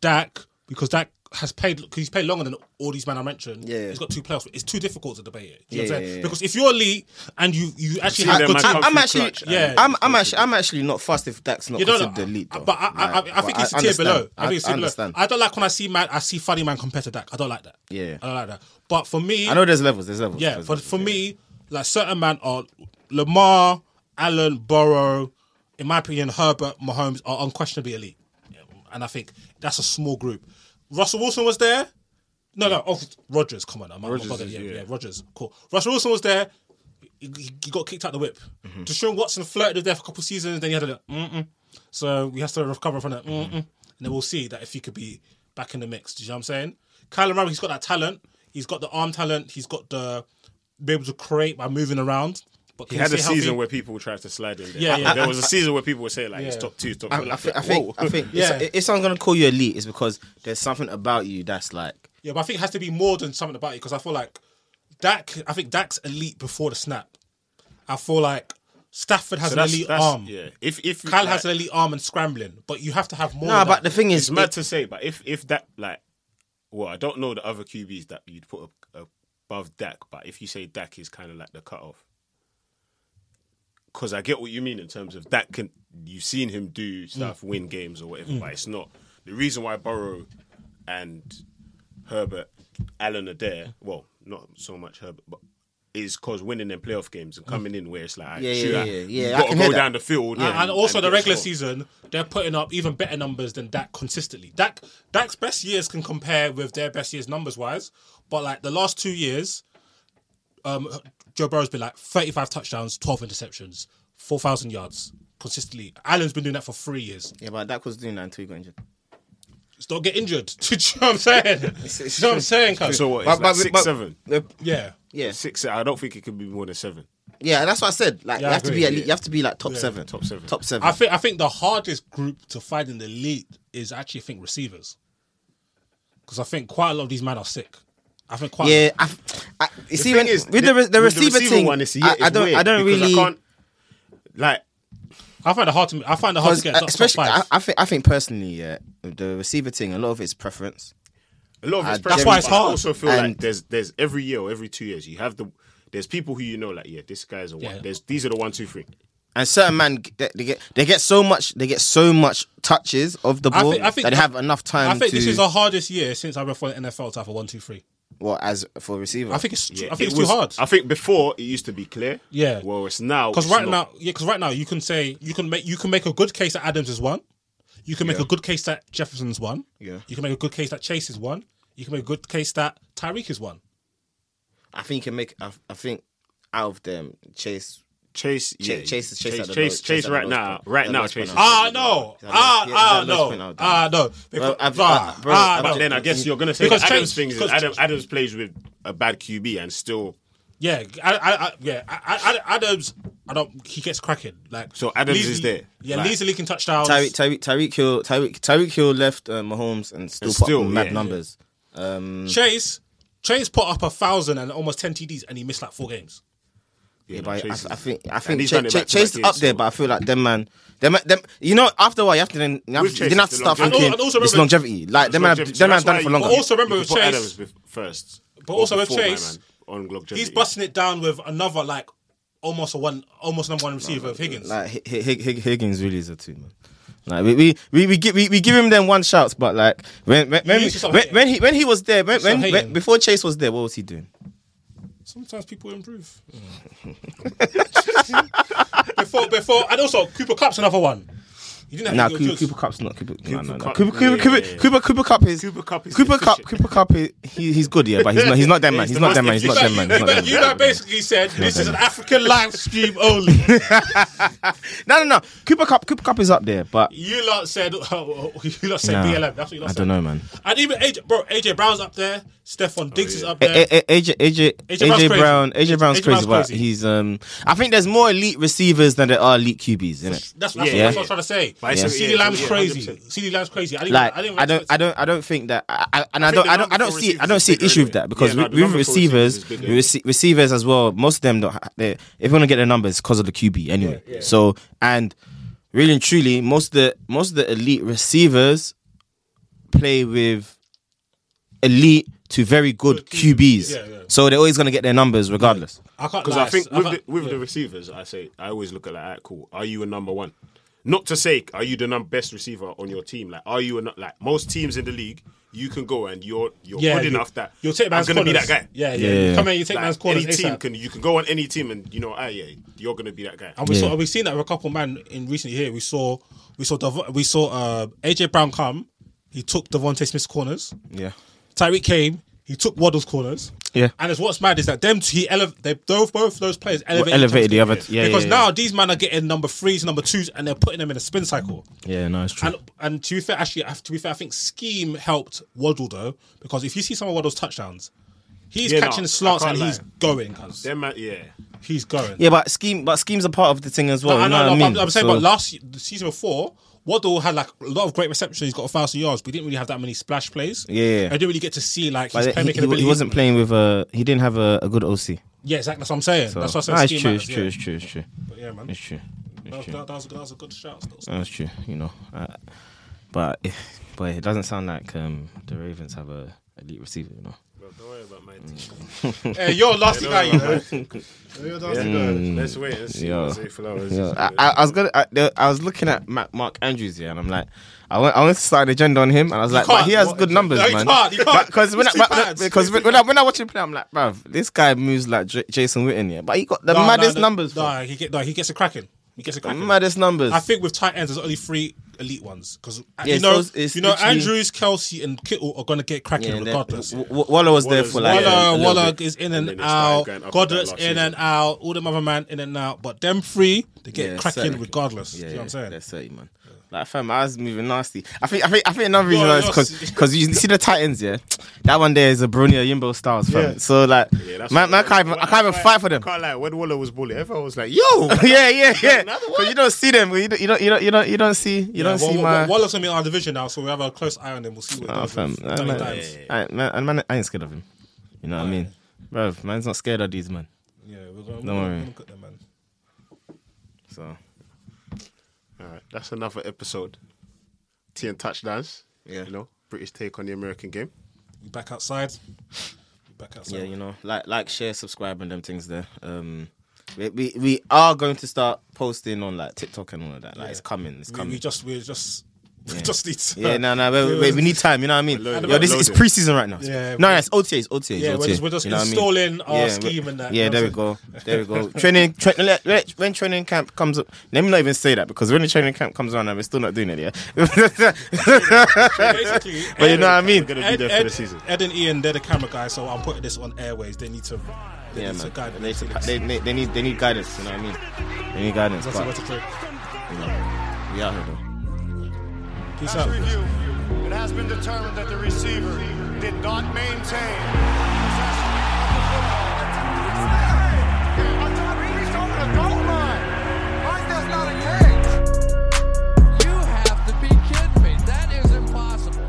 Speaker 6: Dak because Dak has played because he's played longer than all these men I mentioned.
Speaker 7: Yeah.
Speaker 6: he's got two playoffs. It's too difficult to debate it. Do you know
Speaker 7: Yeah,
Speaker 6: what I'm
Speaker 7: yeah,
Speaker 6: saying?
Speaker 7: yeah.
Speaker 6: Because if you're elite and you you actually
Speaker 5: seen
Speaker 6: have
Speaker 5: them
Speaker 6: good
Speaker 5: at
Speaker 6: team,
Speaker 5: Come
Speaker 7: I'm
Speaker 5: through
Speaker 7: actually,
Speaker 5: clutch,
Speaker 6: yeah.
Speaker 7: I'm, I'm actually, I'm actually not fast if Dak's not
Speaker 6: you know,
Speaker 7: considered elite. Though.
Speaker 6: but I, I,
Speaker 7: Like,
Speaker 6: I, I think
Speaker 7: but
Speaker 6: it's a tier below. I,
Speaker 7: understand.
Speaker 6: think it's a tier below.
Speaker 7: understand.
Speaker 6: I don't like when I see man, I see funny man compared to Dak. I don't like that.
Speaker 7: Yeah.
Speaker 6: I don't like that. But for me,
Speaker 7: I know there's levels. There's levels.
Speaker 6: yeah,
Speaker 7: there's
Speaker 6: for
Speaker 7: levels,
Speaker 6: for
Speaker 7: yeah.
Speaker 6: me, like certain man are Lamar, Allen, Burrow, in my opinion, Herbert, Mahomes are unquestionably elite, and I think that's a small group. Russell Wilson was there. No, no, off Rogers. Come on, I'm
Speaker 5: Rodgers
Speaker 6: Rogers,
Speaker 5: is-
Speaker 6: yeah,
Speaker 5: yeah.
Speaker 6: yeah, Rogers. Cool. Russell Wilson was there. He, he- he got kicked out the whip.
Speaker 5: Mm-hmm.
Speaker 6: Deshaun Watson flirted with there for a couple of seasons. Then he had a mm So we have to recover from that. Mm-mm. And then we'll see that if he could be back in the mix. Do you know what I'm saying? Kyler Murray, he's got that talent. He's got the arm talent. He's got the be able to create by moving around. But
Speaker 5: He
Speaker 6: can
Speaker 5: had a
Speaker 6: stay healthy?
Speaker 5: season where people tried to slide in there.
Speaker 6: Yeah, yeah.
Speaker 5: There was a season where people were saying like it's
Speaker 6: Yeah.
Speaker 5: top two, it's top.
Speaker 7: I,
Speaker 5: three.
Speaker 7: I,
Speaker 5: Like,
Speaker 7: thi- I think
Speaker 5: whoa.
Speaker 7: I think
Speaker 6: Yeah.
Speaker 7: it's- if someone's gonna call you elite, it's because there's something about you that's like
Speaker 6: Yeah, but I think it has to be more than something about it because I feel like Dak. I think Dak's elite before the snap. I feel like Stafford has
Speaker 5: So
Speaker 6: an
Speaker 5: that's,
Speaker 6: elite
Speaker 5: that's
Speaker 6: arm.
Speaker 5: yeah. If if
Speaker 6: Kyle
Speaker 5: like,
Speaker 6: has an elite arm and scrambling, but you have to have more.
Speaker 7: no.
Speaker 6: of
Speaker 7: But
Speaker 6: that.
Speaker 7: the thing is,
Speaker 5: it's mad to say, but if if that like, well, I don't know the other QBs that you'd put ab- above Dak, but if you say Dak is kind of like the cutoff, because I get what you mean in terms of Dak can you've seen him
Speaker 7: Mm.
Speaker 5: do stuff, win games or whatever, but it's not the reason why Burrow and Herbert, Allen are there. Well, not so much Herbert, but. Is cause winning them playoff games and coming in where it's like,
Speaker 7: Mm. Yeah, yeah,
Speaker 5: shoot,
Speaker 7: yeah,
Speaker 5: I-
Speaker 7: yeah,
Speaker 5: you
Speaker 7: yeah, I
Speaker 5: gotta
Speaker 7: can
Speaker 5: go
Speaker 7: hear that.
Speaker 5: down the field,
Speaker 6: And-
Speaker 5: yeah,
Speaker 6: and also
Speaker 5: get
Speaker 6: the
Speaker 5: a
Speaker 6: regular
Speaker 5: score.
Speaker 6: season, they're putting up even better numbers than Dak consistently. Dak Dak's best years can compare with their best years numbers wise, but like the last two years, um, Joe Burrow's been like thirty-five touchdowns, twelve interceptions, four thousand yards consistently. Allen's been doing that for three years.
Speaker 7: yeah, but Dak was doing that until he got injured.
Speaker 6: just don't get injured. Do you know what I'm saying? Do you know what I'm saying? cuz?
Speaker 5: So what? It's
Speaker 7: But-
Speaker 5: like
Speaker 7: but-
Speaker 5: six,
Speaker 7: but-
Speaker 5: seven.
Speaker 6: yeah.
Speaker 7: Yeah,
Speaker 5: Six. I don't think it could be more than seven.
Speaker 7: yeah, and that's what I said. Like
Speaker 6: Yeah,
Speaker 7: you
Speaker 6: I
Speaker 7: have to
Speaker 6: agree,
Speaker 7: be elite.
Speaker 6: yeah.
Speaker 7: You have to be like top
Speaker 6: Yeah,
Speaker 7: seven,
Speaker 5: top seven.
Speaker 7: top seven.
Speaker 6: I think I think the hardest group to find in the league is actually I think receivers. Cuz I think quite a lot of these men are sick. I think quite
Speaker 7: yeah, I, I, you see, when,
Speaker 5: is,
Speaker 7: with the, re- the receiver thing,
Speaker 5: one, it's,
Speaker 7: I, I don't, I don't really.
Speaker 5: like.
Speaker 6: I find it hard to I find it hard to
Speaker 7: Because,
Speaker 6: get
Speaker 7: uh,
Speaker 6: top,
Speaker 7: especially,
Speaker 6: top five.
Speaker 7: I, I think, I think personally, yeah, the receiver thing, a lot of it's preference.
Speaker 5: A lot of it's
Speaker 7: I
Speaker 5: pressure,
Speaker 7: That's why it's
Speaker 5: but I
Speaker 6: hard.
Speaker 5: also feel
Speaker 7: And-
Speaker 5: like there's there's every year or every two years you have the there's people who you know like yeah this guy's a one.
Speaker 6: Yeah.
Speaker 5: There's these are the one two three.
Speaker 7: And certain man, g- they, they get they get so much, they get so much touches of the
Speaker 6: I
Speaker 7: ball
Speaker 6: think- I think-
Speaker 7: that they have enough time
Speaker 6: I think
Speaker 7: to
Speaker 6: this is the hardest year since I referred NFL to have a one, two, three.
Speaker 7: what as for receiver.
Speaker 6: I think it's
Speaker 5: Yeah,
Speaker 6: I think
Speaker 5: it
Speaker 6: it's
Speaker 5: was-
Speaker 6: too hard.
Speaker 5: I think before it used to be clear.
Speaker 6: Yeah.
Speaker 5: Well, it's now
Speaker 6: Because
Speaker 5: it's
Speaker 6: right
Speaker 5: not.
Speaker 6: now, yeah, because right now you can say you can make you can make a good case that Adams is one. You can make a good case that Jefferson's one.
Speaker 7: Yeah.
Speaker 6: You can make a good case that Chase is one. You can make a good case that Tyreek is one.
Speaker 7: I think you can make. I, I think out of them, Chase.
Speaker 5: Chase yeah,
Speaker 7: Chase, Chase, Chase,
Speaker 5: Chase,
Speaker 7: at the
Speaker 5: Chase,
Speaker 7: lowest-
Speaker 5: Chase
Speaker 7: at the
Speaker 5: right
Speaker 7: lowest
Speaker 5: now
Speaker 7: point.
Speaker 5: right
Speaker 7: At the
Speaker 5: now
Speaker 7: lowest
Speaker 5: Chase.
Speaker 7: point.
Speaker 6: Ah no,
Speaker 7: Yeah,
Speaker 6: ah
Speaker 7: yeah,
Speaker 6: ah
Speaker 7: that lowest point
Speaker 6: no,
Speaker 7: I've done.
Speaker 6: ah no. Because,
Speaker 7: Well, I've-
Speaker 6: ah,
Speaker 7: uh, bro,
Speaker 6: ah,
Speaker 7: I've-
Speaker 5: But
Speaker 6: no.
Speaker 5: then I guess you're gonna say
Speaker 6: Because
Speaker 5: the Adams
Speaker 6: Chase-
Speaker 5: things. Is
Speaker 6: because-
Speaker 5: Adam, Adams plays with a bad QB and still
Speaker 6: yeah, I, I, I, yeah, I, I, I- Adams. I don't. He gets cracking. Like
Speaker 5: So Adams
Speaker 6: leads
Speaker 5: is
Speaker 6: the-
Speaker 5: there.
Speaker 6: Yeah,
Speaker 5: Like-
Speaker 6: leads the league in touchdowns.
Speaker 7: Tyreek, Tyreek, Tyreek Hill, Tyreek, Tyreek Hill left uh, Mahomes and still
Speaker 5: And
Speaker 7: put
Speaker 5: still,
Speaker 7: up mad
Speaker 5: yeah.
Speaker 7: numbers.
Speaker 6: Chase, Chase put up a thousand and almost ten TDs, and he missed like four games.
Speaker 7: Yeah,
Speaker 5: no,
Speaker 7: but
Speaker 5: Chase
Speaker 7: I,
Speaker 5: is-
Speaker 7: I think I
Speaker 5: and
Speaker 7: think
Speaker 5: he's
Speaker 7: Cha-
Speaker 5: done it
Speaker 7: Cha-
Speaker 5: back to
Speaker 7: Chase
Speaker 5: back
Speaker 7: is
Speaker 5: years,
Speaker 7: up there,
Speaker 5: so-
Speaker 7: but I feel like them man, them, them you know, after a while you have to then you, have,
Speaker 5: With
Speaker 7: you
Speaker 5: Chase,
Speaker 7: then have to
Speaker 5: it's
Speaker 7: start
Speaker 5: the
Speaker 7: thinking
Speaker 6: longevity. And also remember-
Speaker 7: it's longevity. Like Uh, them man, have,
Speaker 5: Longevity, so
Speaker 7: them man
Speaker 5: that's
Speaker 7: have done it
Speaker 5: why
Speaker 7: for
Speaker 5: you-
Speaker 7: longer.
Speaker 6: But also remember
Speaker 5: You
Speaker 6: with
Speaker 5: could put
Speaker 6: Chase-
Speaker 5: Adams bef- first,
Speaker 6: But
Speaker 5: or
Speaker 6: also with
Speaker 5: before, my
Speaker 6: Chase,
Speaker 5: man, on longevity.
Speaker 6: He's busting it down with another like almost a one, almost number one receiver of Higgins.
Speaker 7: Like Hi- Hi- Hi- Hi- Higgins really is a two man. Like we we, we, we, give, we we give him them one shouts, but like when when when,
Speaker 6: You used to start
Speaker 7: when,
Speaker 6: hating.
Speaker 7: when he when he was there, when,
Speaker 6: You used to
Speaker 7: when,
Speaker 6: start
Speaker 7: when-
Speaker 6: hating.
Speaker 7: before Chase was there, what was he doing?
Speaker 6: Sometimes people improve. before, before, and also Cooper Cup's another one. He didn't have
Speaker 7: Nah,
Speaker 6: any
Speaker 7: Cooper,
Speaker 6: good
Speaker 7: Cooper
Speaker 6: Cooper,
Speaker 7: Cup's not Cooper. no, no, no.
Speaker 5: Cup-
Speaker 7: Cooper, Cooper,
Speaker 5: yeah,
Speaker 7: Cooper,
Speaker 5: yeah, yeah.
Speaker 7: Cooper, Cooper Cup is
Speaker 5: Cooper Cup is
Speaker 7: Cooper Cup.
Speaker 5: efficient.
Speaker 7: Cooper Cup is he, he's good, yeah, but he's not he's not that man.
Speaker 5: He's
Speaker 7: He's
Speaker 5: the
Speaker 7: not
Speaker 5: most
Speaker 7: that man. He's not that man. He's
Speaker 6: You,
Speaker 7: not that
Speaker 6: man,
Speaker 7: man.
Speaker 6: you man basically said this is an African live stream only.
Speaker 7: No, no, no. Cooper Cup, Cooper Cup is up there, but
Speaker 6: You lot said oh, you lot said
Speaker 7: Nah,
Speaker 6: BLM. That's what you lot
Speaker 7: I
Speaker 6: said.
Speaker 7: don't know, man.
Speaker 6: And even AJ, bro, AJ Brown's up there. Stephon
Speaker 5: Oh,
Speaker 6: Diggs is up there.
Speaker 7: A- A- A- AJ AJ
Speaker 6: AJ Brown's
Speaker 7: AJ
Speaker 6: crazy.
Speaker 7: Brown AJ Brown's
Speaker 6: AJ Brown's
Speaker 7: crazy, but
Speaker 6: crazy.
Speaker 7: he's um. I think there's more elite receivers than there are elite QBs, in it?
Speaker 6: that's, that's,
Speaker 5: Yeah.
Speaker 6: that's what I was trying to say.
Speaker 5: But it's-
Speaker 6: Yeah.
Speaker 5: yeah,
Speaker 6: CD
Speaker 5: yeah,
Speaker 6: Lamb's
Speaker 5: yeah,
Speaker 6: crazy.
Speaker 5: 100%.
Speaker 6: CD Lamb's crazy. I didn't.
Speaker 7: Like
Speaker 6: I, didn't
Speaker 7: I don't,
Speaker 6: expect-
Speaker 7: I don't, I don't think that, I, I, and I,
Speaker 5: think
Speaker 7: don't,
Speaker 5: the
Speaker 7: I don't, I
Speaker 5: number
Speaker 7: don't
Speaker 5: for
Speaker 7: see, I
Speaker 5: receivers
Speaker 7: don't
Speaker 5: is
Speaker 7: see an
Speaker 5: bigger
Speaker 7: issue with
Speaker 5: anyway.
Speaker 7: that because
Speaker 5: Yeah, no,
Speaker 7: with,
Speaker 5: the
Speaker 7: with
Speaker 5: number for receivers
Speaker 7: receivers,
Speaker 5: is bigger.
Speaker 7: rece- receivers as well. Most of them don't. ha- They, if we're gonna get the numbers, because of the QB anyway. So and really and truly, most of the most of the elite receivers play with elite to very good
Speaker 6: QBs.
Speaker 7: QBs.
Speaker 6: Yeah, yeah.
Speaker 7: So they're always gonna get their numbers regardless.
Speaker 6: I can't
Speaker 5: Because
Speaker 6: lie,
Speaker 5: I think
Speaker 6: I've
Speaker 5: with,
Speaker 6: had-
Speaker 5: the, with
Speaker 6: yeah.
Speaker 5: the receivers, I say I always look at like, alright, cool. Are you a number one? Not to say are you the num- best receiver on your team? Like, are you a, nu- like most teams in the league? You can go and you're you're
Speaker 6: yeah,
Speaker 5: good
Speaker 6: you-
Speaker 5: enough that
Speaker 6: you'll take
Speaker 5: I'm
Speaker 6: man's
Speaker 5: going to be that
Speaker 6: corners.
Speaker 5: guy.
Speaker 6: Yeah, yeah.
Speaker 7: Yeah.
Speaker 6: You come in, you take
Speaker 5: Like,
Speaker 6: man's corners.
Speaker 5: any team
Speaker 6: ASAP.
Speaker 5: can you can go on any team and you know, ah, yeah, you're going to be that guy.
Speaker 6: And we
Speaker 7: Yeah.
Speaker 6: saw we've seen that with a couple man in recently here. We saw we saw Devo- we saw uh, AJ Brown come. He took Devontae Smith's corners.
Speaker 7: Yeah.
Speaker 6: Tyreek came. He He took Waddle's corners.
Speaker 7: Yeah.
Speaker 6: And it's what's mad is that them two, he elev- they both both those players elevated, each other's
Speaker 7: elevated the other-
Speaker 6: game.
Speaker 7: yeah, yeah,
Speaker 6: because
Speaker 7: yeah.
Speaker 6: now these men are getting number threes, number twos, and they're putting them in a spin cycle.
Speaker 7: Yeah, no, it's true.
Speaker 6: And and to be fair, actually, I have- to be fair, I think scheme helped Waddle though because if you see some of Waddle's touchdowns, he's
Speaker 5: Yeah, no,
Speaker 6: catching
Speaker 5: I
Speaker 6: slants
Speaker 5: can't
Speaker 6: and he's
Speaker 5: lie.
Speaker 6: going, cause
Speaker 5: Them, man- yeah.
Speaker 6: he's going.
Speaker 7: yeah, but scheme, but scheme's a part of the thing as well.
Speaker 6: I
Speaker 7: you
Speaker 6: know,
Speaker 7: know what
Speaker 6: no,
Speaker 7: I
Speaker 6: but
Speaker 7: mean?
Speaker 6: I'm, I'm saying,
Speaker 7: So-
Speaker 6: but last se- the season before, Waddle had like a lot of great receptions. He's got a thousand yards, but he didn't really have that many splash plays.
Speaker 7: Yeah, yeah.
Speaker 6: I didn't really get to see like his
Speaker 7: but he,
Speaker 6: playmaking
Speaker 7: he- he
Speaker 6: ability.
Speaker 7: wasn't playing with a. He didn't have a, a good OC. So.
Speaker 6: Yeah, exactly. That's what I'm saying. That's what I said.
Speaker 7: Nah,
Speaker 6: scheme
Speaker 7: it's true. It's
Speaker 6: matters,
Speaker 7: true.
Speaker 6: yeah.
Speaker 7: It's true. It's true.
Speaker 6: But yeah, man.
Speaker 7: It's true.
Speaker 6: That
Speaker 7: It's
Speaker 6: was,
Speaker 7: true.
Speaker 6: that, that was, that was a good shout. Still.
Speaker 7: That's true, you know. Uh, but but it doesn't sound like um, the Ravens have a elite receiver, you know.
Speaker 5: Well, don't worry about my team.
Speaker 6: hey, you're last guy. You know.
Speaker 5: Mm. Let's wait. Let's see
Speaker 7: Yeah.
Speaker 5: what Zay Flowers is
Speaker 7: Yeah, I,
Speaker 5: doing.
Speaker 7: I, I was gonna. I, the- I was looking at Ma- Mark Andrews here, and I'm like, I want, I want to start an agenda on him, and I was like, but
Speaker 6: can't.
Speaker 7: he has
Speaker 6: What
Speaker 7: good
Speaker 6: agenda?
Speaker 7: numbers,
Speaker 6: No, you
Speaker 7: man.
Speaker 6: can't, you can't.
Speaker 7: Because when I,
Speaker 6: It's too
Speaker 7: but-
Speaker 6: bad.
Speaker 7: because when, when I when I watch him play, I'm like, bruv, this guy moves like J- Jason Witten, yeah, but he got the
Speaker 6: Nah, nah,
Speaker 7: maddest
Speaker 6: nah,
Speaker 7: numbers,
Speaker 6: Nah, he get, nah, he gets a cracking. He gets a
Speaker 7: fam.
Speaker 6: cracking.
Speaker 7: maddest numbers.
Speaker 6: I think with tight ends, there's only three elite ones because
Speaker 7: Yeah,
Speaker 6: you
Speaker 7: it's
Speaker 6: know,
Speaker 7: those- it's
Speaker 6: you know,
Speaker 7: literally-
Speaker 6: Andrews, Kelsey, and Kittle are gonna get cracking
Speaker 7: yeah, that-
Speaker 6: regardless.
Speaker 7: W- W- Waller was there
Speaker 5: Waller's-
Speaker 7: for like
Speaker 5: Waller,
Speaker 7: a- a
Speaker 6: Waller,
Speaker 7: little
Speaker 6: Waller
Speaker 7: bit.
Speaker 6: is in and,
Speaker 5: And then they
Speaker 6: out.
Speaker 5: started going up and down
Speaker 6: Goddard's in
Speaker 5: last season.
Speaker 6: and out. All them other man in and out. But them three, they get
Speaker 7: Yeah,
Speaker 6: cracking
Speaker 7: certainly.
Speaker 6: regardless.
Speaker 7: Yeah,
Speaker 6: you know what I'm saying?
Speaker 7: That's it, man. Like fam, I was moving nasty. I think I think I think another reason
Speaker 6: Yo,
Speaker 7: is
Speaker 6: yo,
Speaker 7: because because you see the Titans, yeah. That one there is a Bruni or Yimbo Styles, fam.
Speaker 4: Yeah.
Speaker 7: So like,
Speaker 5: Yeah, that's
Speaker 7: man,
Speaker 5: what-
Speaker 7: man, I can't even, I can't even fight for them.
Speaker 4: Can't lie, when Waller was bullied, everyone was like, "Yo,
Speaker 7: yeah, yeah, yeah.
Speaker 4: Another
Speaker 7: Because you don't see them. You don't, you don't, you don't, you don't, you don't see, you don't
Speaker 6: well,
Speaker 7: see
Speaker 6: well,
Speaker 7: my.
Speaker 6: well, Waller's gonna be in our division now, so we have a close eye on him. We'll see what he
Speaker 7: Oh,
Speaker 6: does.
Speaker 7: fam,
Speaker 6: with
Speaker 7: I,
Speaker 6: Danny
Speaker 7: man,
Speaker 6: Dimes.
Speaker 7: I, man, I, man, I ain't scared of him. You know what I mean, bro? Man's not scared of these man.
Speaker 6: Yeah, we're gonna, we're
Speaker 7: Don't worry.
Speaker 6: gonna look at them, man.
Speaker 7: So
Speaker 5: All right, that's another episode. Tea and touchdowns.
Speaker 7: Yeah.
Speaker 5: You know, British take on the American game.
Speaker 6: We back outside. We back outside.
Speaker 7: yeah, you know, like, like, share, subscribe, and them things there. Um, we, we, we are going to start posting on like TikTok and all of that. Like, it's coming. It's
Speaker 6: we,
Speaker 7: coming.
Speaker 6: we just we just we just need to
Speaker 7: Yeah, no, no, wait, wait, we need time. You know what I mean?
Speaker 5: Load it.
Speaker 7: Yo, this is
Speaker 5: Load it.
Speaker 7: preseason right now.
Speaker 6: Yeah,
Speaker 7: no,
Speaker 6: we're-
Speaker 7: no, it's OTA, it's OTA.
Speaker 6: Yeah, we're
Speaker 7: OTA,
Speaker 6: just- we're just
Speaker 7: you know what I mean?
Speaker 6: installing our
Speaker 7: we-
Speaker 6: scheme and that,
Speaker 7: Yeah,
Speaker 6: you know
Speaker 7: there we
Speaker 6: what
Speaker 7: go. There we go. training, tra- let, let- when training camp comes up, let me not even say that because when the training camp comes around, and we're still not doing it. Yeah,
Speaker 6: basically.
Speaker 7: but you know what I mean.
Speaker 5: We're gonna be
Speaker 6: Ed,
Speaker 5: there for
Speaker 6: Ed,
Speaker 5: the season.
Speaker 6: Ed and Ian, they're the camera guys, so I'm putting this on airways. They need to, they
Speaker 7: Yeah,
Speaker 6: need to
Speaker 7: man.
Speaker 6: guide
Speaker 7: They,
Speaker 6: me through this.
Speaker 7: they, they, they need they need guidance. You know what I mean? They need guidance.
Speaker 6: That's what
Speaker 7: But,
Speaker 6: to do.
Speaker 7: you know, we out here though.
Speaker 6: Peace
Speaker 4: Last
Speaker 6: out.
Speaker 4: review, it has been determined that the receiver did not maintain possession of the football.
Speaker 8: You have to be kidding me. That is impossible.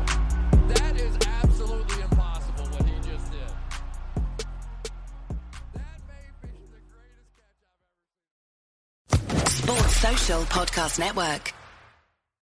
Speaker 8: That is absolutely impossible what he just did. That may be the greatest catch I've ever
Speaker 1: Sports Social Podcast Network.